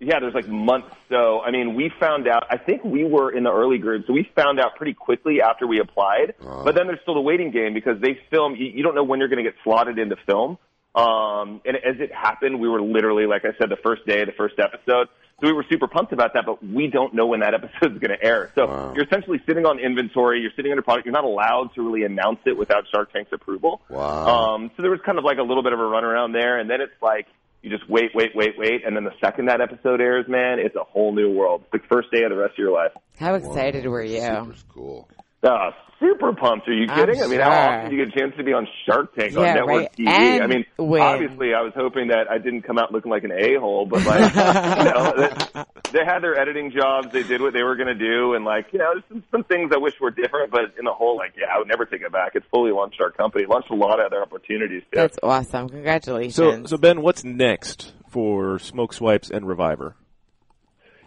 S15: Yeah, there's like months. So, I mean, we found out, I think we were in the early group, so we found out pretty quickly after we applied. But then there's still the waiting game because they film, you, you don't know when you're going to get slotted into film. Um, and as it happened, we were literally, like I said, the first day of the first episode. So we were super pumped about that, but we don't know when that episode's going to air. So you're essentially sitting on inventory, you're sitting on a product, you're not allowed to really announce it without Shark Tank's approval.
S10: Uh-huh.
S4: Wow.
S15: Um, so there was kind of like a little bit of a runaround there, and then it's like you just wait, wait, wait, wait, and then the second that episode airs, man, it's a whole new world. It's the first day of the rest of your life.
S5: How excited were you?
S4: cool.
S15: Uh, super pumped. Are you
S5: I'm
S15: kidding? I mean, how
S5: sure.
S15: often do you get a chance to be on Shark Tank
S5: Yeah,
S15: on network
S5: right.
S15: TV?
S5: And
S15: I mean,
S5: win.
S15: obviously, I was hoping that I didn't come out looking like an a hole, but like, you know, they, they had their editing jobs. They did what they were going to do, and like, you know, there's some, some things I wish were different, but in the whole, like, yeah, I would never take it back. It's fully launched our company, launched a lot of other opportunities. Too.
S5: That's awesome. Congratulations.
S3: So, so Ben, what's next for Smoke Swipes and Reviver?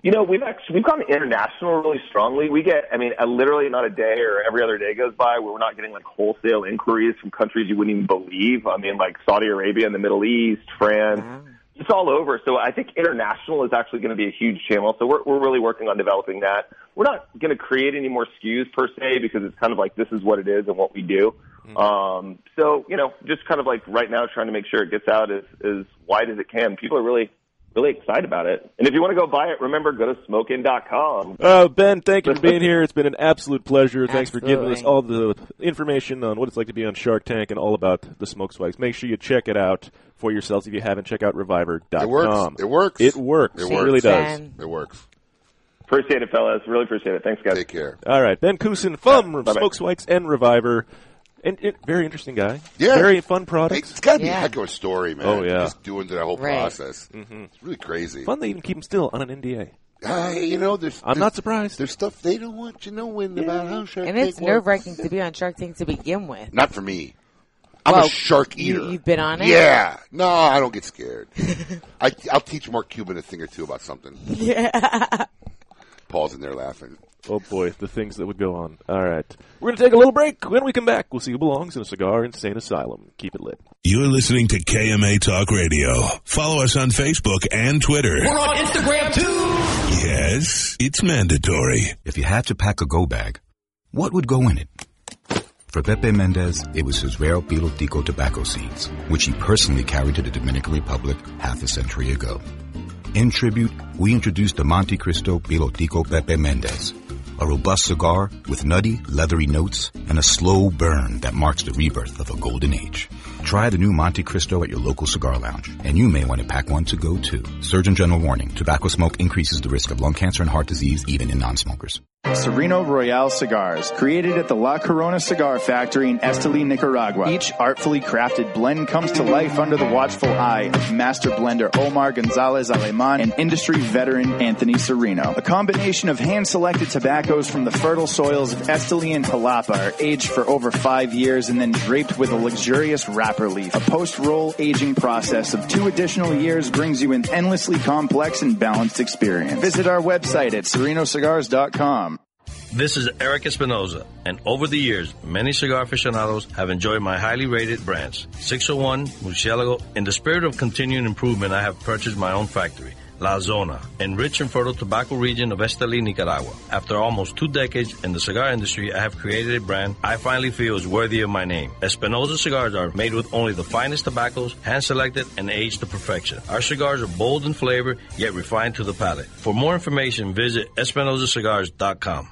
S15: You know, we've actually we've gone international really strongly. We get, I mean, uh, literally not a day or every other day goes by where we're not getting like wholesale inquiries from countries you wouldn't even believe. I mean, like Saudi Arabia and the Middle East, France, it's all over. So I think international is actually going to be a huge channel. So we're we're really working on developing that. We're not going to create any more SKUs per se because it's kind of like this is what it is and what we do. Um, so you know, just kind of like right now, trying to make sure it gets out as as wide as it can. People are really really excited about it. And if you want to go buy it, remember go to smokein.com.
S3: Uh, ben, thank you for being here. It's been an absolute pleasure. Thanks for giving us
S15: Absolutely.
S3: all the information on what it's like to be on Shark Tank and all about the Smoke Swipes. Make sure you check it out for yourselves if you haven't. Check out Reviver.com.
S4: It works. It works.
S3: It works.
S4: It
S3: It,
S4: works.
S3: really does.
S4: It works.
S15: Appreciate it, fellas. Really appreciate it. Thanks, guys.
S4: Take care.
S3: All right, Ben Kusin from
S15: Bye-bye.
S3: Smoke Swipes and Reviver, and, and very interesting guy.
S4: Yeah.
S3: very fun product.
S4: It's got to be a heck of a story, man.
S3: Oh, yeah.
S4: Just doing that whole
S3: Right.
S4: process. It's really crazy.
S3: Fun they even keep him still on an NDA.
S4: Uh, you know, there's,
S3: I'm not surprised.
S4: There's stuff they don't want you knowing about how Shark
S5: and
S4: Tank
S5: it's
S4: works.
S5: nerve wracking to be on Shark Tank to begin with.
S4: Not for me. I'm
S5: Well,
S4: a shark
S5: you-
S4: eater.
S5: you've been on it?
S4: Yeah. No, I don't get scared. I, I'll teach Mark Cuban a thing or two about something.
S5: Yeah.
S4: Paul's in there laughing.
S3: Oh boy, the things that would go on. All right. We're going to take a little break. When we come back, we'll see who belongs in a cigar insane asylum. Keep it lit.
S1: You're listening to KMA Talk Radio. Follow us on Facebook and Twitter.
S12: We're on Instagram too.
S1: Yes, it's mandatory.
S14: If you had to pack a go bag, what would go in it? For Pepe Mendez, it was his rare Beetle Tico tobacco seeds, which he personally carried to the Dominican Republic half a century ago. In tribute, we introduced the Monte Cristo Pilotico Pepe Mendez, a robust cigar with nutty, leathery notes and a slow burn that marks the rebirth of a golden age. Try the new Monte Cristo at your local cigar lounge, and you may want to pack one to go too. Surgeon General warning, tobacco smoke increases the risk of lung cancer and heart disease even in non-smokers.
S8: Sereno Royale cigars, created at the La Corona Cigar Factory in Esteli, Nicaragua. Each artfully crafted blend comes to life under the watchful eye of master blender Omar Gonzalez Aleman and industry veteran Anthony Sereno. A combination of hand-selected tobaccos from the fertile soils of Esteli and Jalapa are aged for over five years and then draped with a luxurious wrapper leaf. A post-roll aging process of two additional years brings you an endlessly complex and balanced experience. Visit our website at serenocigars.com.
S22: This is Eric Espinoza, and over the years, many cigar aficionados have enjoyed my highly rated brands, 601, Murcielago. In the spirit of continuing improvement, I have purchased my own factory, La Zona, in rich and fertile tobacco region of Esteli, Nicaragua. After almost two decades in the cigar industry, I have created a brand I finally feel is worthy of my name. Espinoza cigars are made with only the finest tobaccos, hand-selected and aged to perfection. Our cigars are bold in flavor, yet refined to the palate. For more information, visit espinozacigars.com.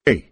S10: Hey,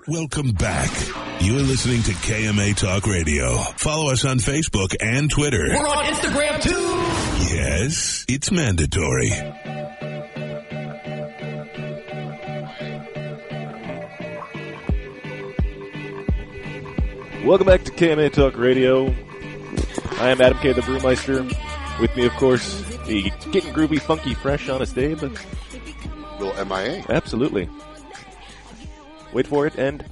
S1: Welcome back. You're listening to KMA Talk Radio. Follow us on Facebook and Twitter.
S12: We're on Instagram too.
S1: Yes, it's mandatory.
S3: Welcome back to KMA Talk Radio. I am Adam K. the Brewmeister. With me, of course, the getting groovy, funky, fresh, honest Dave.
S4: Little MIA.
S3: Absolutely. Wait for it and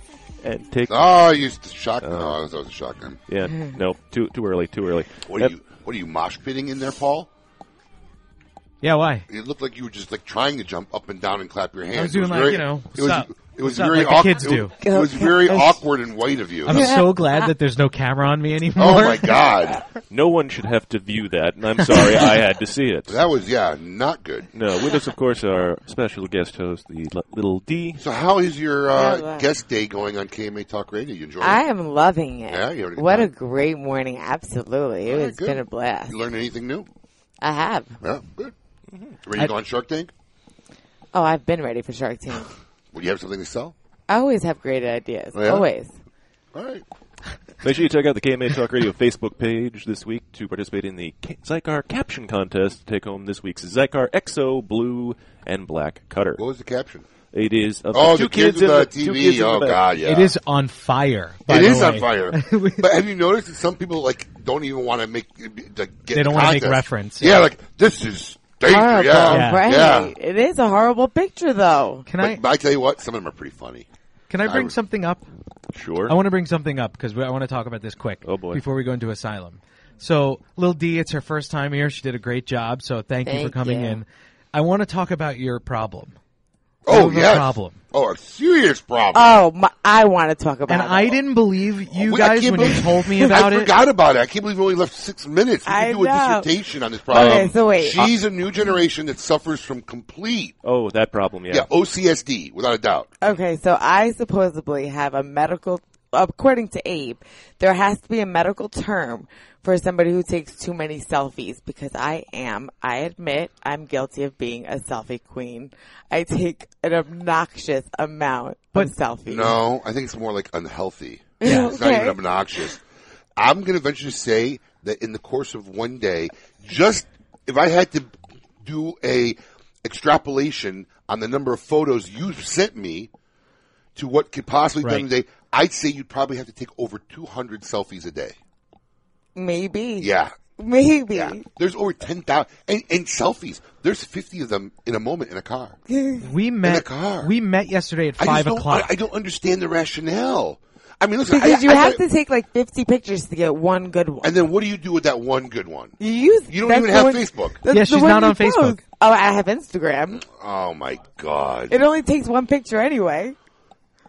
S3: and take. Uh,
S4: Oh, I used to shotgun. oh, I was always a shotgun.
S3: Yeah, no, too too early, too early.
S4: What
S3: Yep.
S4: are you? What are you mosh pitting in there, Paul?
S6: Yeah, why?
S4: It looked like you were just like trying to jump up and down and clap your hands.
S6: was
S4: It
S6: doing like,
S4: very-
S6: you know,
S4: It was.
S6: stop.
S4: It was
S6: Stop
S4: very
S6: like the
S4: awk-
S6: kids
S4: it,
S6: do.
S4: It was very
S6: I was-
S4: awkward and white of you.
S6: I'm so glad that there's no camera on me anymore.
S4: Oh my god,
S3: No one should have to view that, and I'm sorry I had to see it.
S4: that was yeah, not good.
S3: No, with us, of course, our special guest host, the li- little D.
S4: So how is your
S5: Yeah,
S4: uh,
S5: right.
S4: guest day going on KMA Talk Radio? You enjoying?
S5: I
S4: it? Oh,
S5: am loving it.
S4: Yeah, you having a good
S5: what
S4: time?
S5: a great morning. Absolutely. It
S4: Yeah,
S5: has
S4: good.
S5: been a blast.
S4: You learn anything new?
S5: I have.
S4: Yeah, good.
S3: Mm-hmm.
S4: Ready
S5: I-
S4: to go on Shark Tank?
S5: Oh, I've been ready for Shark Tank.
S4: Would you have something to sell?
S5: I always have great ideas.
S3: Yeah?
S5: Always.
S4: All right.
S3: Make sure you check out the KMA Talk Radio Facebook page this week to participate in the K- Zycar Caption Contest to take home this week's Zycar XO Blue and Black Cutter. What
S4: was the caption?
S3: It is of
S4: Oh,
S3: two
S4: the kids
S3: in the,
S4: with the
S3: two
S4: TV.
S3: kids in the
S4: Oh,
S3: back.
S4: God, yeah.
S6: It is on fire. by
S4: It
S6: the
S4: is on
S6: way.
S4: fire. but have you noticed that some people like don't even want to make uh, like, get
S6: They don't wanna make
S4: contest?
S6: reference.
S4: Yeah, like this is danger.
S5: Horrible,
S4: Yeah,
S5: right?
S4: yeah.
S5: It is a horrible picture, though.
S6: Can
S4: but,
S6: I-
S4: But I tell you what, some of them are pretty funny.
S6: Can I bring
S4: would-
S6: something up?
S3: Sure.
S6: I want to bring something up because I want to talk about this quick. Oh boy! Before we go into asylum, so Lil D, it's her first time here. She did a great job. So thank, you for
S4: Thank
S6: coming
S4: you.
S6: in. I want to talk about your problem. You
S4: Oh
S6: have a
S4: yeah,
S6: problem.
S4: Oh, a serious problem.
S5: Oh, my, I want to talk about
S6: And
S5: it.
S6: I didn't believe you
S4: Wait, I
S6: guys
S4: can't
S6: when you
S4: believe-
S6: told me about
S4: I
S6: it.
S4: forgot about it. I can't believe we only left six minutes. We
S5: I
S4: could do
S5: know.
S4: a dissertation on this problem.
S5: Okay, so wait.
S4: She's a new generation that suffers from complete
S3: Oh, that problem, yeah.
S4: yeah OCSD without a doubt.
S5: Okay, so I supposedly have a medical, according to Abe, there has to be a medical term for somebody who takes too many selfies because I am, I admit, I'm guilty of being a selfie queen. I take an obnoxious amount of selfies.
S4: No, I think it's more like unhealthy.
S5: Yeah.
S4: It's not even
S5: Okay.
S4: obnoxious. I'm going to venture to say that in the course of one day, just if I had to do a extrapolation on the number of photos you sent me to what could possibly be done
S6: Right.
S4: today, I'd say you'd probably have to take over 200 selfies a day.
S5: Maybe.
S4: Yeah.
S5: Maybe.
S4: There's over 10,000. And, and selfies. There's 50 of them in a moment in a car.
S6: We met. We met yesterday at
S4: I just
S6: five
S4: don't-
S6: o'clock.
S4: I, I don't understand the rationale. I mean, listen.
S5: Because
S4: I,
S5: you
S4: I-
S5: have to take like 50 pictures to get one good one.
S4: And then what do you do with that one good one?
S5: You use
S4: You don't
S5: that's
S4: even
S5: the
S4: have
S5: one-
S4: Facebook.
S5: that's the one you post. Oh, I have Instagram.
S4: Oh my God!
S5: It only takes one picture anyway.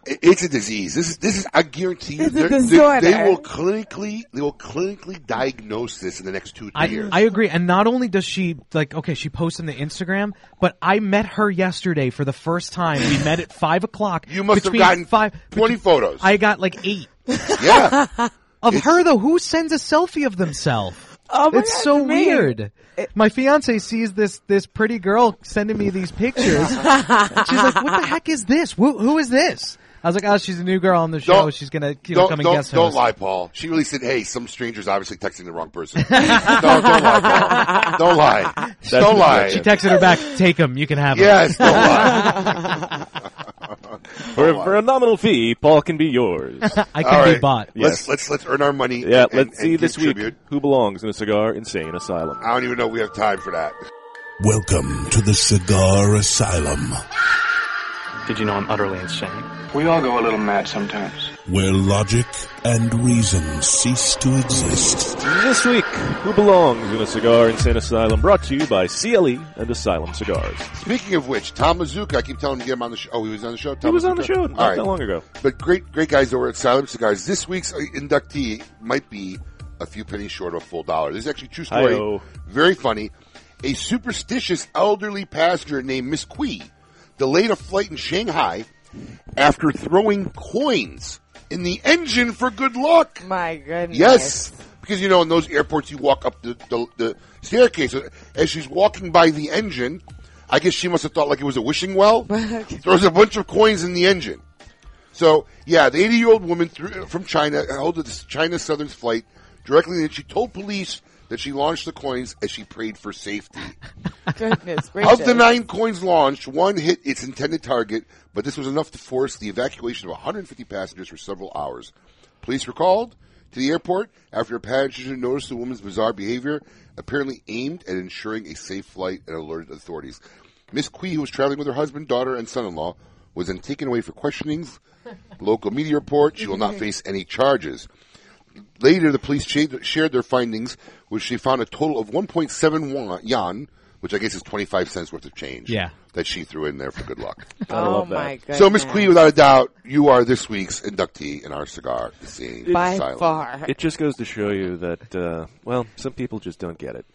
S4: It- it's a disease. This is this is. I guarantee you,
S5: It's a
S4: they're- they-
S5: disorder.
S4: They, will clinically they will clinically diagnose this in the next two three
S6: I,
S4: years.
S6: I agree. And not only does she like okay, she posts on the Instagram, but I met her yesterday for the first time. We met at five o'clock.
S4: You must have
S6: Between
S4: gotten
S6: five,
S4: 20 photos.
S6: I got like eight.
S4: yeah.
S6: Of her though, who sends a selfie of themselves?
S5: Oh my
S6: it's
S5: God,
S6: so
S5: it's me.
S6: weird. my fiance sees this this pretty girl sending me these pictures. She's like, "What the heck is this? Who, who is this?" I was like, "Oh, she's a new girl on the show.
S4: Don't-
S6: she's gonna you know,
S4: don't
S6: come and
S4: don't,
S6: guest
S4: don't
S6: host."
S4: lie, Paul. She really said, "Hey, some stranger's obviously texting the wrong person." no, don't lie, Paul. Don't lie. don't lie.
S6: She texted her back, "Take him. You can have him."
S4: Yes, don't
S3: For, for a nominal fee, Paul can be yours.
S6: I can All be right. bought.
S4: Let's- let's- let's earn our money
S3: Yeah,
S4: and-
S3: let's
S4: and
S3: see
S4: give
S3: this week
S4: tribute.
S3: who belongs in a cigar insane asylum.
S4: I don't even know we have time for that.
S27: Welcome to the Cigar Asylum,
S18: Did you know I'm utterly insane? We all go a little mad sometimes.
S27: where logic and reason cease to exist.
S3: This week, who belongs in a cigar insane asylum? Brought to you by CLE and Asylum Cigars.
S4: Speaking of which, Tom Mazuka, I keep telling him to get him on the show. Oh, he was on the show. Tom
S3: was
S4: Mazzucca?
S3: on the show not
S4: All right.
S3: that long ago.
S4: But great, great guys over at Silent Cigars. This week's uh, inductee might be a few pennies short of a full dollar. This is actually a true story.
S3: Hi-yo.
S4: Very funny. A superstitious elderly passenger named Miss Kui delayed a flight in Shanghai after throwing coins in the engine for good luck.
S5: My goodness.
S4: Yes, because you know in those airports you walk up the, the, the staircase. As she's walking by the engine, I guess she must have thought like it was a wishing well. Throws a bunch of coins in the engine. So yeah, the 80 year old woman threw, from China held a China Southern flight directly, and she told police that she launched the coins as she prayed for safety.
S5: Goodness gracious.
S4: Of the nine coins launched, one hit its intended target, but this was enough to force the evacuation of 150 passengers for several hours. Police were called to the airport after a passenger noticed the woman's bizarre behavior, apparently aimed at ensuring a safe flight and alerted authorities. Miss Kui, who was traveling with her husband, daughter, and son-in-law, was then taken away for questionings. Local media report, she will not face any charges. Later, the police cha- shared their findings, which they found a total of 1.7 wa- yuan, which I guess is 25 cents worth of change.
S18: Yeah.
S4: That she threw in there for good luck.
S5: Gotta Oh love that. my
S4: So, Miss
S5: goodness.
S4: Quee, without a doubt, you are this week's inductee in our cigar scene. Asylum.
S3: It just goes to show you that, uh, well, some people just don't get it.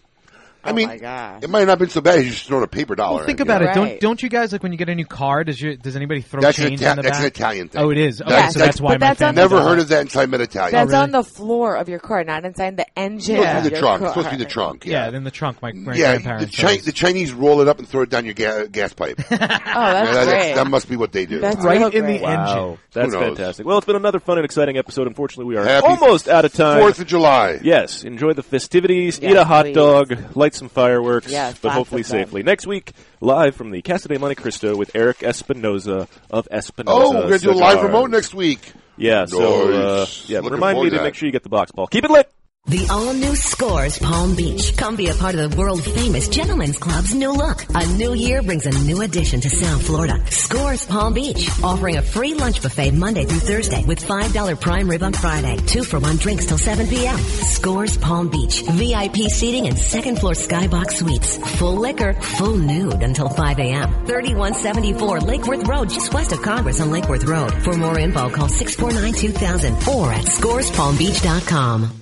S4: I mean, it might not have been so bad. You just thrown a paper dollar.
S6: Well, think
S4: in, you
S6: about
S4: know?
S6: it. Don't don't you guys like when you get a new car? Does your does anybody throw
S4: That's an,
S6: change
S4: Ita-
S6: in the
S4: that's an
S6: back?
S4: Italian thing.
S6: Oh, it is. Okay, so that's why
S5: but
S6: my
S5: that's on
S6: family
S4: Never
S6: does
S4: heard
S6: it.
S4: of that inside an Italian.
S5: That's on the floor of your car, not inside the engine.
S4: Supposed to
S5: of
S4: be the
S5: your
S4: trunk.
S5: car.
S4: Supposed to be the trunk.
S6: Yeah, then the trunk. My, my
S4: yeah, the,
S6: grandparents.
S4: Chi- the Chinese roll it up and throw it down your ga- gas pipe. oh,
S5: that's great.
S4: That must be what they do.
S5: That's Right so in the great.
S3: Wow,
S4: engine.
S3: That's
S4: Who knows?
S3: fantastic. Well, it's been another fun and exciting episode. Unfortunately, we are
S4: Happy
S3: almost out of time.
S4: Fourth of July.
S3: Yes, enjoy the festivities,
S4: Yes,
S3: eat a hot
S4: please.
S3: dog, light some fireworks,
S4: Yes,
S3: but
S4: lots
S3: hopefully
S4: of them.
S3: safely. Next week, live from the Casa de Monte Cristo with Eric Espinoza of Espinoza.
S4: Oh, we're gonna do a live
S3: Cigars.
S4: remote next week.
S3: Yeah, so uh,
S4: Nice.
S3: yeah,
S4: Looking
S3: remind
S4: forward
S3: me
S4: to
S3: to
S4: that.
S3: make sure you get the box ball. Keep it lit.
S21: The all-new Scores Palm Beach. Come be a part of the world-famous Gentlemen's Club's new look. A new year brings a new addition to South Florida. Scores Palm Beach, offering a free lunch buffet Monday through Thursday with $5 prime rib on Friday. Two for one drinks till 7 p.m. Scores Palm Beach. VIP seating and second floor skybox suites. Full liquor, full nude until 5 a.m. 3174 Lake Worth Road, just west of Congress on Lake Worth Road. For more info, call 649-2000 or at scorespalmbeach.com.